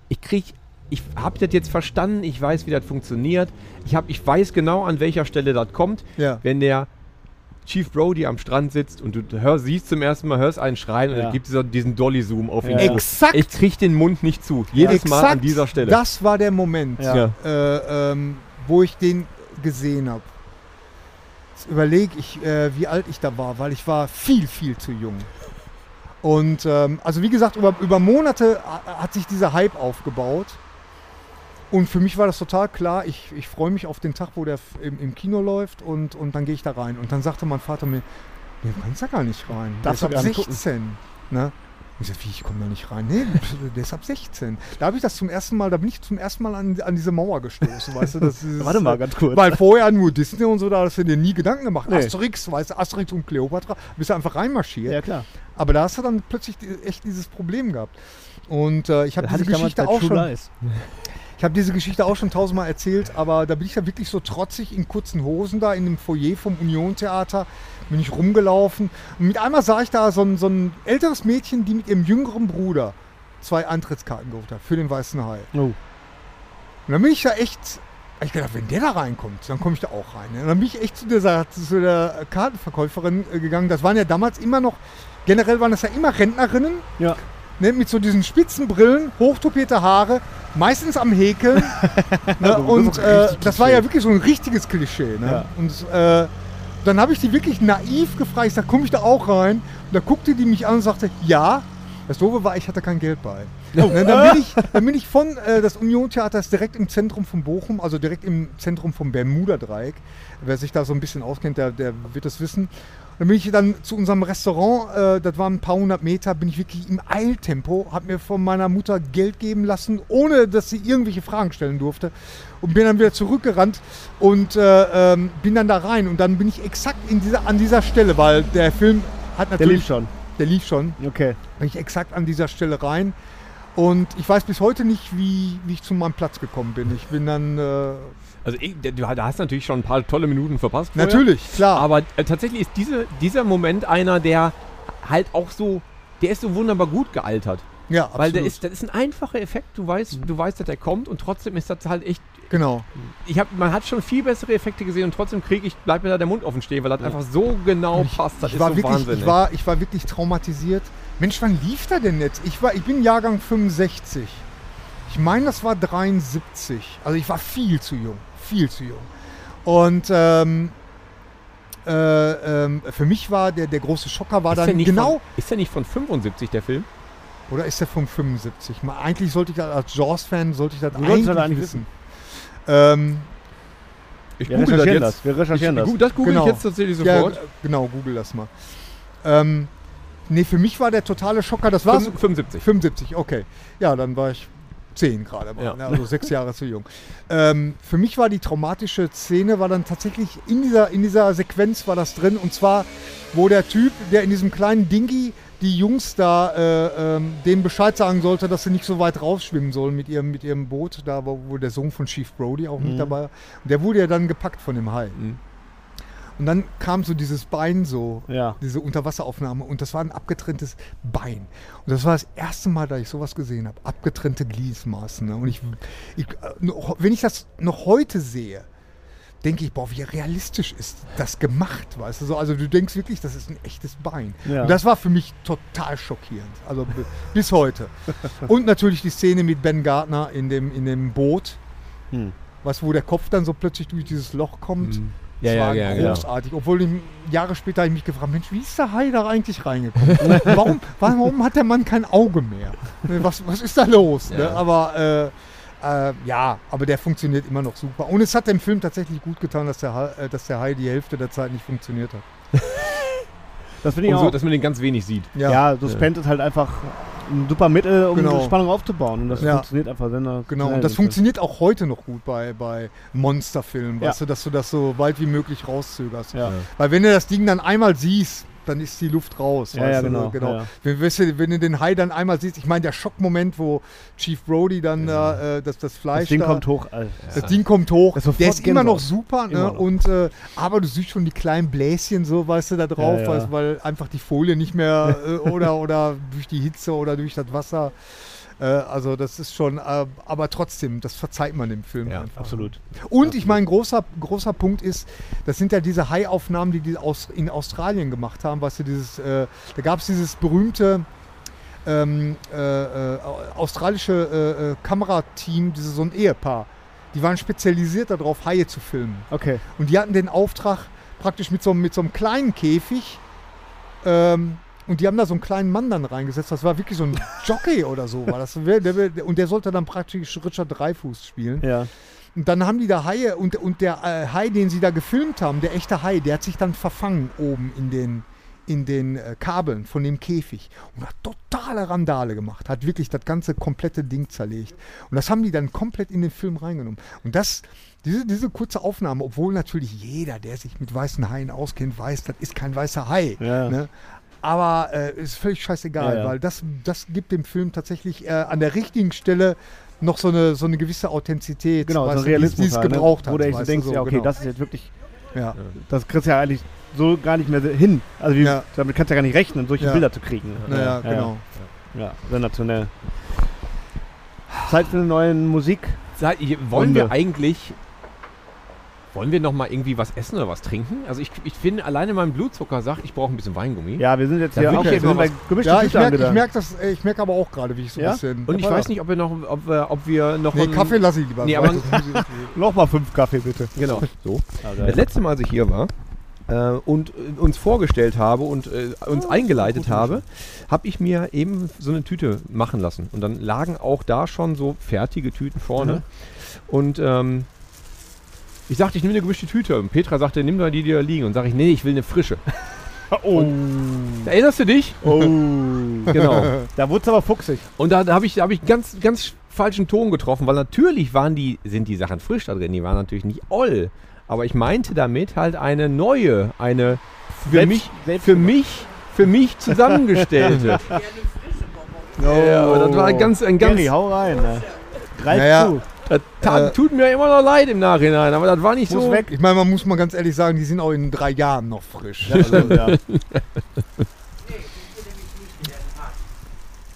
S6: ich krieg, ich habe das jetzt verstanden, ich weiß, wie das funktioniert, ich, hab, ich weiß genau, an welcher Stelle das kommt,
S3: Ja.
S6: wenn der Chief Brody am Strand sitzt und du hör, siehst zum ersten Mal, hörst einen schreien und
S5: Ja.
S6: dann gibt es diesen Dolly-Zoom auf ihn.
S5: Ja.
S6: zu.
S3: Exakt.
S6: Ich krieg den Mund nicht zu, jedes Mal an dieser Stelle.
S3: Das war der Moment,
S5: Ja.
S6: Ja.
S3: äh, ähm, wo ich den gesehen habe. Jetzt überlege ich, äh, wie alt ich da war, weil ich war viel, viel zu jung. Und ähm, also wie gesagt, über, über Monate ha- hat sich dieser Hype aufgebaut. Und für mich war das total klar. Ich, ich freue mich auf den Tag, wo der f- im, im Kino läuft und, und dann gehe ich da rein. Und dann sagte mein Vater mir, nee, du kannst da gar nicht rein. Der
S5: Darfst
S3: ist
S5: du gar
S3: ab
S5: nicht
S3: 16. Ne? Ich sag, wie, ich komme da nicht rein. Nee, der ist ab 16. Da habe ich das zum ersten Mal, da bin ich zum ersten Mal an, an diese Mauer gestoßen, weißt du? Das ist,
S5: Warte mal ganz kurz.
S3: Weil vorher nur Disney und so, da hast du dir nie Gedanken gemacht.
S5: Nee.
S3: Asterix, weißt du, Asterix und Cleopatra, bist du einfach reinmarschiert.
S5: Ja, klar.
S3: Aber da hast du dann plötzlich die- echt dieses Problem gehabt. Und äh, ich habe diese
S5: Hatte ich damals bei
S3: Geschichte auch
S5: True
S3: schon,
S5: Lies.
S3: ich habe diese Geschichte auch schon tausendmal erzählt, aber da bin ich ja wirklich so trotzig in kurzen Hosen da in dem Foyer vom Union-Theater, bin ich rumgelaufen. Und mit einmal sah ich da so ein, so ein älteres Mädchen, die mit ihrem jüngeren Bruder zwei Eintrittskarten geholt habe für den Weißen Hai.
S5: Oh.
S3: Und dann bin ich da echt, hab ich gedacht, wenn der da reinkommt, dann komme ich da auch rein. ne? Und dann bin ich echt zu der, zu der Kartenverkäuferin äh, gegangen. Das waren ja damals immer noch, generell waren das ja immer Rentnerinnen.
S5: Ja.
S3: Ne, mit so diesen spitzen Brillen, hochtopierte Haare, meistens am Häkeln. ne, und äh, das war ja wirklich so ein richtiges Klischee. Ne?
S5: Ja.
S3: Und äh, dann habe ich die wirklich naiv gefragt, ich sag, komme ich da auch rein? Und da guckte die mich an und sagte, ja. Das Doofe war, ich hatte kein Geld bei. Ne, dann, bin ich, dann bin ich von äh, das Union Theater ist direkt im Zentrum von Bochum, also direkt im Zentrum vom Bermuda-Dreieck. Wer sich da so ein bisschen auskennt, der, der wird das wissen. Dann bin ich dann zu unserem Restaurant, äh, das waren ein paar hundert Meter, bin ich wirklich im Eiltempo, habe mir von meiner Mutter Geld geben lassen, ohne dass sie irgendwelche Fragen stellen durfte. Und bin dann wieder zurückgerannt und äh, ähm, bin dann da rein. Und dann bin ich exakt in dieser, an dieser Stelle, weil der Film hat
S5: Der
S3: natürlich...
S5: lief schon.
S3: Der lief schon
S5: Okay.
S3: bin ich exakt an dieser Stelle rein. Und ich weiß bis heute nicht, wie, wie ich zu meinem Platz gekommen bin. Ich bin dann. Äh,
S6: Also ich, du da hast natürlich schon ein paar tolle Minuten verpasst. vorher.
S3: natürlich, klar.
S6: Aber äh, tatsächlich ist diese, dieser Moment einer, der halt auch so, der ist so wunderbar gut gealtert.
S3: ja, absolut. Mhm.
S6: Weil der ist, das ist ein einfacher Effekt. Du weißt, du weißt, dass der kommt und trotzdem ist das halt echt.
S3: genau.
S6: Ich hab, man hat schon viel bessere Effekte gesehen und trotzdem kriege ich, bleibt mir da der Mund offen stehen, weil das einfach so genau passt. Das
S3: Ich war,
S6: so
S3: wirklich,
S6: Wahnsinn,
S3: ich,
S6: ey.
S3: war, ich war wirklich traumatisiert. Mensch, wann lief der denn jetzt? Ich, war, ich bin Jahrgang 65. Ich meine, das war 73. Also ich war viel zu jung. Viel zu jung. Und ähm, äh, ähm, für mich war der, der große Schocker war
S6: ist der
S3: dann
S6: nicht
S3: genau.
S6: Von, ist der nicht von 75 der Film?
S3: Oder ist der von 75? Mal, eigentlich sollte ich das als Jaws-Fan sollte ich das
S5: solltest
S3: eigentlich
S5: das eigentlich
S3: wissen. Ähm,
S6: Ich
S5: Wir
S6: google
S5: recherchieren das. Wir
S6: Ich,
S5: recherchieren das.
S6: gu- das google
S3: Genau.
S6: ich jetzt tatsächlich
S3: ja,
S6: sofort.
S3: g- genau, google das mal. Ähm, nee, für mich war der totale Schocker, das war
S6: 75.
S3: 75, okay. Ja, dann war ich 10 gerade mal,
S6: Ja.
S3: ne, also sechs Jahre zu jung. Ähm, für mich war die traumatische Szene, war dann tatsächlich in dieser, in dieser Sequenz war das drin und zwar, wo der Typ, der in diesem kleinen Dingy die Jungs da äh, ähm, dem Bescheid sagen sollte, dass sie nicht so weit rausschwimmen sollen mit ihrem, mit ihrem Boot, da wo, wo der Sohn von Chief Brody auch mit dabei war. Und der wurde ja dann gepackt von dem Hai.
S6: Mhm.
S3: Und dann kam so dieses Bein so
S5: Ja.
S3: diese Unterwasseraufnahme und das war ein abgetrenntes Bein. Und das war das erste Mal, dass ich sowas gesehen habe. Abgetrennte Gliedmaßen. Ne? Und ich, ich, äh, noch- wenn ich das noch heute sehe, denke ich, boah, wie realistisch ist das gemacht, weißt du? So, also du denkst wirklich, das ist ein echtes Bein.
S5: Ja.
S3: Und das war für mich total schockierend. Also b- bis heute. Und natürlich die Szene mit Ben Gardner in dem, in dem Boot.
S5: Hm.
S3: Was, wo der Kopf dann so plötzlich durch dieses Loch kommt.
S6: Ja,
S3: Das
S6: ja,
S3: war
S6: ja, genau.
S3: großartig. Obwohl ich, Jahre später habe ich mich gefragt, Mensch, wie ist der Hai da eigentlich reingekommen? warum, warum hat der Mann kein Auge mehr? Ne, Was, was ist da los? Ne?
S6: Ja.
S3: Aber äh, äh, ja, aber der funktioniert immer noch super. Und es hat dem Film tatsächlich gut getan, dass der Hai, äh, dass der Hai die Hälfte der Zeit nicht funktioniert hat.
S5: Das finde ich
S6: Und so,
S5: auch.
S6: dass man den ganz wenig sieht.
S5: ja, Suspense ist halt einfach ein super Mittel, um
S3: Genau.
S5: Spannung aufzubauen. Und das
S3: Ja.
S5: funktioniert einfach sehr
S3: Genau, und das funktioniert auch heute noch gut bei, bei Monsterfilmen,
S5: Ja.
S3: weißt du, dass du das so weit wie möglich rauszögerst.
S5: Ja.
S3: Weil wenn du das Ding dann einmal siehst, dann ist die Luft raus.
S5: Ja,
S3: weißt
S5: ja,
S3: du,
S5: genau,
S3: genau.
S5: ja, ja.
S3: Wenn, weißt du, wenn du den Hai dann einmal siehst, ich meine, der Schockmoment, wo Chief Brody dann da, äh, das, das Fleisch.
S5: Das Ding
S3: da,
S5: kommt hoch. Alter.
S3: Das Ding kommt hoch.
S5: Das ist
S3: der
S5: sofort
S3: ist immer noch
S5: Gänsehaut.
S3: super, ne?
S5: Immer noch.
S3: Und, äh, aber du siehst schon die kleinen Bläschen so, weißt du, da drauf,
S5: ja.
S3: Weißt, weil einfach die Folie nicht mehr äh, oder, oder durch die Hitze oder durch das Wasser. Äh, also, das ist schon, äh, aber trotzdem, das verzeiht man dem Film
S6: Ja,
S3: einfach.
S5: Absolut.
S3: Und ich meine, großer, großer Punkt ist, das sind ja diese Hai-Aufnahmen, die die aus, in Australien gemacht haben. Weißt du, dieses, äh, da gab es dieses berühmte ähm, äh, äh, australische äh, äh, Kamerateam, dieses, so ein Ehepaar. Die waren spezialisiert darauf, Haie zu filmen.
S5: Okay.
S3: Und die hatten den Auftrag praktisch mit so, einem- mit so einem kleinen Käfig. Ähm, und die haben da so einen kleinen Mann dann reingesetzt. Das war wirklich so ein Jockey oder so. War das, der, der, und der sollte dann praktisch Richard Dreifuß spielen.
S5: Ja.
S3: Und dann haben die da Haie und, und der äh, Hai, den sie da gefilmt haben, der echte Hai, der hat sich dann verfangen oben in den, in den äh, Kabeln von dem Käfig und hat totale Randale gemacht, hat wirklich das ganze komplette Ding zerlegt. Und das haben die dann komplett in den Film reingenommen. Und das, diese, diese kurze Aufnahme, obwohl natürlich jeder, der sich mit weißen Haien auskennt, weiß, das ist kein weißer Hai.
S5: Ja.
S3: Ne? Aber äh, ist völlig scheißegal,
S5: Ja, ja.
S3: weil das, das gibt dem Film tatsächlich äh, an der richtigen Stelle noch so eine, so eine gewisse Authentizität,
S5: Genau, so
S3: weißt du,
S5: ein
S3: die-
S5: Realismus.
S3: die es
S5: halt, ne?
S3: gebraucht hat.
S5: Wo du echt so
S3: weißt
S5: denkst, ja, okay,
S3: genau.
S5: das ist jetzt wirklich,
S3: ja.
S5: das kriegst du ja eigentlich so gar nicht mehr hin. Also wie,
S3: Ja.
S5: damit kannst du ja gar nicht rechnen, solche
S3: Ja.
S5: Bilder zu kriegen.
S3: Naja, genau.
S5: Ja, sensationell. Zeit für eine neue Musik.
S6: Sei- Wollen wir
S5: Runde.
S6: eigentlich. Wollen wir noch mal irgendwie was essen oder was trinken? Also ich, ich finde, alleine mein Blutzucker sagt, ich brauche ein bisschen Weingummi.
S5: Ja, wir sind jetzt
S6: Da
S5: hier
S6: würd
S5: auch
S6: ich
S5: wir
S6: jetzt
S5: sind bei
S6: mal was-
S5: gemischten
S3: Ja, ich
S5: Gütern
S3: merke ich
S5: gedacht.
S3: merk das, äh, ich merk aber auch gerade, wie ich so ein
S5: Ja?
S3: bisschen.
S6: Und ich
S3: Aber-
S6: weiß nicht, ob wir noch, ob wir, ob wir noch
S3: Nee,
S6: einen-
S3: Kaffee lasse ich lieber.
S6: Nee,
S3: so,
S6: aber-
S3: das muss ich-
S5: Nochmal fünf Kaffee bitte.
S6: Genau. So.
S5: Ah,
S6: Das letzte Mal, als ich hier war äh, und äh, uns vorgestellt habe und äh, uns eingeleitet habe, habe ich mir eben so eine Tüte machen lassen. Und dann lagen auch da schon so fertige Tüten vorne. Und ähm, ich sagte, ich nehme eine gemischte Tüte. Und Petra sagte, nimm da die, die da liegen. Und sage ich, nee, ich will eine frische.
S5: Oh,
S6: Erinnerst du dich?
S5: oh.
S6: Genau.
S5: da wurde es aber fuchsig.
S6: Und da, da habe ich, da hab ich ganz, ganz falschen Ton getroffen, weil natürlich waren die, sind die Sachen frisch da drin, die waren natürlich nicht all. Aber ich meinte damit halt eine neue, eine für
S5: Selbst-
S6: mich,
S5: selbst-
S6: für mich, für mich zusammengestellte. ja, aber das war ein ganz, ein ganz,
S5: Gary, hau rein. Ne? Greif
S3: Naja,
S5: zu.
S6: das tat,
S3: Äh,
S6: tut mir immer noch leid im Nachhinein, aber das war nicht
S5: Muss
S6: so.
S5: weg.
S3: ich meine, man muss mal ganz ehrlich sagen, die sind auch in drei Jahren noch frisch. Also,
S5: Ja.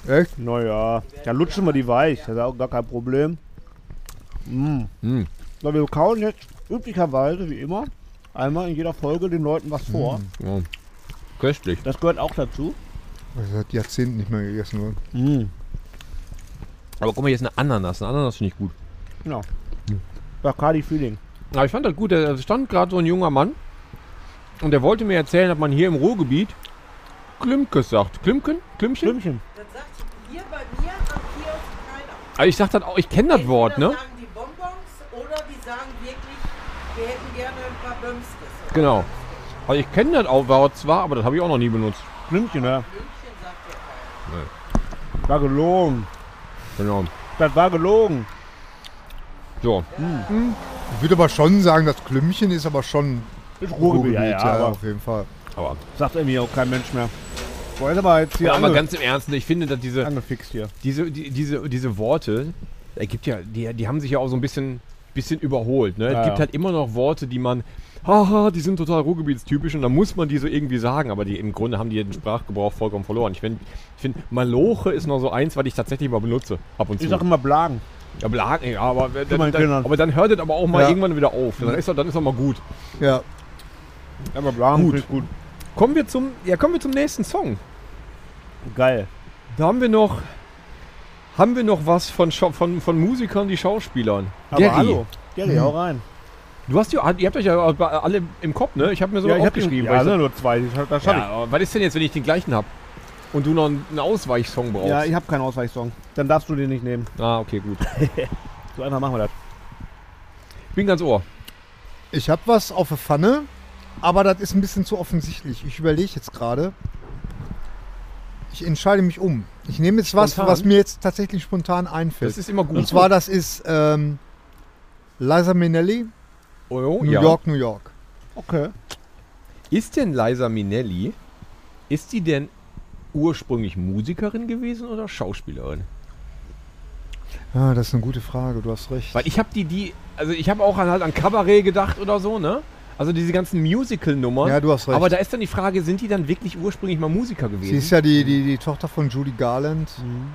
S3: echt?
S5: Naja, dann lutschen wir die weich, das ist auch gar kein Problem. Mm.
S6: Mm.
S5: So, wir kauen jetzt üblicherweise, wie immer, einmal in jeder Folge den Leuten was vor.
S6: Ja. Köstlich.
S5: Das gehört auch dazu.
S3: Ich seit Jahrzehnten nicht mehr gegessen worden.
S6: Aber guck mal, jetzt eine Ananas. Eine Ananas finde ich gut.
S5: Genau. Bacardi Feeling.
S6: Aber ich fand das gut. Da stand gerade so ein junger Mann und der wollte mir erzählen, dass man hier im Ruhrgebiet Klimmkes sagt. Klimken? Klimmchen?
S5: Stimmchen.
S8: Das sagt hier bei mir am Kiosk keiner.
S6: Also ich sag das auch, ich kenne das
S8: Entweder
S6: Wort, ne?
S8: sagen die Bonbons oder die sagen wirklich, wir hätten gerne ein paar Bömskes.
S6: Genau. Also ich kenne das auch Wort zwar, aber das habe ich auch noch nie benutzt.
S5: Stimmchen, ja.
S8: Blümchen sagt ja keiner.
S5: War gelogen.
S6: Genau.
S5: Das war gelogen.
S6: So.
S3: Ich würde aber schon sagen, das Klümpchen ist aber schon
S5: Ist Ruhrgebiet,
S3: Ruhrgebiet,
S5: ja, ja, aber
S3: auf jeden Fall.
S6: Aber,
S5: sagt irgendwie auch kein Mensch mehr. Boah, ist aber jetzt hier
S6: ja, aber
S5: ange
S6: ganz im Ernst, ich finde, dass diese,
S5: angefixt hier.
S6: diese, die, diese, diese Worte, da gibt ja, die, die haben sich ja auch so ein bisschen, bisschen überholt. Ne?
S5: Ja,
S6: es gibt
S5: ja.
S6: halt immer noch Worte, die man, haha, die sind total Ruhrgebietstypisch und da muss man die so irgendwie sagen, aber die im Grunde haben die den Sprachgebrauch vollkommen verloren. Ich finde, ich find, Maloche ist noch so eins, was ich tatsächlich mal benutze, ab und zu.
S5: Ich sag immer Blagen.
S6: ja, Blagen, ja, aber,
S5: meinen
S6: dann, dann,
S5: Kindern. Mhm.
S6: aber dann hört es aber auch mal
S3: Ja.
S6: irgendwann wieder auf. Dann ist, das- dann ist doch mal gut.
S3: Ja,
S5: Aber Blagen
S6: Gut.
S5: gut. gut.
S6: Kommen wir zum, ja, kommen wir zum nächsten Song.
S5: Geil.
S6: Da haben wir noch, haben wir noch was von, Schau- von, von Musikern, die Schauspielern.
S5: Aber
S6: Gary,
S5: hallo. Gary, hau rein.
S6: Du hast ja, ihr habt euch ja alle im Kopf, ne? Ich habe mir so
S5: hab
S6: aufgeschrieben.
S5: Ja,
S6: weil ich
S5: sind nur zwei. Ich, das
S6: so,
S5: schaff
S6: ja, aber was ist denn jetzt, wenn ich den gleichen hab? Und du noch einen einen Ausweichsong brauchst?
S5: ich. Ja, ich habe keinen Ausweichsong. Dann darfst du den nicht nehmen.
S6: ah, okay, gut.
S5: So einfach machen wir das.
S6: Ich bin ganz ohr.
S3: ich habe was auf der Pfanne, aber das ist ein bisschen zu offensichtlich. Ich überlege jetzt gerade. Ich entscheide mich um. Ich nehme jetzt was,
S6: Spontan?
S3: was mir jetzt tatsächlich spontan einfällt.
S6: Das ist immer gut.
S3: Und zwar, das ist ähm, Liza Minnelli,
S6: oh,
S3: New
S6: ja.
S3: York, New York.
S5: Okay.
S6: Ist denn Liza Minnelli, ist die denn ursprünglich Musikerin gewesen oder Schauspielerin?
S3: Ah, das ist eine gute Frage, du hast recht.
S6: Weil ich habe die, die, also ich habe auch an, halt an Kabarett gedacht oder so, ne? Also diese ganzen Musical-Nummern.
S3: Ja, du hast recht.
S6: Aber da ist dann die Frage, sind die dann wirklich ursprünglich mal Musiker gewesen?
S3: Sie ist ja die, die, die Tochter von Judy Garland.
S6: Mhm.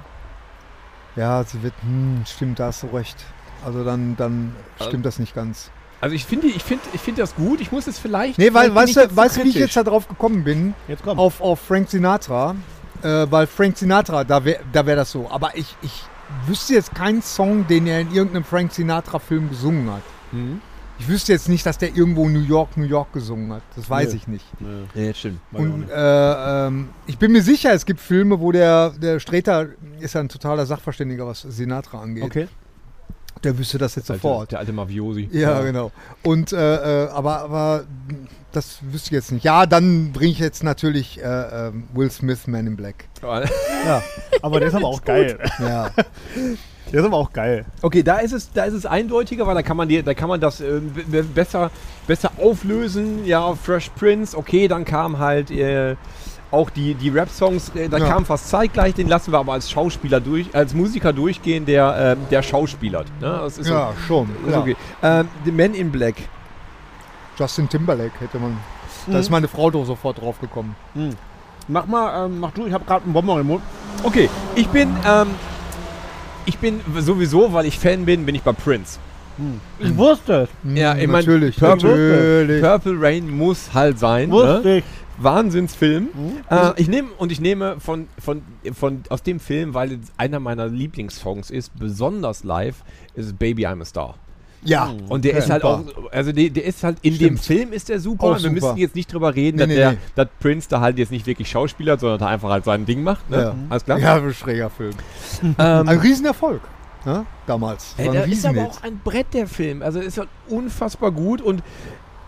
S3: Ja, sie wird, hm, stimmt, da hast du recht. Also dann, dann
S6: Also-
S3: stimmt das nicht ganz.
S6: also ich finde, ich finde, ich finde das gut. Ich muss es vielleicht.
S3: Nee, weil,
S6: vielleicht bin
S3: weißt du,
S6: jetzt zu
S3: weißt du, wie ich
S6: kritisch.
S3: jetzt da drauf gekommen bin?
S5: Jetzt komm.
S3: Auf, auf Frank Sinatra. Äh, weil Frank Sinatra, da wäre da wär das so. Aber ich, ich wüsste jetzt keinen Song, den er in irgendeinem Frank Sinatra-Film gesungen hat.
S5: Hm?
S6: Mhm.
S3: Ich wüsste jetzt nicht, dass der irgendwo New York, New York gesungen hat. Das weiß
S5: Nee.
S3: ich nicht.
S5: Nee,
S6: Ja, stimmt.
S5: weiß ich auch
S3: Und
S5: nicht.
S3: äh, ähm, ich bin mir sicher, es gibt Filme, wo der, der Streter ist ja ein totaler Sachverständiger, was Sinatra angeht.
S5: Okay.
S3: Der wüsste das jetzt
S6: Alter,
S3: sofort.
S6: der alte Mafiosi.
S3: Ja, genau. Und äh, äh, aber, aber das wüsste ich jetzt nicht. Ja, dann bringe ich jetzt natürlich äh, ähm, Will Smith, Man in Black.
S5: Aber der ist aber auch geil.
S3: Ja.
S5: Der ist aber auch geil.
S6: Okay, da ist es, da ist es eindeutiger, weil da kann man die, da kann man das äh, be- be- besser, besser auflösen. Ja, Fresh Prince. Okay, dann kam halt äh, auch die, die Rap-Songs. Äh, da
S3: Ja.
S6: kam fast zeitgleich. Den lassen wir aber als Schauspieler durch, als Musiker durchgehen, der, äh, der schauspielert. Ne? Das ist
S3: ja, schon. Also,
S6: so, ist okay.
S3: klar.
S6: Ähm, The Man in Black.
S3: Justin Timberlake hätte man.
S6: Mhm.
S3: Da ist meine Frau doch sofort drauf gekommen.
S5: Mach mal, ähm, mach du, ich habe gerade einen Bonbon im Mund.
S6: Okay, ich bin, ähm, ich bin sowieso, weil ich Fan bin, bin ich bei Prince.
S9: Ich wusste es.
S6: Ja, ich mein,
S3: natürlich,
S6: Purple,
S3: natürlich.
S6: Purple Rain muss halt sein.
S9: Wusste
S6: Ne?
S9: ich.
S6: Wahnsinnsfilm.
S3: Mhm. Also-
S6: Äh, ich nehme und ich nehme von, von, von aus dem Film, weil es einer meiner Lieblingssongs ist, besonders live, ist Baby I'm a Star.
S3: Ja.
S6: Und der
S3: Okay.
S6: ist halt
S3: Super.
S6: auch, also der, der ist halt in dem
S3: Stimmt.
S6: Film ist der super.
S3: Auch
S6: Wir müssen
S3: super.
S6: jetzt nicht drüber reden,
S3: Nee,
S6: dass,
S3: nee,
S6: der,
S3: nee.
S6: dass Prince da halt jetzt nicht wirklich Schauspieler, sondern da einfach halt sein Ding macht. Ne?
S3: Ja.
S6: Alles klar.
S3: Ja, ein schräger Film.
S6: Ähm,
S3: Ein Riesenerfolg. Ne? Damals.
S6: Ey,
S3: War ein
S6: da ist aber
S3: Riesenhit.
S6: auch ein Brett der Film. Also ist halt unfassbar gut und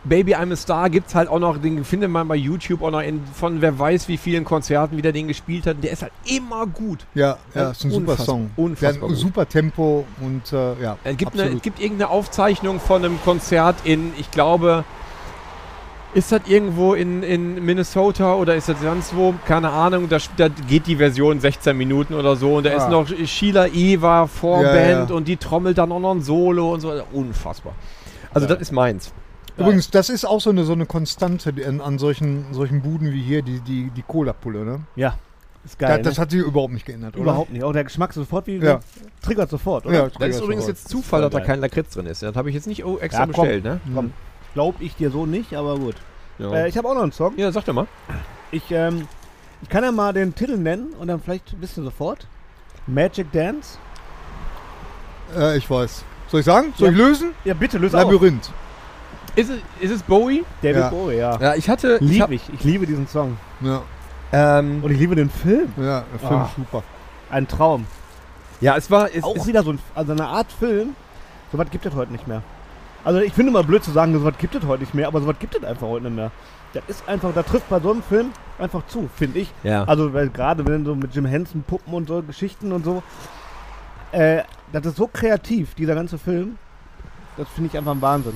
S6: Baby I'm a Star gibt's halt auch noch, den findet man bei YouTube auch noch in, von wer weiß wie vielen Konzerten, wie der den gespielt hat. Der ist halt immer gut.
S3: Ja, ja, ist ein super
S6: Unfassbar-
S3: Song. Der
S6: unfassbar
S3: hat
S6: gut.
S3: ein super Tempo und äh, ja.
S6: Es gibt, eine, es
S3: absolut.
S6: gibt irgendeine Aufzeichnung von einem Konzert in, ich glaube, ist das irgendwo in, in Minnesota oder ist das sonst wo? Keine Ahnung. Da, sp- da geht die Version 16 Minuten oder so. Und da ist
S3: Ah.
S6: noch Sheila E. war Vorband
S3: Ja, ja.
S6: und die trommelt dann auch noch ein Solo und so. Unfassbar. Also, das ist meins.
S3: Übrigens, das ist auch so eine, so eine Konstante die an, an solchen, solchen Buden wie hier, die, die, die Cola-Pulle. Ne?
S5: Ja, ist
S3: Da,
S5: geil.
S3: das
S5: ne?
S3: hat sich überhaupt nicht geändert, oder?
S5: Überhaupt nicht. Auch der Geschmack sofort wie
S3: Ja.
S5: triggert sofort, oder?
S3: Ja,
S6: Das ist übrigens jetzt Zufall, dass da kein Lakritz drin ist. Das habe ich jetzt nicht oh, extra
S5: Ja, komm.
S6: bestellt, ne?
S5: Komm, glaub ich dir so nicht, aber gut.
S6: Ja.
S5: Äh, ich habe auch noch einen Song.
S6: ja, sag doch mal.
S5: Ich, ähm, ich kann ja mal den Titel nennen und dann vielleicht wissen wir sofort. Magic Dance.
S3: Äh, ich weiß. Soll ich sagen? Soll ich lösen?
S5: Ja, bitte löse auf.
S3: Labyrinth.
S6: Ist es, ist es Bowie?
S5: David
S3: Ja.
S5: Bowie, ja.
S6: Ja, ich hatte. Ich hab,
S5: Lieb ich. Ich liebe diesen Song.
S3: Ja,
S6: ähm,
S5: Und ich liebe den Film.
S3: ja der Film
S5: Ah.
S3: ist super.
S5: Ein Traum.
S6: ja, es war. Es,
S5: Auch
S6: es,
S5: wieder so ein, also eine Art Film. So was gibt es heute nicht mehr. Also ich finde immer blöd zu sagen, so was gibt es heute nicht mehr, aber so was gibt es einfach heute nicht mehr. Das ist einfach, da trifft bei so einem Film einfach zu, finde ich.
S6: ja.
S5: Also weil gerade wenn so mit Jim Henson Puppen und so Geschichten und so, äh, das ist so kreativ, dieser ganze Film. Das finde ich einfach ein Wahnsinn.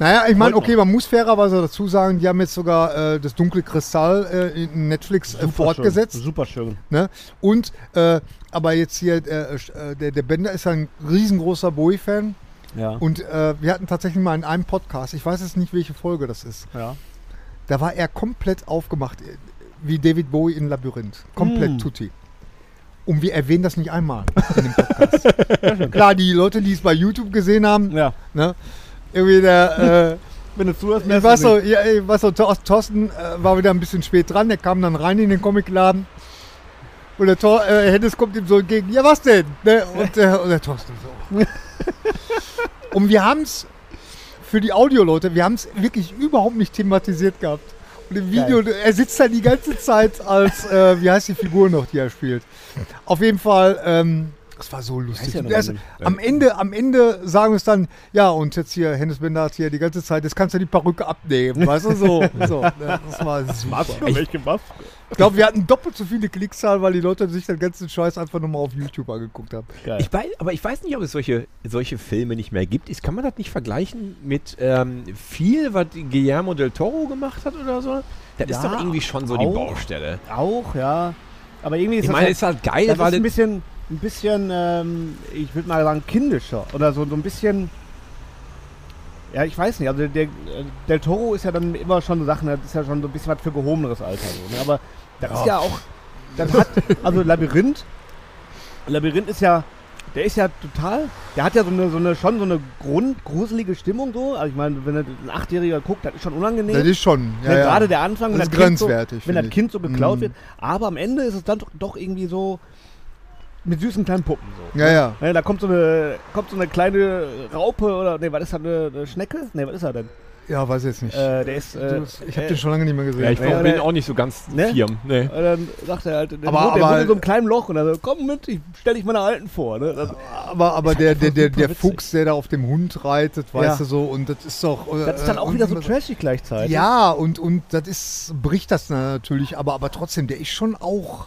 S3: Naja, ich meine,
S5: Heute noch.
S3: okay, man muss fairerweise dazu sagen, die haben jetzt sogar äh, das dunkle Kristall äh, in Netflix äh, fortgesetzt.
S5: Super schön.
S3: Ne? Und, äh, aber jetzt hier, äh, sch- äh, der, der Bender ist ein riesengroßer Bowie-Fan.
S5: Ja.
S3: Und äh, wir hatten tatsächlich mal in einem Podcast, ich weiß jetzt nicht, welche Folge das ist,
S5: ja.
S3: da war er komplett aufgemacht, äh, wie David Bowie in Labyrinth. Komplett tutti. Und wir erwähnen das nicht einmal in dem Podcast. Klar, die Leute, die es bei YouTube gesehen haben,
S5: Ja.
S3: ne? irgendwie der... Äh,
S5: Wenn du zuhörst,
S3: Ich war so, ja, ich war so Thor- Thorsten äh, war wieder ein bisschen spät dran, der kam dann rein in den Comicladen. Und der Tor, äh, Hennes kommt ihm so entgegen, ja was denn? Ne? Und, äh, und der Thorsten so. und wir haben es für die Audioleute, wir haben es wirklich überhaupt nicht thematisiert gehabt. Und im Video, er sitzt da die ganze Zeit als, äh, wie heißt die Figur noch, die er spielt. Auf jeden Fall, ähm, das war so lustig.
S5: Weiß ja noch
S3: Das-
S5: nicht.
S3: am, Ende, am Ende sagen wir es dann, ja, und jetzt hier, Hennes Bender hat hier die ganze Zeit, jetzt kannst du die Perücke abnehmen, weißt du, so. so ne, das war super.
S5: welche Waffe?
S3: Ich glaube, wir hatten doppelt so viele Klickzahlen, weil die Leute sich den ganzen Scheiß einfach nochmal auf YouTube angeguckt haben.
S6: Ich weiß, aber ich weiß nicht, ob es solche, solche Filme nicht mehr gibt. Ist, kann man das nicht vergleichen mit ähm, viel, was Guillermo del Toro gemacht hat oder so? Das ist
S5: Ja,
S6: doch irgendwie schon so die
S5: auch.
S6: Baustelle.
S5: Auch, ja. Aber irgendwie ist
S6: Ich
S5: das
S6: meine,
S5: halt-
S6: ist halt geil,
S5: Das ist
S6: weil
S5: ein
S6: das,
S5: bisschen, ein bisschen ähm, ich würde mal sagen, kindischer. Oder so, so ein bisschen. Ja, ich weiß nicht. Also, der, äh, Del Toro ist ja dann immer schon so Sachen, das ist ja schon so ein bisschen was für gehobeneres Alter. So, ne? Aber das ist ja auch. Das hat, also, Labyrinth. Labyrinth ist ja. Der ist ja total. Der hat ja so eine, so eine schon so eine Grund, gruselige Stimmung so. Also, ich meine, wenn ein Achtjähriger guckt, das ist schon unangenehm.
S3: Das ist schon. Ja,
S5: Wenn
S3: ja.
S5: Gerade der Anfang, wenn
S3: Das
S5: das,
S3: ist
S5: kind so,
S3: grenzwertig,
S5: wenn
S3: finde
S5: das
S3: ich.
S5: Kind so geklaut
S3: Mhm.
S5: wird. Aber am Ende ist es dann doch, doch irgendwie so mit süßen kleinen Puppen so.
S3: ja, ja.
S5: Ne, da kommt so, eine, kommt so eine kleine Raupe oder nee, was ist das, eine, eine Schnecke? Nee, was ist er denn?
S3: Ja, weiß jetzt nicht.
S5: Äh, der ist, äh,
S3: ich habe
S5: äh,
S3: den schon lange nicht mehr gesehen.
S6: ja, ich
S5: Ja,
S6: bin
S5: ja.
S6: auch nicht so ganz
S5: Ne?
S6: firm. Nee.
S5: Und dann sagt er halt, der
S3: Aber-
S5: wohnt- der
S3: aber-
S5: wohnt in so einem kleinen Loch und dann so, komm mit, ich stell dich meiner Alten vor. Ne? Das,
S3: aber aber der, der, der, der Fuchs, der da auf dem Hund reitet, weißt
S5: Ja.
S3: du so, und das ist doch. äh,
S5: das ist dann auch
S3: und
S5: wieder so
S3: immer
S5: trashig gleichzeitig.
S3: Ja, und, und das ist, bricht das natürlich, aber, aber trotzdem, der ist schon auch.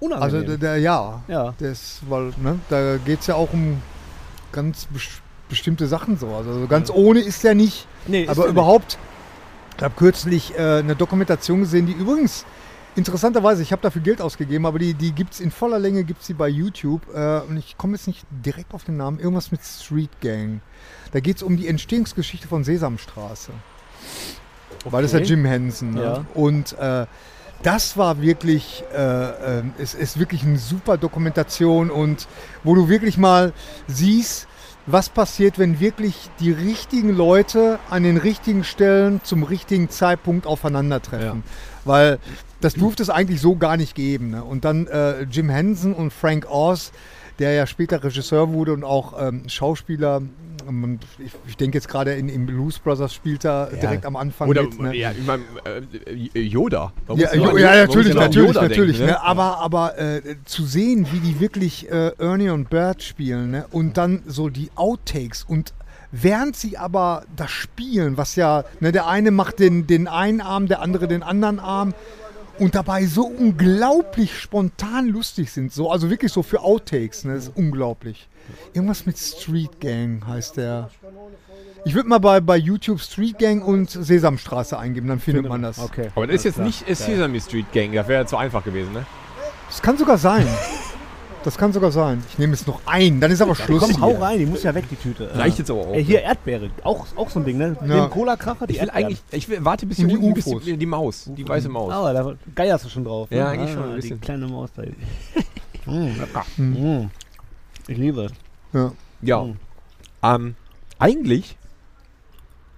S5: Unangenehm.
S3: Also der, der ja.
S5: ja.
S3: Der ist, weil, ne, da geht es ja auch um ganz bes- bestimmte Sachen so. Also so ganz ohne ist der nicht.
S5: Nee, ist
S3: aber
S5: der
S3: überhaupt, ich habe kürzlich äh, eine Dokumentation gesehen, die übrigens. Interessanterweise, ich habe dafür Geld ausgegeben, aber die, die gibt es in voller Länge, gibt es die bei YouTube. Äh, und ich komme jetzt nicht direkt auf den Namen, irgendwas mit Street Gang. Da geht es um die Entstehungsgeschichte von Sesamstraße. Weil das ist ja Jim Henson. Ne?
S5: Ja.
S3: Und äh, das war wirklich, äh, ähm, es ist wirklich eine super Dokumentation und wo du wirklich mal siehst, was passiert, wenn wirklich die richtigen Leute an den richtigen Stellen zum richtigen Zeitpunkt aufeinandertreffen. Weil das durfte es eigentlich so gar nicht geben. Ne? Und dann äh, Jim Henson und Frank Oz, der ja später Regisseur wurde und auch ähm, Schauspieler. ähm, Ich, ich denke jetzt gerade in, in Blues Brothers spielt er direkt am Anfang
S6: Oder
S3: mit. Ne?
S6: ja, ich mein, äh, Yoda. Man muss
S3: Ja,
S6: nur
S3: jo,
S6: an-
S3: ja,
S6: man muss
S3: natürlich,
S6: nur an
S3: natürlich,
S6: Yoda denken,
S3: natürlich.
S6: ne?
S3: ne? Aber, aber äh, zu sehen, wie die wirklich äh, Ernie und Bert spielen ne? und dann so die Outtakes und während sie aber das spielen, was ja, ne, der eine macht den, den einen Arm, der andere den anderen Arm und dabei so unglaublich spontan lustig sind, so, also wirklich so für Outtakes, ne? das ist unglaublich. Irgendwas mit Street Gang heißt der. Ich würde mal bei, bei YouTube Street Gang und Sesamstraße eingeben, dann findet man das.
S9: Okay.
S6: Aber das ist jetzt nicht ist Sesame Street Gang, das wäre ja zu einfach gewesen, ne?
S3: Das kann sogar sein. Das kann sogar sein. Ich nehme jetzt noch ein, dann ist aber Schluss.
S5: Komm, hau
S3: hier.
S5: rein, die muss ja weg, die Tüte.
S6: Reicht jetzt aber auch.
S5: Äh, hier Erdbeere, auch, auch so ein Ding, ne?
S3: Ja.
S5: Den Cola-Kracher, die
S6: Ich will
S5: Erdbeeren.
S6: eigentlich, ich will, warte bis hier
S3: Und die
S6: unten, bis
S3: UFOs.
S6: die, die Maus, die weiße Maus.
S5: Aber da geierst du schon drauf. ne? Ah,
S6: Ja, eigentlich schon ein
S5: Die
S6: bisschen.
S5: kleine Maus da hinten. mm, lecker. Mm. Ich liebe es.
S3: Ja.
S6: Ja.
S5: Mhm.
S6: Ähm, eigentlich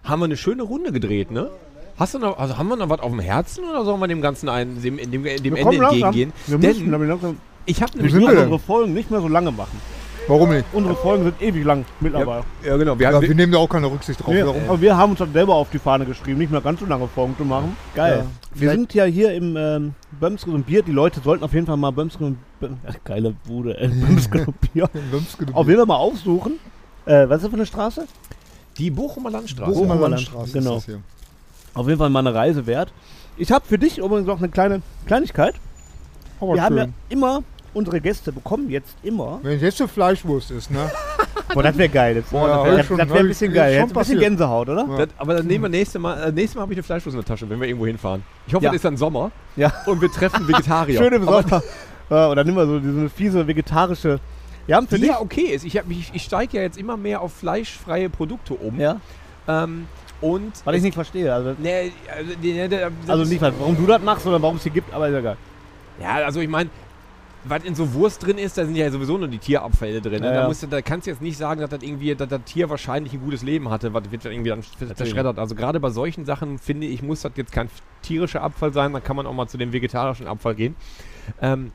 S6: haben wir eine schöne Runde gedreht, ne? Hast du noch, also haben wir noch was auf dem Herzen oder sollen wir dem Ganzen einen, dem, dem, dem Ende entgegengehen?
S5: Wir müssen
S6: Denn
S5: nämlich langsam
S6: ich habe
S3: Wir
S6: nämlich
S5: wir müssen
S3: sind wir
S5: unsere
S3: denn?
S5: Folgen nicht mehr so lange machen.
S3: Warum nicht?
S5: Unsere Folgen sind ewig lang mittlerweile.
S6: Ja, genau. Wir
S3: Ja,
S6: haben,
S3: wir nehmen da auch keine Rücksicht drauf.
S5: Wir,
S3: Warum?
S5: aber wir haben uns dann selber auf die Fahne geschrieben, nicht mehr ganz so lange Folgen zu machen. Geil.
S3: Ja.
S5: Wir sind ja hier im ähm, Bömsken und Bier. Die Leute sollten auf jeden Fall mal Bömsken und Böm- Ach, geile Bude, äh, Bömsken und Bier.
S3: Lömske, du
S5: Auf jeden Fall mal aufsuchen. Äh, was ist das für eine Straße?
S6: die Bochumer Landstraße.
S3: Bochumer
S5: Bochumer
S3: Landstraße ist
S5: Genau.
S3: das hier.
S5: Auf jeden Fall mal eine Reise wert. Ich habe für dich übrigens noch eine kleine Kleinigkeit.
S3: Aber
S5: wir haben ja
S3: schön.
S5: immer unsere Gäste bekommen jetzt immer.
S3: Wenn jetzt eine Fleischwurst ist, ne?
S5: Boah, das wäre geil. Jetzt.
S6: Boah, das
S3: Ja,
S6: wär-
S3: hab
S5: das
S3: ich schon-
S5: das
S3: hab
S5: wäre ein
S3: ich-
S5: bisschen
S3: ist
S5: geil.
S3: schon
S5: Jetzt ein bisschen
S3: passiert.
S5: Gänsehaut, oder?
S3: Ja.
S6: Das, aber dann nehmen wir nächste Mal, äh, nächstes Mal habe ich eine Fleischwurst in der Tasche, wenn wir irgendwo hinfahren. Ich
S5: Hm.
S6: hoffe,
S5: Ja.
S6: es ist dann Sommer
S5: Ja.
S6: und wir treffen Vegetarier.
S5: Schön im Sommer. Ja, und dann nehmen wir so diese fiese vegetarische. Wir haben für
S6: Die
S5: dich.
S6: ja okay ist. Ich, hab- ich, ich steige ja jetzt immer mehr auf fleischfreie Produkte um.
S5: Ja,
S6: Ähm, und
S5: was ich nicht verstehe. Also,
S6: Nee, also, nee, nee,
S5: also nicht, was- warum du das machst, sondern warum es hier gibt, aber ist ja geil.
S6: Ja, also ich meine, was in so Wurst drin ist, da sind ja sowieso nur die Tierabfälle drin. Ne?
S5: Ja,
S6: Da,
S5: ja.
S6: musst du, da kannst du jetzt nicht sagen, dass das irgendwie, dass das Tier wahrscheinlich ein gutes Leben hatte, was wird dann irgendwie dann sch- zerschreddert. Also gerade bei solchen Sachen finde ich, muss das jetzt kein tierischer Abfall sein, dann kann man auch mal zu dem vegetarischen Abfall gehen. Ähm,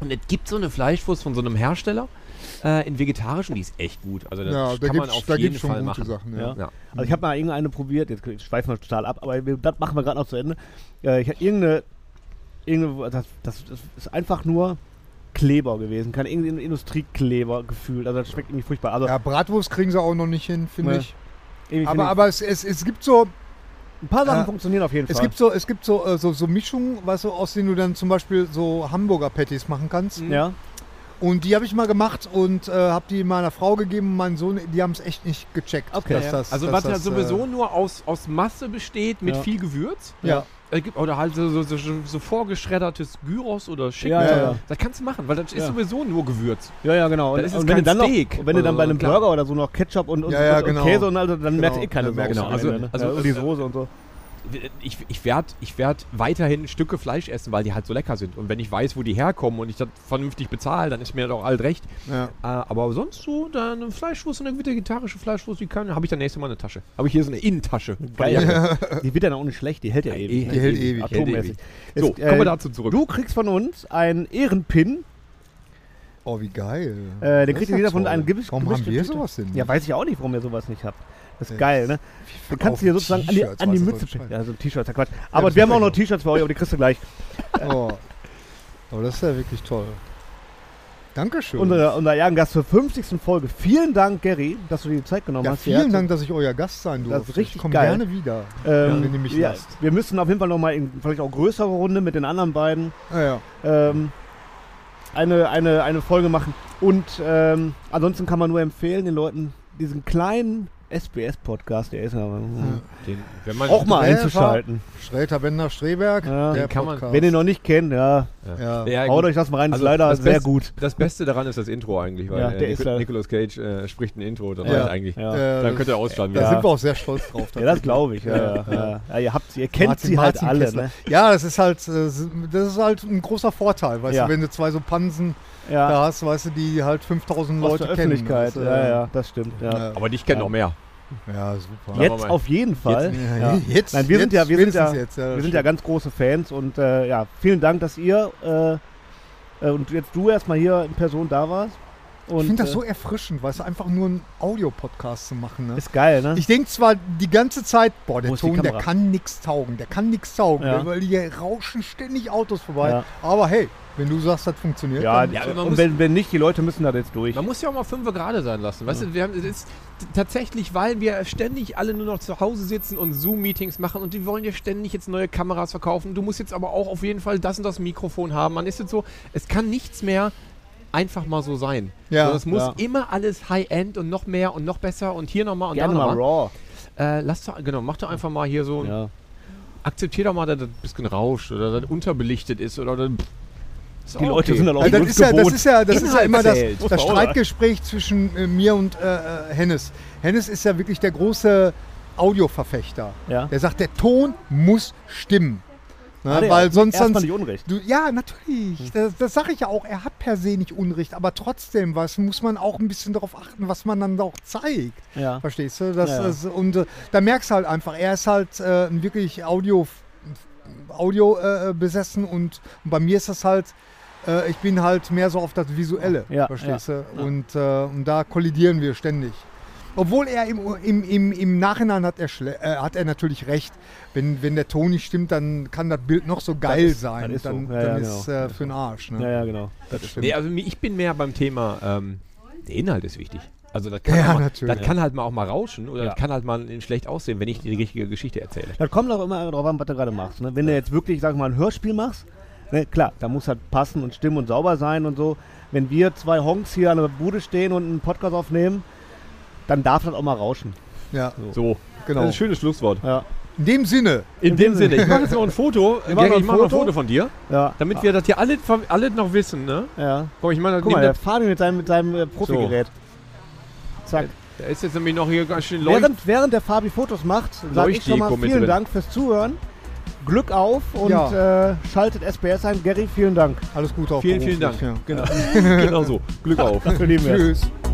S6: und es gibt so eine Fleischwurst von so einem Hersteller äh, in vegetarischen, die ist echt gut. Also das
S3: Ja, da
S6: kann man
S3: gibt's,
S6: auf
S3: da
S6: jeden
S3: gibt's schon
S6: Fall
S3: gute
S6: machen.
S3: Sachen.
S5: Ja.
S3: Ja.
S6: Ja.
S5: Also ich habe mal irgendeine probiert, jetzt schweifen wir total ab, aber wir, das machen wir gerade noch zu Ende. Äh, ich habe irgendeine, irgendeine das, das, das ist einfach nur Kleber gewesen, kein irgendein Industriekleber gefühlt, also das schmeckt irgendwie furchtbar. Also
S3: ja, Bratwurst kriegen sie auch noch nicht hin, finde
S5: Nee.
S3: ich.
S5: irgendwie
S3: Aber,
S5: finde
S3: aber es, es, es gibt so,
S5: ich, ein paar Sachen
S3: äh,
S5: funktionieren auf jeden
S3: es
S5: Fall.
S3: gibt so, es gibt so, äh, so, so Mischungen, weißt du, aus denen du dann zum Beispiel so Hamburger Patties machen kannst.
S5: ja,
S3: Und die habe ich mal gemacht und äh, habe die meiner Frau gegeben und meinem Sohn, die haben es echt nicht gecheckt.
S5: Okay.
S3: dass das-
S6: Also
S3: dass
S6: was ja
S3: das, äh,
S6: sowieso nur aus, aus Masse besteht mit
S5: Ja.
S6: viel Gewürz.
S3: Ja.
S6: Äh, gibt- Oder halt so, so, so, so vorgeschreddertes Gyros oder Chicken.
S5: Ja,
S3: ja, ja.
S6: Das kannst du machen, weil das ist
S5: Ja.
S6: sowieso nur Gewürz.
S5: ja, ja, genau.
S6: Dann ist es
S5: wenn
S6: kein
S5: du dann
S6: Steak
S5: noch, wenn du dann
S6: oder
S5: bei
S6: so,
S5: einem
S6: klar.
S5: Burger oder so noch Ketchup und, und,
S3: Ja, ja,
S5: und
S3: genau.
S5: Käse und also, dann
S3: Genau,
S5: merkst du eh keine
S3: dann
S5: Sau.
S3: merkst
S6: du
S5: am
S6: keine
S5: Ende,
S6: Sau.
S5: ne?
S6: Also-
S5: ja, und die Soße und so.
S6: Ich, ich werde ich werd weiterhin Stücke Fleisch essen, weil die halt so lecker sind. Und wenn ich weiß, wo die herkommen und ich das vernünftig bezahle, dann ist mir doch alt recht.
S3: Ja.
S6: Äh, aber sonst so, dann eine Fleischwurst und eine vegetarische Fleischwurst, die kann, habe ich dann nächstes Mal eine Tasche. Habe ich hier so eine Innentasche.
S5: Geil. Die wird dann auch nicht schlecht, die hält ja
S6: Ja,
S5: ewig. ne?
S6: eh,
S3: Die hält ewig.
S5: Atommäßig.
S6: So,
S5: Jetzt,
S6: kommen wir
S5: äh,
S6: dazu zurück.
S5: Du kriegst von uns einen Ehrenpin.
S3: Oh, wie geil.
S5: Äh,
S3: Das
S5: der kriegt
S3: ist ja
S5: jeder von
S3: toll.
S5: einem gemischt.
S3: Warum haben
S5: gemischte
S3: wir
S5: Tüte.
S3: sowas denn?
S5: Ja, weiß ich auch nicht, warum ihr sowas nicht habt. Das ist
S3: Äh,
S5: geil, ne? Du kannst dir sozusagen an die, an die Mütze pinnen. Ja, so ein T-Shirt, ist ja Quatsch. Aber
S3: das
S5: wir
S3: ist
S5: haben auch
S3: ja
S5: noch T-Shirts für euch, aber die kriegst du gleich.
S3: Oh. oh, das ist ja wirklich toll. Dankeschön.
S5: Unsere, unser Ehrengast zur 50. Folge. Vielen Dank, Gary, dass du dir die Zeit genommen
S3: ja,
S5: hast.
S3: vielen
S5: hier.
S3: Dank, dass ich euer Gast sein
S5: Das ist
S3: durfte.
S5: richtig
S3: ich komme
S5: geil.
S3: gerne wieder.
S5: Ähm,
S3: wenn ihr mich
S5: ja,
S3: lasst.
S5: wir müssen auf jeden Fall nochmal in vielleicht auch größere Runde mit den anderen beiden
S3: Ah, ja.
S5: ähm, eine, eine, eine Folge machen. Und ähm, ansonsten kann man nur empfehlen, den Leuten diesen kleinen SBS-Podcast, der ist ja Also
S6: Den, wenn man
S5: auch mal
S3: Helfer.
S5: einzuschalten.
S3: Schräter Bender Streberg.
S5: Ja.
S3: der
S6: Den kann man-
S3: Podcast.
S5: Wenn ihr noch nicht kennt, ja,
S3: Ja. Äh,
S6: Ja,
S5: Haut
S6: gut.
S5: euch das mal rein, ist
S6: Also
S5: leider
S6: das
S5: sehr
S6: Beste-
S5: gut.
S6: Das Beste daran ist das Intro eigentlich, weil
S5: Ja,
S6: äh,
S5: der ist leider-
S6: Nicolas Cage äh, spricht ein Intro, das
S3: Ja.
S6: reicht eigentlich.
S5: Ja.
S3: Äh,
S6: Dann
S3: das-
S6: könnt ihr ausschlagen.
S3: Da
S5: Ja.
S3: sind wir auch sehr stolz drauf.
S5: Ja, das glaube ich. Ja, ja, ja. Ja, ihr, habt, ihr kennt sie halt alle.
S3: Kessler.
S5: Ne?
S3: Ja, das ist halt, äh, das ist halt ein großer Vorteil, weißt
S5: Ja.
S3: du, wenn du zwei so Pansen da
S5: Ja,
S3: hast, weißt du, die halt 5000
S5: aus
S3: Leute
S5: der
S3: kennen.
S5: Öffentlichkeit.
S3: Das, äh,
S5: ja, ja, das stimmt. Ja.
S3: Ja,
S6: Aber dich kennt
S5: Ja.
S6: noch mehr.
S3: ja super.
S6: Ja.
S5: Jetzt auf jeden Fall. Ja.
S3: Jetzt,
S5: Nein, wir sind ja- wir sind
S3: wenigstens
S5: ja-
S3: jetzt, ja,
S5: Wir
S3: das
S5: sind ja
S3: stimmt.
S5: ganz große Fans und äh, ja, vielen Dank, dass ihr äh, äh, und jetzt du erstmal hier in Person da warst. Und,
S3: ich finde
S5: äh,
S3: das so erfrischend, weißt du, einfach nur einen Audiopodcast zu machen. Ne?
S5: Ist geil, ne?
S3: Ich denke zwar die ganze Zeit, boah, der
S5: Wo ist die
S3: Ton, der
S5: Kamera?
S3: kann nichts taugen, der kann nichts taugen,
S5: Ja.
S3: weil hier rauschen ständig Autos vorbei.
S5: Ja.
S3: Aber hey, wenn du sagst, das funktioniert,
S5: ja,
S3: dann,
S6: Ja, aber man
S5: und wenn, wenn nicht, die Leute müssen da jetzt durch.
S6: Man muss ja auch mal fünf gerade sein lassen. Weißt du, wir haben es ist t- tatsächlich, weil wir ständig alle nur noch zu Hause sitzen und Zoom-Meetings machen und die wollen ja ständig jetzt neue Kameras verkaufen. Du musst jetzt aber auch auf jeden Fall das und das Mikrofon haben. Man ist jetzt so, es kann nichts mehr einfach mal so sein.
S3: Ja,
S6: so, es muss
S5: ja.
S6: immer alles High-End und noch mehr und noch besser und hier nochmal und
S5: Gerne
S6: da
S5: mal
S6: nochmal.
S5: raw.
S6: Äh, lass doch, genau, mach doch einfach mal hier so, ein-
S5: Ja.
S6: akzeptier doch mal, dass das ein bisschen rauscht oder dass unterbelichtet ist oder dann. Ist
S5: Die
S6: auch
S5: Leute
S6: okay.
S5: sind halt auch
S3: Ja, Also das,
S5: uns
S3: ist ja, das
S5: gewohnt.
S3: ist ja, das ist ja
S6: Inhalt
S3: immer das,
S6: zählt.
S3: das
S5: man auch sagen.
S3: Streitgespräch zwischen äh, mir und äh, äh, Hennes. Hennes ist ja wirklich der große Audioverfechter.
S5: Ja.
S3: Der sagt, der Ton muss stimmen. Ne,
S5: Hat er
S3: weil sonst,
S5: Erstmal
S3: sonst
S5: nicht Unrecht.
S3: du, ja,
S5: Hm.
S3: natürlich. Das, das sage ich ja auch. Er hat per se nicht Unrecht, aber trotzdem, was muss man auch ein bisschen darauf achten, was man dann auch zeigt.
S5: Ja.
S3: Verstehst du? Das
S5: Ja, ja.
S3: Ist, und äh, da merkst du halt einfach, er ist halt äh, ein wirklich Audio, Audio äh, besessen und, und bei mir ist das halt, äh, ich bin halt mehr so auf das Visuelle,
S5: Ja,
S3: verstehst du? Und, äh, und da kollidieren wir ständig. Obwohl er im, im, im, im Nachhinein hat er, schle- äh, hat er natürlich recht. Wenn, wenn der Ton nicht stimmt, dann kann das Bild noch so geil
S5: ist-
S3: sein.
S5: das ist so.
S3: dann
S5: Ja, ja,
S3: dann
S5: genau.
S3: ist äh, für den Arsch. Ne?
S5: Ja, ja, genau.
S3: das stimmt.
S6: Nee, also mi- ich bin mehr beim Thema, ähm, der Inhalt ist wichtig. Also das kann,
S3: Ja,
S6: auch mal,
S3: natürlich.
S6: das kann halt mal auch mal rauschen oder
S5: Ja.
S6: das kann halt mal schlecht aussehen, wenn ich die richtige Geschichte erzähle.
S5: Das kommt auch immer darauf an, was du gerade machst. Ne? Wenn du jetzt wirklich, sag ich mal, ein Hörspiel machst, ne, klar, da muss halt passen und stimmen und sauber sein und so. Wenn wir zwei Honks hier an der Bude stehen und einen Podcast aufnehmen, dann darf das auch mal rauschen.
S3: Ja,
S6: So,
S3: genau.
S6: das ist ein schönes Schlusswort.
S5: Ja,
S3: In dem Sinne,
S6: In, dem Sinne, ich mache jetzt noch ein Foto. Gary,
S5: machen noch ein
S6: ich mache noch ein
S5: Foto.
S6: Foto Ah. von dir,
S5: ja,
S6: damit wir das hier alle, ver- alle noch wissen. Ne?
S5: ja.
S6: Komm, ich meine,
S5: Guck mal, der
S6: das,
S5: Fabian mit seinem, mit seinem äh, Profi-Gerät. Zack.
S6: da ist jetzt nämlich noch hier ganz schön Leute.
S5: Während, während der Fabi Fotos macht, sage ich schon mal
S6: Leuchtdeko mit
S5: vielen
S6: drin.
S5: Dank fürs Zuhören. Glück auf und
S3: Ja.
S5: äh, schaltet SBS ein. Gary, vielen Dank.
S3: alles Gute auf
S6: Vielen, vielen
S3: beruflich,
S6: Dank. Genau. genau so. Glück auf.
S5: Dafür lieben wir es.
S3: Ja. Tschüss.